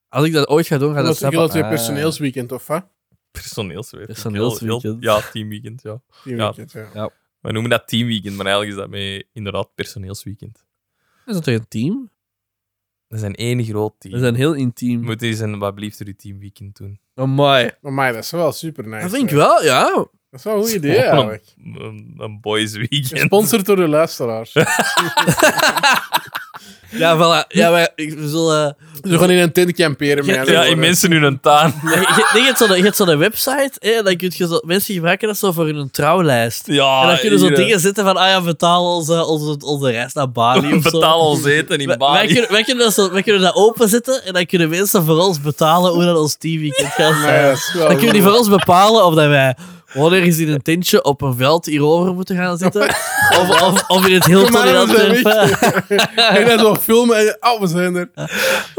Speaker 3: Als ik dat ooit ga doen, gaat dat
Speaker 2: Dat is
Speaker 3: snappen.
Speaker 2: weer
Speaker 3: Ah.
Speaker 2: personeelsweekend, of wat?
Speaker 1: Personeelsweekend.
Speaker 3: Personeelsweekend.
Speaker 1: Heel- heel- Ja, teamweekend, ja.
Speaker 2: Die
Speaker 1: Ja.
Speaker 2: weekend, ja.
Speaker 1: We noemen dat teamweekend, maar eigenlijk is dat mee inderdaad personeelsweekend.
Speaker 3: Ah. Is dat toch een team?
Speaker 1: Dat is een één groot team.
Speaker 3: Dat is een heel intiem.
Speaker 1: Je moet eens een wat blieft er je teamweekend doen.
Speaker 3: Oh my.
Speaker 2: Maar mij, dat is wel super nice.
Speaker 3: Dat vind ik
Speaker 2: hè.
Speaker 3: wel, Oh, ja.
Speaker 2: Dat is wel een goed idee,
Speaker 1: Gewoon
Speaker 2: eigenlijk.
Speaker 1: Een, een, een boys weekend.
Speaker 2: Gesponsord door de
Speaker 3: (laughs)
Speaker 2: luisteraars.
Speaker 3: Ja, voilà. Ja, maar ik bedoel... eh,
Speaker 2: Ze gaan in een tent camperen. met
Speaker 1: Ja,
Speaker 2: andere
Speaker 1: in mensen nu een taan.
Speaker 3: nee, je, nee, je hebt zo'n- je hebt zo'n website, hè, dan kun je zo, mensen gebruiken dat zo voor hun trouwlijst.
Speaker 1: Ja,
Speaker 3: en dan kunnen zo
Speaker 1: hier, eh,
Speaker 3: dingen zitten van, ah ja, betaal onze, onze, onze reis
Speaker 1: (laughs)
Speaker 3: naar Bali of zo.
Speaker 1: Betaal ons eten in
Speaker 3: Wij- Wij,
Speaker 1: Bali.
Speaker 3: kunnen, wij, kunnen dat zo, wij kunnen dat openzetten en dan kunnen mensen voor ons betalen hoe dat ons teamweekend gaat
Speaker 2: mensen.
Speaker 3: zijn.
Speaker 2: Nee, dat is wel
Speaker 3: Dan kunnen die
Speaker 2: goed.
Speaker 3: voor ons bepalen of dat wij wanneer eens in een tentje op een veld hierover moeten
Speaker 2: (laughs)
Speaker 3: gaan zitten. Of, of, of in het
Speaker 2: Kom maar,
Speaker 3: Hilton in
Speaker 2: we zijn
Speaker 3: (laughs) Antwerpen.
Speaker 2: (laughs) En dat zo filmen en... Oh, we zijn er.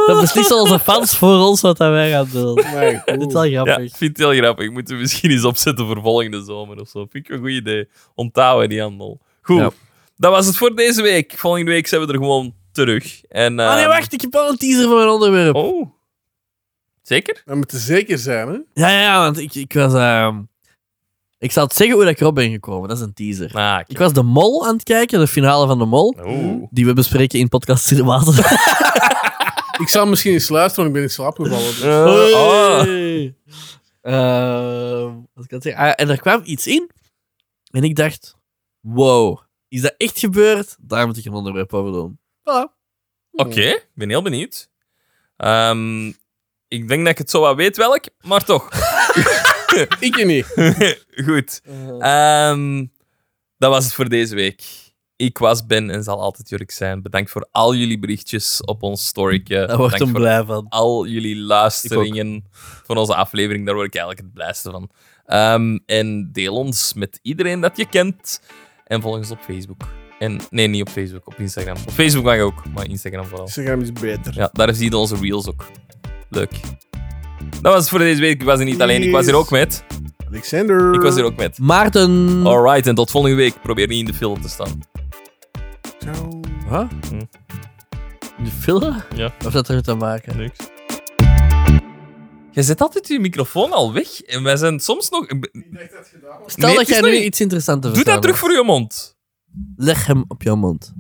Speaker 3: Dan beslissen onze fans voor ons wat dat wij gaan doen.
Speaker 2: Nee, cool.
Speaker 3: Dit is wel
Speaker 1: Ja, ik
Speaker 3: grappig.
Speaker 1: vind het heel grappig. Ik moet het misschien eens opzetten voor volgende zomer of zo. Vind ik een goed idee. Onthouden die handel. Goed.
Speaker 3: Ja.
Speaker 1: Dat was het voor deze week. Volgende week zijn we er gewoon terug. En,
Speaker 3: Oh nee,
Speaker 1: ehm,
Speaker 3: wacht, ik heb al een teaser voor mijn onderwerp.
Speaker 1: Oh. Zeker?
Speaker 2: We moeten zeker zijn, hè.
Speaker 3: Ja, ja, ja, want ik, ik was... ehm, ik zal het zeggen hoe dat ik erop ben gekomen. Dat is een teaser.
Speaker 1: Ah,
Speaker 3: Ik was De Mol aan het kijken, de finale van De Mol.
Speaker 1: Oh.
Speaker 3: Die we bespreken in podcast Cinematen.
Speaker 2: Ik zal misschien eens luisteren, want ik ben in slaap gevallen. dus.
Speaker 1: oh.
Speaker 3: Hey. Ehm, wat ik aan het zeggen? Ah, en er kwam iets in. En ik dacht, wow, is dat echt gebeurd? Daar moet ik een onderwerp over doen. Voilà.
Speaker 1: Oké, ik ben heel benieuwd. Ehm, ik denk dat ik het zo wat weet welk, maar toch.
Speaker 2: Ik niet.
Speaker 1: (laughs) Goed. Ehm, dat was het voor deze week. Ik was Ben en zal altijd Jurk zijn. Bedankt voor al jullie berichtjes op ons storytje.
Speaker 3: Daar wordt
Speaker 1: Bedankt
Speaker 3: hem
Speaker 1: voor
Speaker 3: blij van.
Speaker 1: al jullie luisteringen van onze aflevering. Daar word ik eigenlijk het blijste van. Ehm, en deel ons met iedereen dat je kent. En volg ons op Facebook. En, nee, niet op Facebook, op Instagram. Op Facebook mag ook, maar Instagram vooral.
Speaker 2: Instagram is beter.
Speaker 1: Ja, daar zie je onze reels ook. Leuk. Dat was het voor deze week. Ik was er niet alleen, ik was er ook met.
Speaker 2: Alexander.
Speaker 1: Ik was er ook met.
Speaker 3: Maarten.
Speaker 1: Mm. Alright, en tot volgende week. Probeer niet in de film te staan.
Speaker 2: Ciao.
Speaker 3: Huh?
Speaker 1: Hm.
Speaker 3: De film?
Speaker 1: Ja.
Speaker 3: Of dat er te maken?
Speaker 1: Niks. Je zet altijd je microfoon al weg. En wij zijn soms nog...
Speaker 2: Ik dacht dat het gedaan was.
Speaker 3: Stel
Speaker 1: Nee,
Speaker 3: dat
Speaker 1: het is
Speaker 3: jij
Speaker 1: nog
Speaker 3: nu
Speaker 1: niet-
Speaker 3: iets interessants
Speaker 1: Doe
Speaker 3: vertelt.
Speaker 1: dat terug voor je mond.
Speaker 3: Leg hem op jouw mond.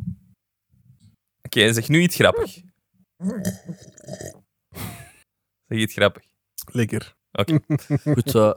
Speaker 1: Oké, zeg nu iets grappig. Zeg iets grappig.
Speaker 2: Lekker.
Speaker 3: Goed zo.